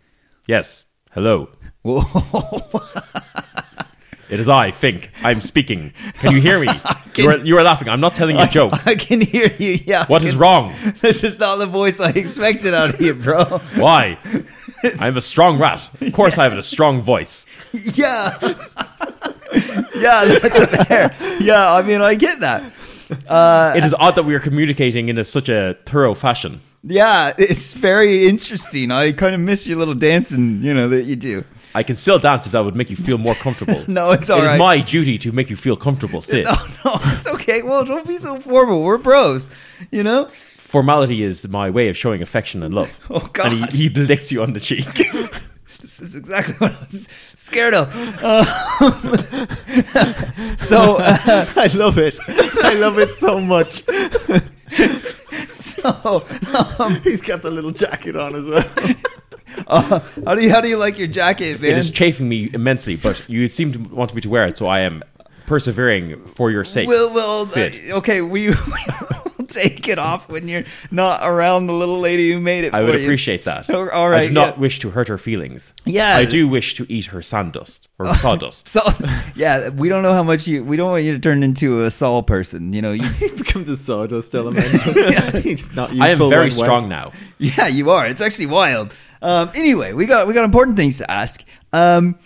Speaker 14: Yes. Hello. Oh.
Speaker 2: Whoa.
Speaker 14: It is I, Fink. I'm speaking. Can you
Speaker 3: [LAUGHS]
Speaker 14: hear me? you, are, you are laughing. I'm not telling you a joke.
Speaker 2: I can hear you. Yeah.
Speaker 14: What
Speaker 2: I
Speaker 14: is
Speaker 2: can-
Speaker 14: wrong?
Speaker 2: [LAUGHS] This is not the voice I expected out of you, bro. [LAUGHS]
Speaker 14: Why? I'm a strong rat. Of course, I have a strong voice.
Speaker 2: yeah. [LAUGHS] yeah, that's fair. Yeah, I mean, I get that.
Speaker 14: It is odd that we are communicating in a, such a thorough fashion.
Speaker 2: Yeah, it's very interesting. I kind of miss your little dancing, you know, that you do. [LAUGHS]
Speaker 14: I can still dance if that would make you feel more comfortable.
Speaker 2: No, it's
Speaker 14: It is
Speaker 2: alright.
Speaker 14: my duty to make you feel comfortable, Sid.
Speaker 2: No, no, it's okay. Well, don't be so formal. We're bros, you know?
Speaker 14: Formality is my way of showing affection and love.
Speaker 2: Oh, God.
Speaker 14: And he, he licks you on
Speaker 2: [LAUGHS]
Speaker 14: the cheek.
Speaker 2: This is exactly [LAUGHS] what I was scared of. Um, [LAUGHS] so, uh,
Speaker 3: [LAUGHS] I love it. I love it so much.
Speaker 2: [LAUGHS] so um,
Speaker 3: [LAUGHS] He's got the little jacket on as well.
Speaker 2: [LAUGHS] uh, how, do you, how do you like your jacket, man?
Speaker 14: it is chafing me immensely, but you seem to want me to wear it, so I am persevering for your sake.
Speaker 2: We'll, we'll
Speaker 14: Sid.
Speaker 2: uh, okay, we [LAUGHS] will take it off when you're not around the little lady who made it.
Speaker 14: I would
Speaker 2: for you.
Speaker 14: appreciate that.
Speaker 2: Oh, [LAUGHS] all
Speaker 14: I
Speaker 2: right,
Speaker 14: do not
Speaker 2: yeah.
Speaker 14: wish to hurt her feelings.
Speaker 2: Yeah.
Speaker 14: I do wish to eat her sawdust or
Speaker 2: [LAUGHS]
Speaker 14: sawdust.
Speaker 2: So, yeah, we don't know how much you. We don't want you to turn into a Saul person. You know, you,
Speaker 3: he becomes
Speaker 2: [LAUGHS]
Speaker 3: a sawdust [LAUGHS] elemental. He's not useful.
Speaker 14: I am
Speaker 3: when
Speaker 14: very
Speaker 3: wet.
Speaker 14: strong now.
Speaker 2: yeah, you are. It's actually wild. Um, anyway, we got we got important things to ask. Um,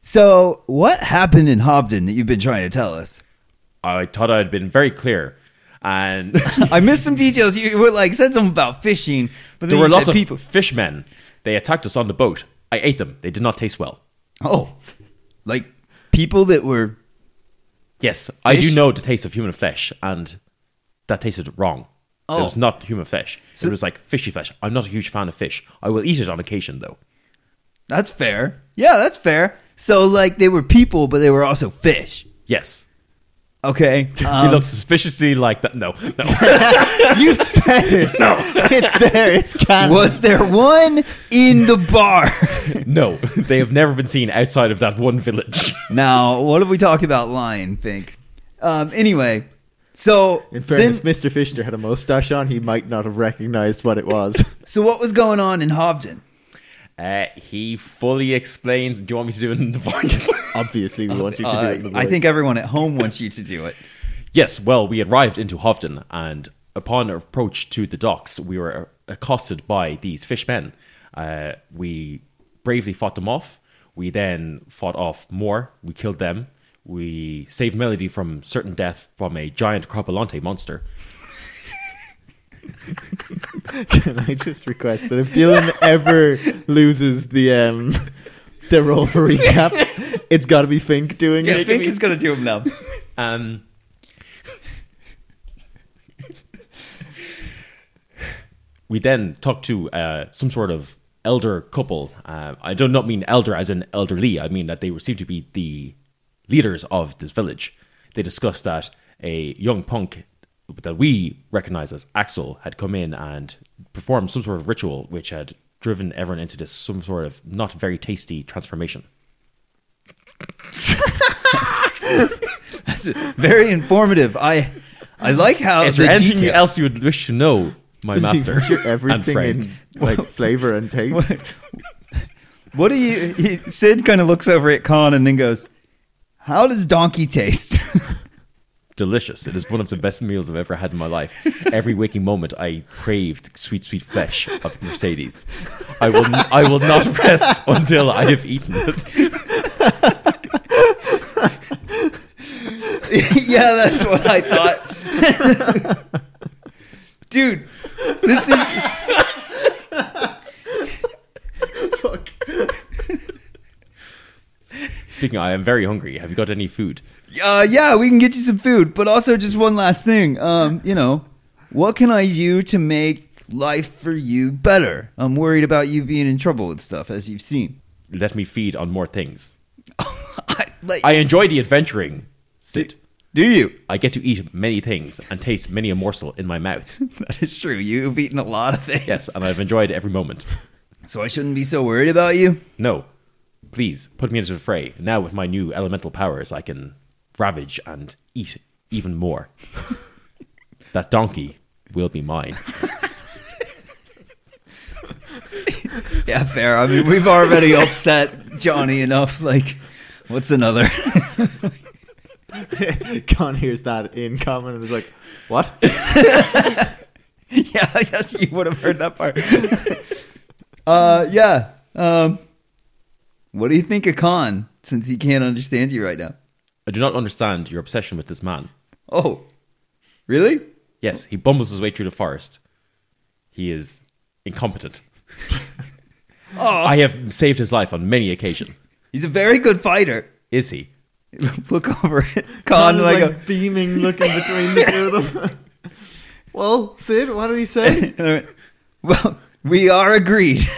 Speaker 2: so, what happened in Hobden that you've been trying to tell us?
Speaker 14: I thought I'd been very clear.
Speaker 2: [LAUGHS]
Speaker 14: and
Speaker 2: I missed some details. You were like said something about fishing, but then
Speaker 14: there
Speaker 2: you
Speaker 14: were
Speaker 2: said
Speaker 14: lots of
Speaker 2: people.
Speaker 14: fishmen. They attacked us on the boat. I ate them. They did not taste well.
Speaker 2: Oh, like people that were
Speaker 14: Yes, I do
Speaker 2: Fish?
Speaker 14: know the taste of human flesh, and that tasted wrong. It
Speaker 2: Oh.
Speaker 14: was not human flesh. it was like fishy flesh. I'm not a huge fan of fish. I will eat it on occasion, though.
Speaker 2: That's fair. Yeah, that's fair. So like they were people, but they were also fish.
Speaker 14: Yes.
Speaker 2: [LAUGHS] Okay.
Speaker 14: he [LAUGHS]
Speaker 2: um,
Speaker 14: looks suspiciously like that. No, no.
Speaker 2: [LAUGHS]
Speaker 3: You said it. No. It's there. It's canon.
Speaker 2: was there one in the [LAUGHS] bar?
Speaker 14: No, [LAUGHS] they have never been seen outside of that one village. [LAUGHS]
Speaker 2: now, what have we talked about lying, Fink? Um, anyway, so
Speaker 3: In fairness,
Speaker 2: then-
Speaker 3: Mr. Fisher had a mustache on. He might not have recognized what
Speaker 2: [LAUGHS]
Speaker 3: it was.
Speaker 2: so what was going on in Hovden?
Speaker 14: Uh, he fully explains. Do you want me to do it in the voice? [LAUGHS]
Speaker 3: Obviously, we want you to do
Speaker 2: Uh,
Speaker 3: it. In the
Speaker 2: I
Speaker 3: voice.
Speaker 2: think everyone at home wants you to do it.
Speaker 14: yes, well, we arrived into Hovden, and upon our approach to the docks, we were accosted by these fishmen. Uh, we bravely fought them off. We then fought off more. We killed them. We saved Melody from certain death from a giant Crapolante monster.
Speaker 3: [LAUGHS] Can I just request that if Dylan ever loses the um, [LAUGHS] the roll for
Speaker 2: [LAUGHS]
Speaker 3: recap, it's got to be Fink doing
Speaker 2: Yeah,
Speaker 3: it.
Speaker 2: Fink
Speaker 3: [LAUGHS]
Speaker 2: is going to do him now.
Speaker 14: Um, we then talk to uh, some sort of elder couple. Uh, I do not mean elder as in elderly. I mean that they were seem to be the leaders of this village. They discussed that a young punk that we recognize as Axel had come in and performed some sort of ritual which had driven everyone into this some sort of not very tasty transformation.
Speaker 2: That's very informative. I I like how
Speaker 14: Is
Speaker 2: Oh, the
Speaker 14: there anything
Speaker 2: detail-
Speaker 14: else you would wish to know,
Speaker 3: [LAUGHS] Did
Speaker 14: my
Speaker 3: you
Speaker 14: master
Speaker 3: picture
Speaker 14: and
Speaker 3: everything
Speaker 14: friend?
Speaker 3: in like flavor and taste.
Speaker 2: [LAUGHS] What do you? He, Sid kind of looks over at Khan and then goes, "How does donkey taste?" [LAUGHS]
Speaker 14: delicious. It is one of the best meals I've ever had in my life. Every waking moment, I craved sweet, sweet flesh of [LAUGHS] Mercedes. I will, I will not [LAUGHS] rest until I have eaten it.
Speaker 2: [LAUGHS] yeah, that's what I thought. [LAUGHS] Dude, this is
Speaker 14: Speaking, of, I am very hungry. Have you got any food?
Speaker 2: uh, yeah, we can get you some food, but also just one last thing. Um, you know, what can I do to make life for you better? I'm worried about you being in trouble with stuff, as you've seen.
Speaker 14: Let me feed on more things.
Speaker 2: [LAUGHS] I, like,
Speaker 14: I enjoy the adventuring, Sid.
Speaker 2: do you?
Speaker 14: I get to eat many things and taste many a morsel in my mouth.
Speaker 2: [LAUGHS] That is true. You've eaten a lot of things.
Speaker 14: Yes, and I've enjoyed every moment.
Speaker 2: So I shouldn't be so worried about you.
Speaker 14: No, please put me into the fray. Now, with my new elemental powers, I can ravage and eat even more. [LAUGHS] that donkey will be mine.
Speaker 2: Yeah, fair. I mean, we've already upset Johnny enough. Like, what's another? [LAUGHS]
Speaker 3: [LAUGHS] Khan hears that in common and is like, "What?
Speaker 2: Oh, yeah, I guess you would have heard that part. [LAUGHS] uh, yeah. Um, what do you think of Khan since he can't understand you right now?
Speaker 14: I do not understand your obsession with this man.
Speaker 2: Oh, really?
Speaker 14: Yes, he bumbles his way through the forest. He is
Speaker 3: [LAUGHS]
Speaker 14: incompetent.
Speaker 3: Oh.
Speaker 14: I have saved his life on many occasions.
Speaker 2: He's a very good fighter. [LAUGHS]
Speaker 14: Is he?
Speaker 2: Look over at Khan,
Speaker 3: Khan is
Speaker 2: like,
Speaker 3: like, beaming, looking between the two of
Speaker 2: [LAUGHS]
Speaker 3: them. well, Sid, what did he say?
Speaker 2: a, [LAUGHS] well, we are agreed. [LAUGHS]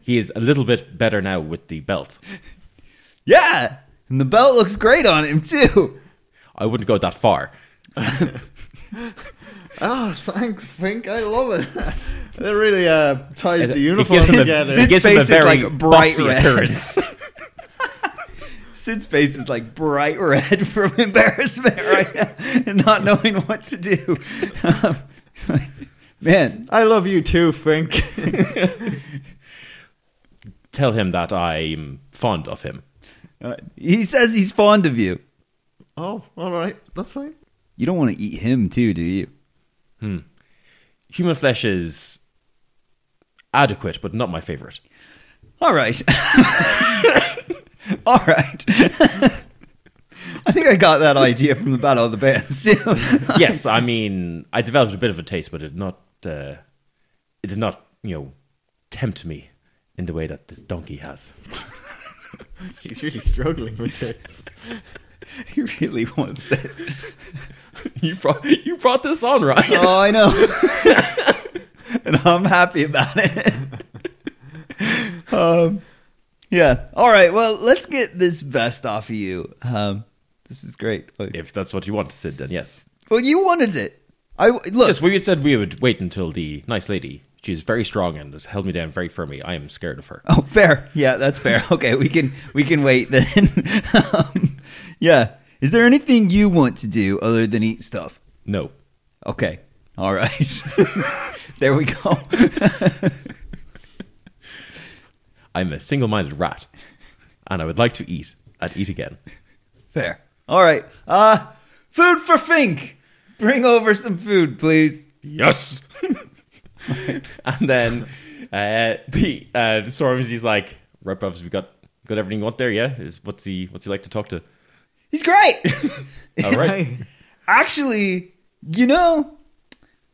Speaker 14: He is a little bit better now with the belt.
Speaker 2: yeah, and the belt looks great on him too.
Speaker 14: I wouldn't go that far.
Speaker 3: Oh, thanks, Fink. I love it. It really uh, ties the
Speaker 14: It
Speaker 3: uniform
Speaker 14: gives him a,
Speaker 3: together.
Speaker 14: it gives him a
Speaker 2: Sid's face is,
Speaker 14: very
Speaker 2: like, bright
Speaker 14: boxy
Speaker 2: red. [LAUGHS]
Speaker 14: appearance.
Speaker 2: Sid's face is like bright red [LAUGHS] from embarrassment right now and not knowing what to do. Um, [LAUGHS] man,
Speaker 3: I love you too, Fink.
Speaker 14: Tell him that I'm fond of him.
Speaker 2: uh, he says he's fond of you.
Speaker 3: oh, all right, that's fine.
Speaker 2: You don't want to eat him too, do you?
Speaker 14: human flesh is adequate, but not my favorite.
Speaker 2: [LAUGHS] All right. All right. [LAUGHS] I think I got that idea from the Battle of the Bands. You know?
Speaker 14: yes, I mean, I developed a bit of a taste, but it not uh, it did not, you know, tempt me in the way that this donkey has.
Speaker 3: [LAUGHS] He's really struggling with this.
Speaker 2: [LAUGHS] he really wants this.
Speaker 3: [LAUGHS]
Speaker 14: You brought you brought this on, right?
Speaker 2: Oh, I know. [LAUGHS] and I'm happy about it. [LAUGHS] um, yeah. All right. Well, let's get this vest off of you. Um, this is great. Like-
Speaker 14: [LAUGHS] If that's what you want, Sid, then yes.
Speaker 2: Well, you wanted it. I look.
Speaker 14: Yes, we had said we would wait until the nice lady. She is very strong and has held me down very firmly. I am scared of her.
Speaker 2: [LAUGHS] Oh, fair. Yeah, that's fair. [LAUGHS] Okay, we can we can wait then. [LAUGHS] um, yeah. Is there anything you want to do other than eat stuff?
Speaker 14: No.
Speaker 2: Okay. All right. [LAUGHS] there we go. [LAUGHS]
Speaker 14: I'm a single minded rat. And I would like to eat. I'd eat again.
Speaker 2: fair. All right. Uh food for Fink. Bring over some food, please.
Speaker 14: Yes! [LAUGHS] and then uh, the uh, Sormsy's like, right, Bubs, we got got everything you want there, yeah? Is what's he what's he like to talk to?
Speaker 2: He's great.
Speaker 14: [LAUGHS] All right.
Speaker 2: [LAUGHS] Actually, you know,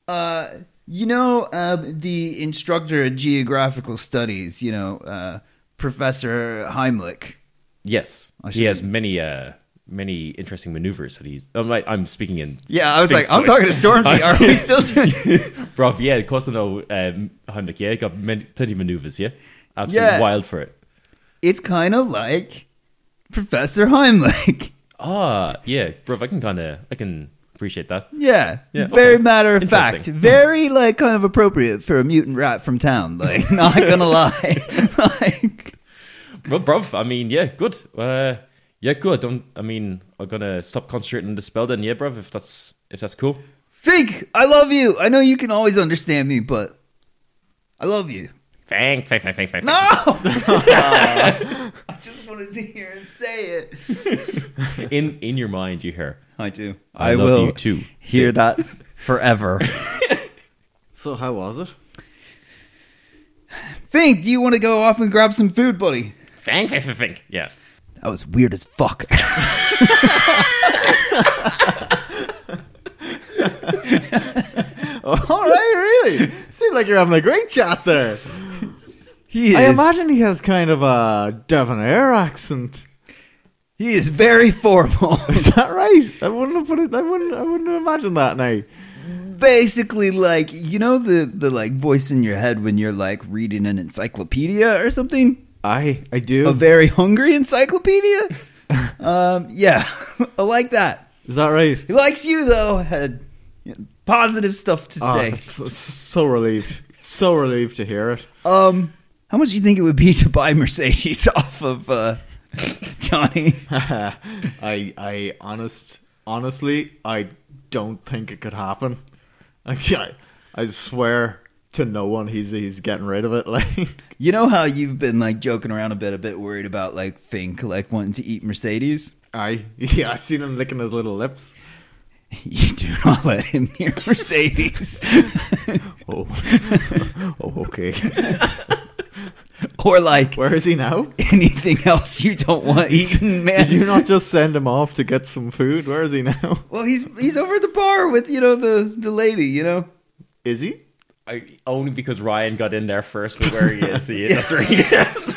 Speaker 2: uh, you know, uh, the instructor at geographical studies, you know, uh, Professor Heimlich.
Speaker 14: yes.
Speaker 2: I
Speaker 14: He
Speaker 2: should
Speaker 14: has many uh many interesting maneuvers that he's I'm like I'm speaking in
Speaker 2: Yeah, I was
Speaker 14: Fink's
Speaker 2: like, I'm
Speaker 14: voice.
Speaker 2: talking to Stormzy. Are
Speaker 14: [LAUGHS]
Speaker 2: we still doing?
Speaker 14: Bruv, yeah, of course I know um, Heimlich, yeah, got many, plenty of maneuvers, yeah? Absolutely
Speaker 2: Yeah.
Speaker 14: wild for it.
Speaker 2: it's kind of like Professor Heimlich.
Speaker 14: Ah, yeah, bruv, I can kinda I can appreciate that.
Speaker 2: Yeah,
Speaker 14: Yeah,
Speaker 2: very
Speaker 14: okay.
Speaker 2: matter of fact,
Speaker 14: Interesting.
Speaker 2: very like kind of appropriate for a mutant rat from town. Like, [LAUGHS] not gonna
Speaker 14: [LAUGHS]
Speaker 2: lie, [LAUGHS] like.
Speaker 14: Well, bruv, I mean, yeah, good. Uh, yeah, good. Don't, I mean, I'm gonna stop concentrating on the spell then, yeah, bruv, if that's if that's cool.
Speaker 2: Fink, I love you. I know you can always understand me, but I love you. [LAUGHS]
Speaker 14: Fang, fang, fang, fang, fang.
Speaker 2: No! [LAUGHS] I just wanted to hear him say it.
Speaker 14: In in your mind, you hear.
Speaker 2: I do.
Speaker 14: I, love you too.
Speaker 2: hear that
Speaker 14: [LAUGHS]
Speaker 2: forever.
Speaker 3: So how was it?
Speaker 2: Fink, do you want to go off and grab some food, buddy?
Speaker 14: Fang, fang, fang, fang. Yeah.
Speaker 2: That was weird as fuck. [LAUGHS]
Speaker 3: [LAUGHS] All [LAUGHS] right, really. Seems like you're having a great chat there.
Speaker 2: He is.
Speaker 3: I imagine he has kind of a debonair accent. [LAUGHS]
Speaker 2: He is very formal. [LAUGHS]
Speaker 3: Is that right? I wouldn't have put it. I wouldn't. I wouldn't have imagined that now.
Speaker 2: Basically, like you know the the like voice in your head when you're like reading an encyclopedia or something.
Speaker 3: I. I do.
Speaker 2: A very hungry
Speaker 3: [LAUGHS]
Speaker 2: encyclopedia. um, yeah, [LAUGHS] I like that.
Speaker 3: Is that right?
Speaker 2: He likes you though. Had positive stuff to
Speaker 3: Oh,
Speaker 2: say.
Speaker 3: that's so, so relieved. So relieved to hear it. [LAUGHS]
Speaker 2: Um, how much do you think it would be [LAUGHS] to buy Mercedes [LAUGHS] off of uh, Johnny?
Speaker 3: I. I honest. Honestly, I don't think it could happen. [LAUGHS] Like, I, I swear to no one, he's he's getting rid of it. [LAUGHS] Like,
Speaker 2: You know how you've been like joking around a bit, a bit worried about like Fink like wanting to eat Mercedes. [LAUGHS]
Speaker 3: I. [LAUGHS] Yeah, I seen him licking his little lips. [GASPS]
Speaker 2: You do not let him near [LAUGHS] Mercedes,
Speaker 3: Oh. oh. Okay.
Speaker 2: [LAUGHS]
Speaker 3: [LAUGHS]
Speaker 2: or like
Speaker 3: Where is he [LAUGHS] now?
Speaker 2: anything else you don't want eaten, man.
Speaker 3: [LAUGHS] Did you not just send him off to get some food? Where is he now?
Speaker 2: Well, he's he's over at the bar with you know the the lady, you know.
Speaker 3: [LAUGHS] Is he?
Speaker 14: I, only because Ryan got in there first with where he is. He, That's where he is.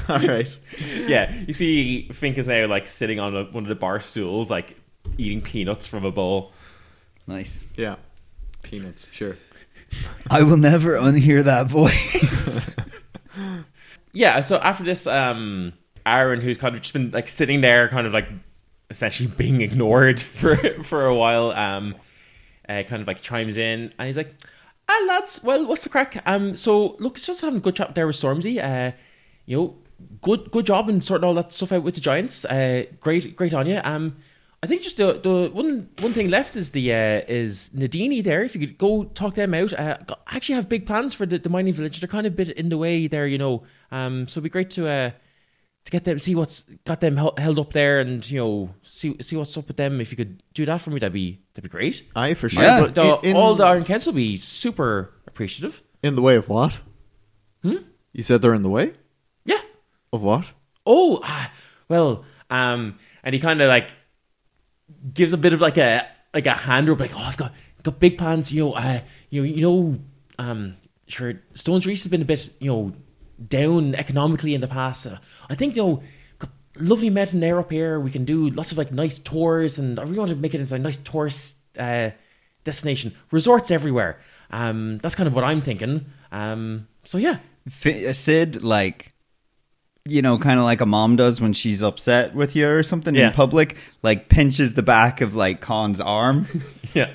Speaker 14: [LAUGHS]
Speaker 3: All right.
Speaker 14: yeah. You see, Fink is now like sitting on a, one of the bar stools, like eating peanuts from a bowl.
Speaker 2: Nice.
Speaker 3: Yeah. Peanuts, sure.
Speaker 2: I will never unhear that voice.
Speaker 14: yeah so after this um aaron who's kind of just been like sitting there kind of like essentially [LAUGHS] being ignored for for a while um uh, kind of like chimes in and he's like ah lads well what's the crack um so look it's just having a good chat there with stormzy uh you know good good job in sorting all that stuff out with the giants uh great great on you um I think just the, the one one thing left is the uh, is Nadini there. If you could go talk them out, uh, go- I actually have big plans for the, the mining village. They're kind of a bit in the way there, you know. Um, so it'd be great to uh, to get them, see what's got them hel- held up there, and you know, see see what's up with them. If you could do that for me, that'd be that'd be great.
Speaker 3: Aye, for sure.
Speaker 2: Yeah.
Speaker 3: But
Speaker 14: The-
Speaker 3: in, in,
Speaker 14: all the Iron Council will be super appreciative.
Speaker 3: in the way of what? Hmm? You said they're in the way?
Speaker 14: Yeah.
Speaker 3: Of what?
Speaker 14: Oh, ah, well, um, and he kind of like gives a bit of like a like a hand rub, like oh I've got got big plans, you know, uh, you know, you know, um, sure, Stone's Reach has been a bit you know down economically in the past. Uh, I think you know. got Lovely mountain air up here. We can do lots of like nice tours, and I really want to make it into a nice tourist uh, destination. Resorts everywhere. Um, that's kind of what I'm thinking. Um, so yeah,
Speaker 2: Fi- uh, Sid, like, you know, kind of like a mom does when she's upset with you or something
Speaker 14: Yeah.
Speaker 2: in public, like pinches the back of like Khan's arm,
Speaker 14: yeah.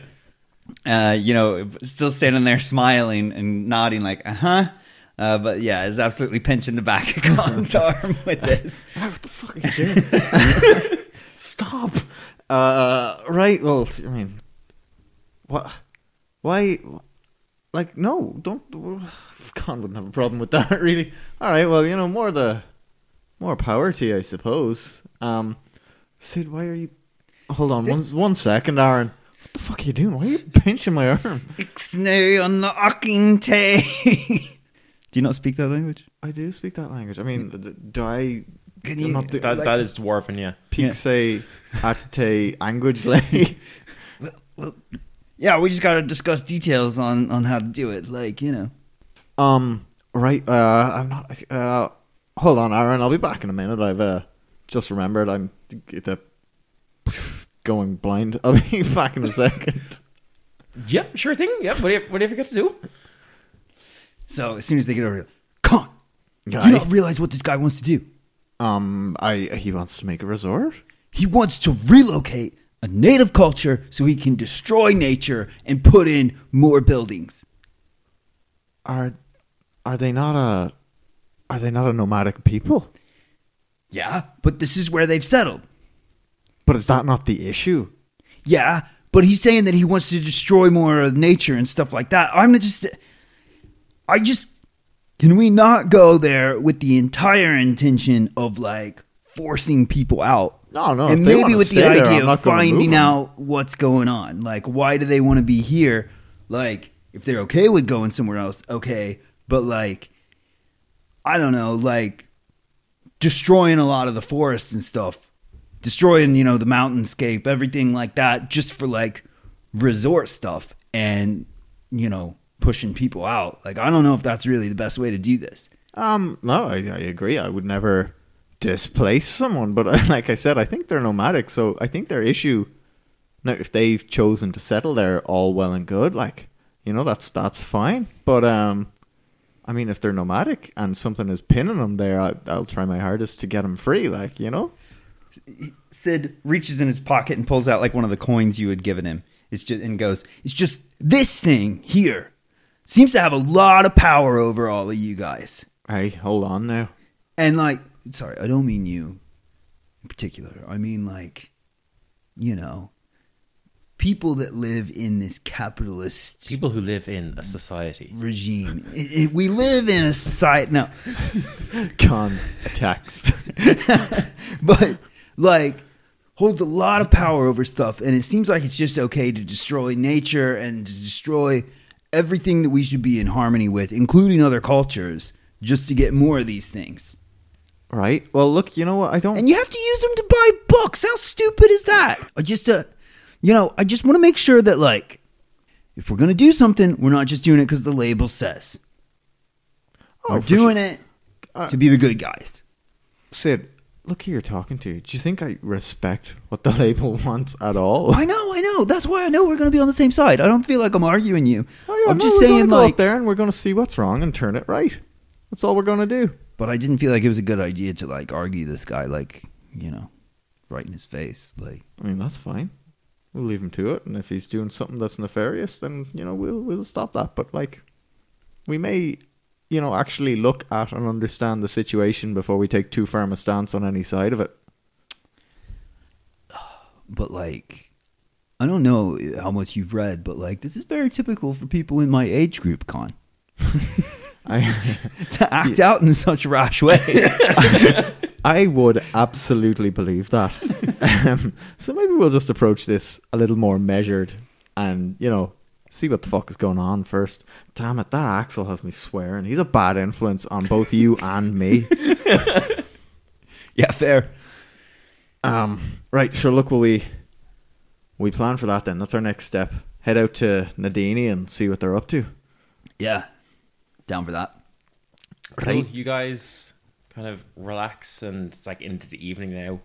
Speaker 2: uh, you know, still standing there smiling and nodding, like, uh huh. Uh, but yeah, is absolutely pinching the back of Khan's arm with this.
Speaker 3: what the fuck are you doing? [LAUGHS] Stop. Uh, right. Well, I mean, what? Why? Like, no, don't. [SIGHS] Khan wouldn't have a problem with that, [LAUGHS] really. All right. Well, you know, more the more power to you, I suppose. Um, Sid, why are you? Hold on, one one second, Aaron. What the fuck are you doing? Why are you pinching my arm?
Speaker 2: Ixnay on the Akinte. Do you not speak that language? [LAUGHS]
Speaker 3: I do speak that language. I mean, d- do I?
Speaker 2: Can
Speaker 3: I'm
Speaker 2: you-
Speaker 3: not do-
Speaker 14: That
Speaker 3: like,
Speaker 14: that is dwarven, yeah.
Speaker 2: Yeah.
Speaker 3: peak say atite [LAUGHS] language like
Speaker 2: Well, yeah, we just gotta discuss details on on how to do it. Like, you know,
Speaker 3: Um. Right. Uh. I'm not. Uh. Hold on, Aaron. I'll be back in a minute. I've uh, just remembered. I'm the [SIGHS] going blind. [LAUGHS] I'll be back in a second.
Speaker 14: Yeah, sure thing. Yeah, whatever, whatever you got to do.
Speaker 2: So as soon as they get over here, Con, do you
Speaker 3: Guy.
Speaker 2: not realize what this guy wants to do?
Speaker 3: Um. I. He wants to make a resort.
Speaker 2: He wants to relocate a native culture so he can destroy nature and put in more buildings.
Speaker 3: Are. Are they not a? Are they not a nomadic people?
Speaker 2: Yeah, but this is where they've settled.
Speaker 3: But is that not the issue?
Speaker 2: Yeah, but he's saying that he wants to destroy more of nature and stuff like that. I'm just, I just, can we not go there with the entire intention of like forcing people out?
Speaker 3: No, no,
Speaker 2: and
Speaker 3: if they
Speaker 2: maybe
Speaker 3: wanna
Speaker 2: with the
Speaker 3: stay there,
Speaker 2: idea
Speaker 3: I'm
Speaker 2: of
Speaker 3: not gonna move
Speaker 2: finding
Speaker 3: them.
Speaker 2: out what's going on. Like, why do they want to be here? Like, if they're okay with going somewhere else, okay. But like, I don't know, like destroying a lot of the forests and stuff, destroying, you know, the mountainscape, everything like that, just for like resort stuff and, you know, pushing people out. Like, I don't know if that's really the best way to do this.
Speaker 3: Um, no, I, I agree. I would never displace someone, but [LAUGHS] like I said, I think they're nomadic, so I think their issue. Now, if they've chosen to settle there, all well and good. Like, you know, that's that's fine. But um, I mean, if they're nomadic and something is pinning them there, I, I'll try my hardest to get them free. Like, you know,
Speaker 2: Sid reaches in his pocket and pulls out like one of the coins you had given him. It's just and goes, "It's just this thing here seems to have a lot of power over all of you guys."
Speaker 3: hey, hold on now. [LAUGHS]
Speaker 2: And like, sorry, I don't mean you in particular. I mean like, you know, people that live in this capitalist
Speaker 14: People who live in a society.
Speaker 2: regime. It- it- we live in a society now.
Speaker 3: Con attacks.
Speaker 2: [LAUGHS] but like holds a lot of power over stuff and it seems like it's just okay to destroy nature and to destroy everything that we should be in harmony with including other cultures just to get more of these things
Speaker 3: right. Well, look, you know what? I don't.
Speaker 2: and you have to use them to buy books how stupid is that I just uh, you know i just want to make sure that like if we're going to do something we're not just doing it because the label says
Speaker 3: Oh,
Speaker 2: we're
Speaker 3: for
Speaker 2: doing it to be the good guys
Speaker 3: Sid, look who you're talking to. Do you think I respect what the [LAUGHS] label wants at all?
Speaker 2: I know, I know. That's why I know we're going to be on the same side. I don't feel like I'm arguing you.
Speaker 3: Oh, yeah,
Speaker 2: I'm
Speaker 3: no,
Speaker 2: just
Speaker 3: we're gonna
Speaker 2: saying,
Speaker 3: go
Speaker 2: like,
Speaker 3: out there and we're gonna see what's wrong and turn it right. That's all we're gonna do.
Speaker 2: but I didn't feel like it was a good idea to like argue this guy, like, you know, right in his face. Like,
Speaker 3: I mean, that's fine. We'll leave him to it, and if he's doing something that's nefarious, then you know we'll we'll stop that. But like, we may, you know, actually look at and understand the situation before we take too firm a stance on any side of it.
Speaker 2: but like, I don't know how much you've read, but like, this is very typical for people in my age group, Con,
Speaker 3: I
Speaker 4: [LAUGHS]
Speaker 2: to act out in such rash ways.
Speaker 3: I would absolutely believe that. um, so maybe we'll just approach this a little more measured, and you know, see what the fuck is going on first. Damn it, that Axel has me swearing. He's a bad influence on both you and me.
Speaker 2: yeah, fair.
Speaker 3: Um, right, sure. Look, will we we plan for that then? That's our next step. Head out to Nadini and see what they're up to.
Speaker 2: Yeah, down for that.
Speaker 14: Cool. You guys kind of relax, and it's like into the evening now.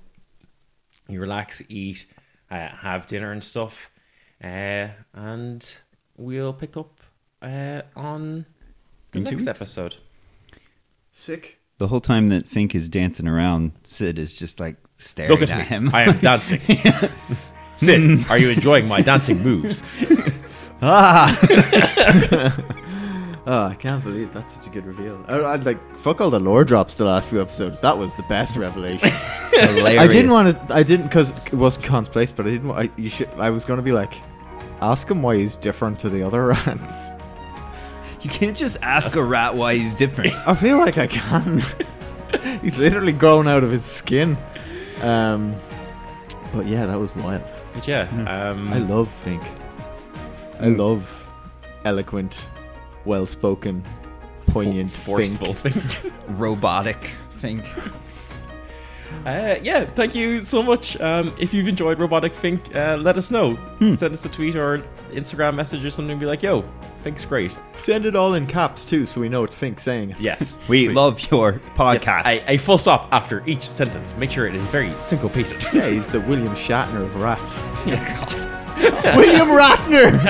Speaker 14: You relax, eat, uh, have dinner and stuff, uh, and we'll pick up uh, on the
Speaker 4: In two
Speaker 14: next
Speaker 4: weeks?
Speaker 14: episode.
Speaker 3: Sick.
Speaker 4: The whole time that Fink is dancing around, Sid is just like staring
Speaker 14: Look at
Speaker 4: at
Speaker 14: me.
Speaker 2: [LAUGHS]
Speaker 4: him.
Speaker 14: I
Speaker 4: [LAUGHS]
Speaker 14: am dancing. Sid, are you enjoying my dancing moves?
Speaker 3: Oh, I can't believe that's such a good reveal. I, I'd like fuck all the lore drops the last few episodes. That was the best revelation. I didn't want to. I didn't because it was Khan's place, but I didn't. wa- I, you should. I was gonna be like, ask him why he's different to the other [LAUGHS] rats.
Speaker 4: You can't just ask a rat why he's [LAUGHS] different.
Speaker 3: I feel like I can. [LAUGHS] he's literally grown out of his skin. Um, but yeah, that was wild.
Speaker 14: But yeah, um,
Speaker 3: I love Fink. I love eloquent, well-spoken, poignant,
Speaker 14: for- forceful
Speaker 3: Fink.
Speaker 14: thing.
Speaker 4: Robotic Fink.
Speaker 14: Uh, yeah, thank you so much. Um, if you've enjoyed Robotic Fink, uh, let us know. Send us a tweet or Instagram message or something. Be like, yo, Fink's great.
Speaker 3: Send it all in caps too, so we know it's Fink saying it.
Speaker 14: [LAUGHS] Yes.
Speaker 4: We love your
Speaker 14: Yes,
Speaker 4: podcast.
Speaker 14: a, a full stop after each sentence. Make sure it is very syncopated.
Speaker 3: Yeah, he's the William Shatner of rats.
Speaker 4: oh,
Speaker 3: William Ratner.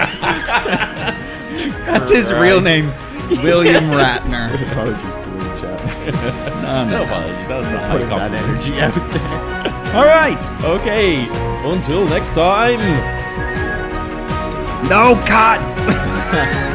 Speaker 4: That's his real name,
Speaker 2: [LAUGHS]
Speaker 4: William Ratner.
Speaker 3: Apologies to William Shatner.
Speaker 14: no apologies. That was not
Speaker 3: Putting
Speaker 14: high
Speaker 3: that energy out there.
Speaker 4: All right.
Speaker 14: compliment. Okay, until next time.
Speaker 4: No, God.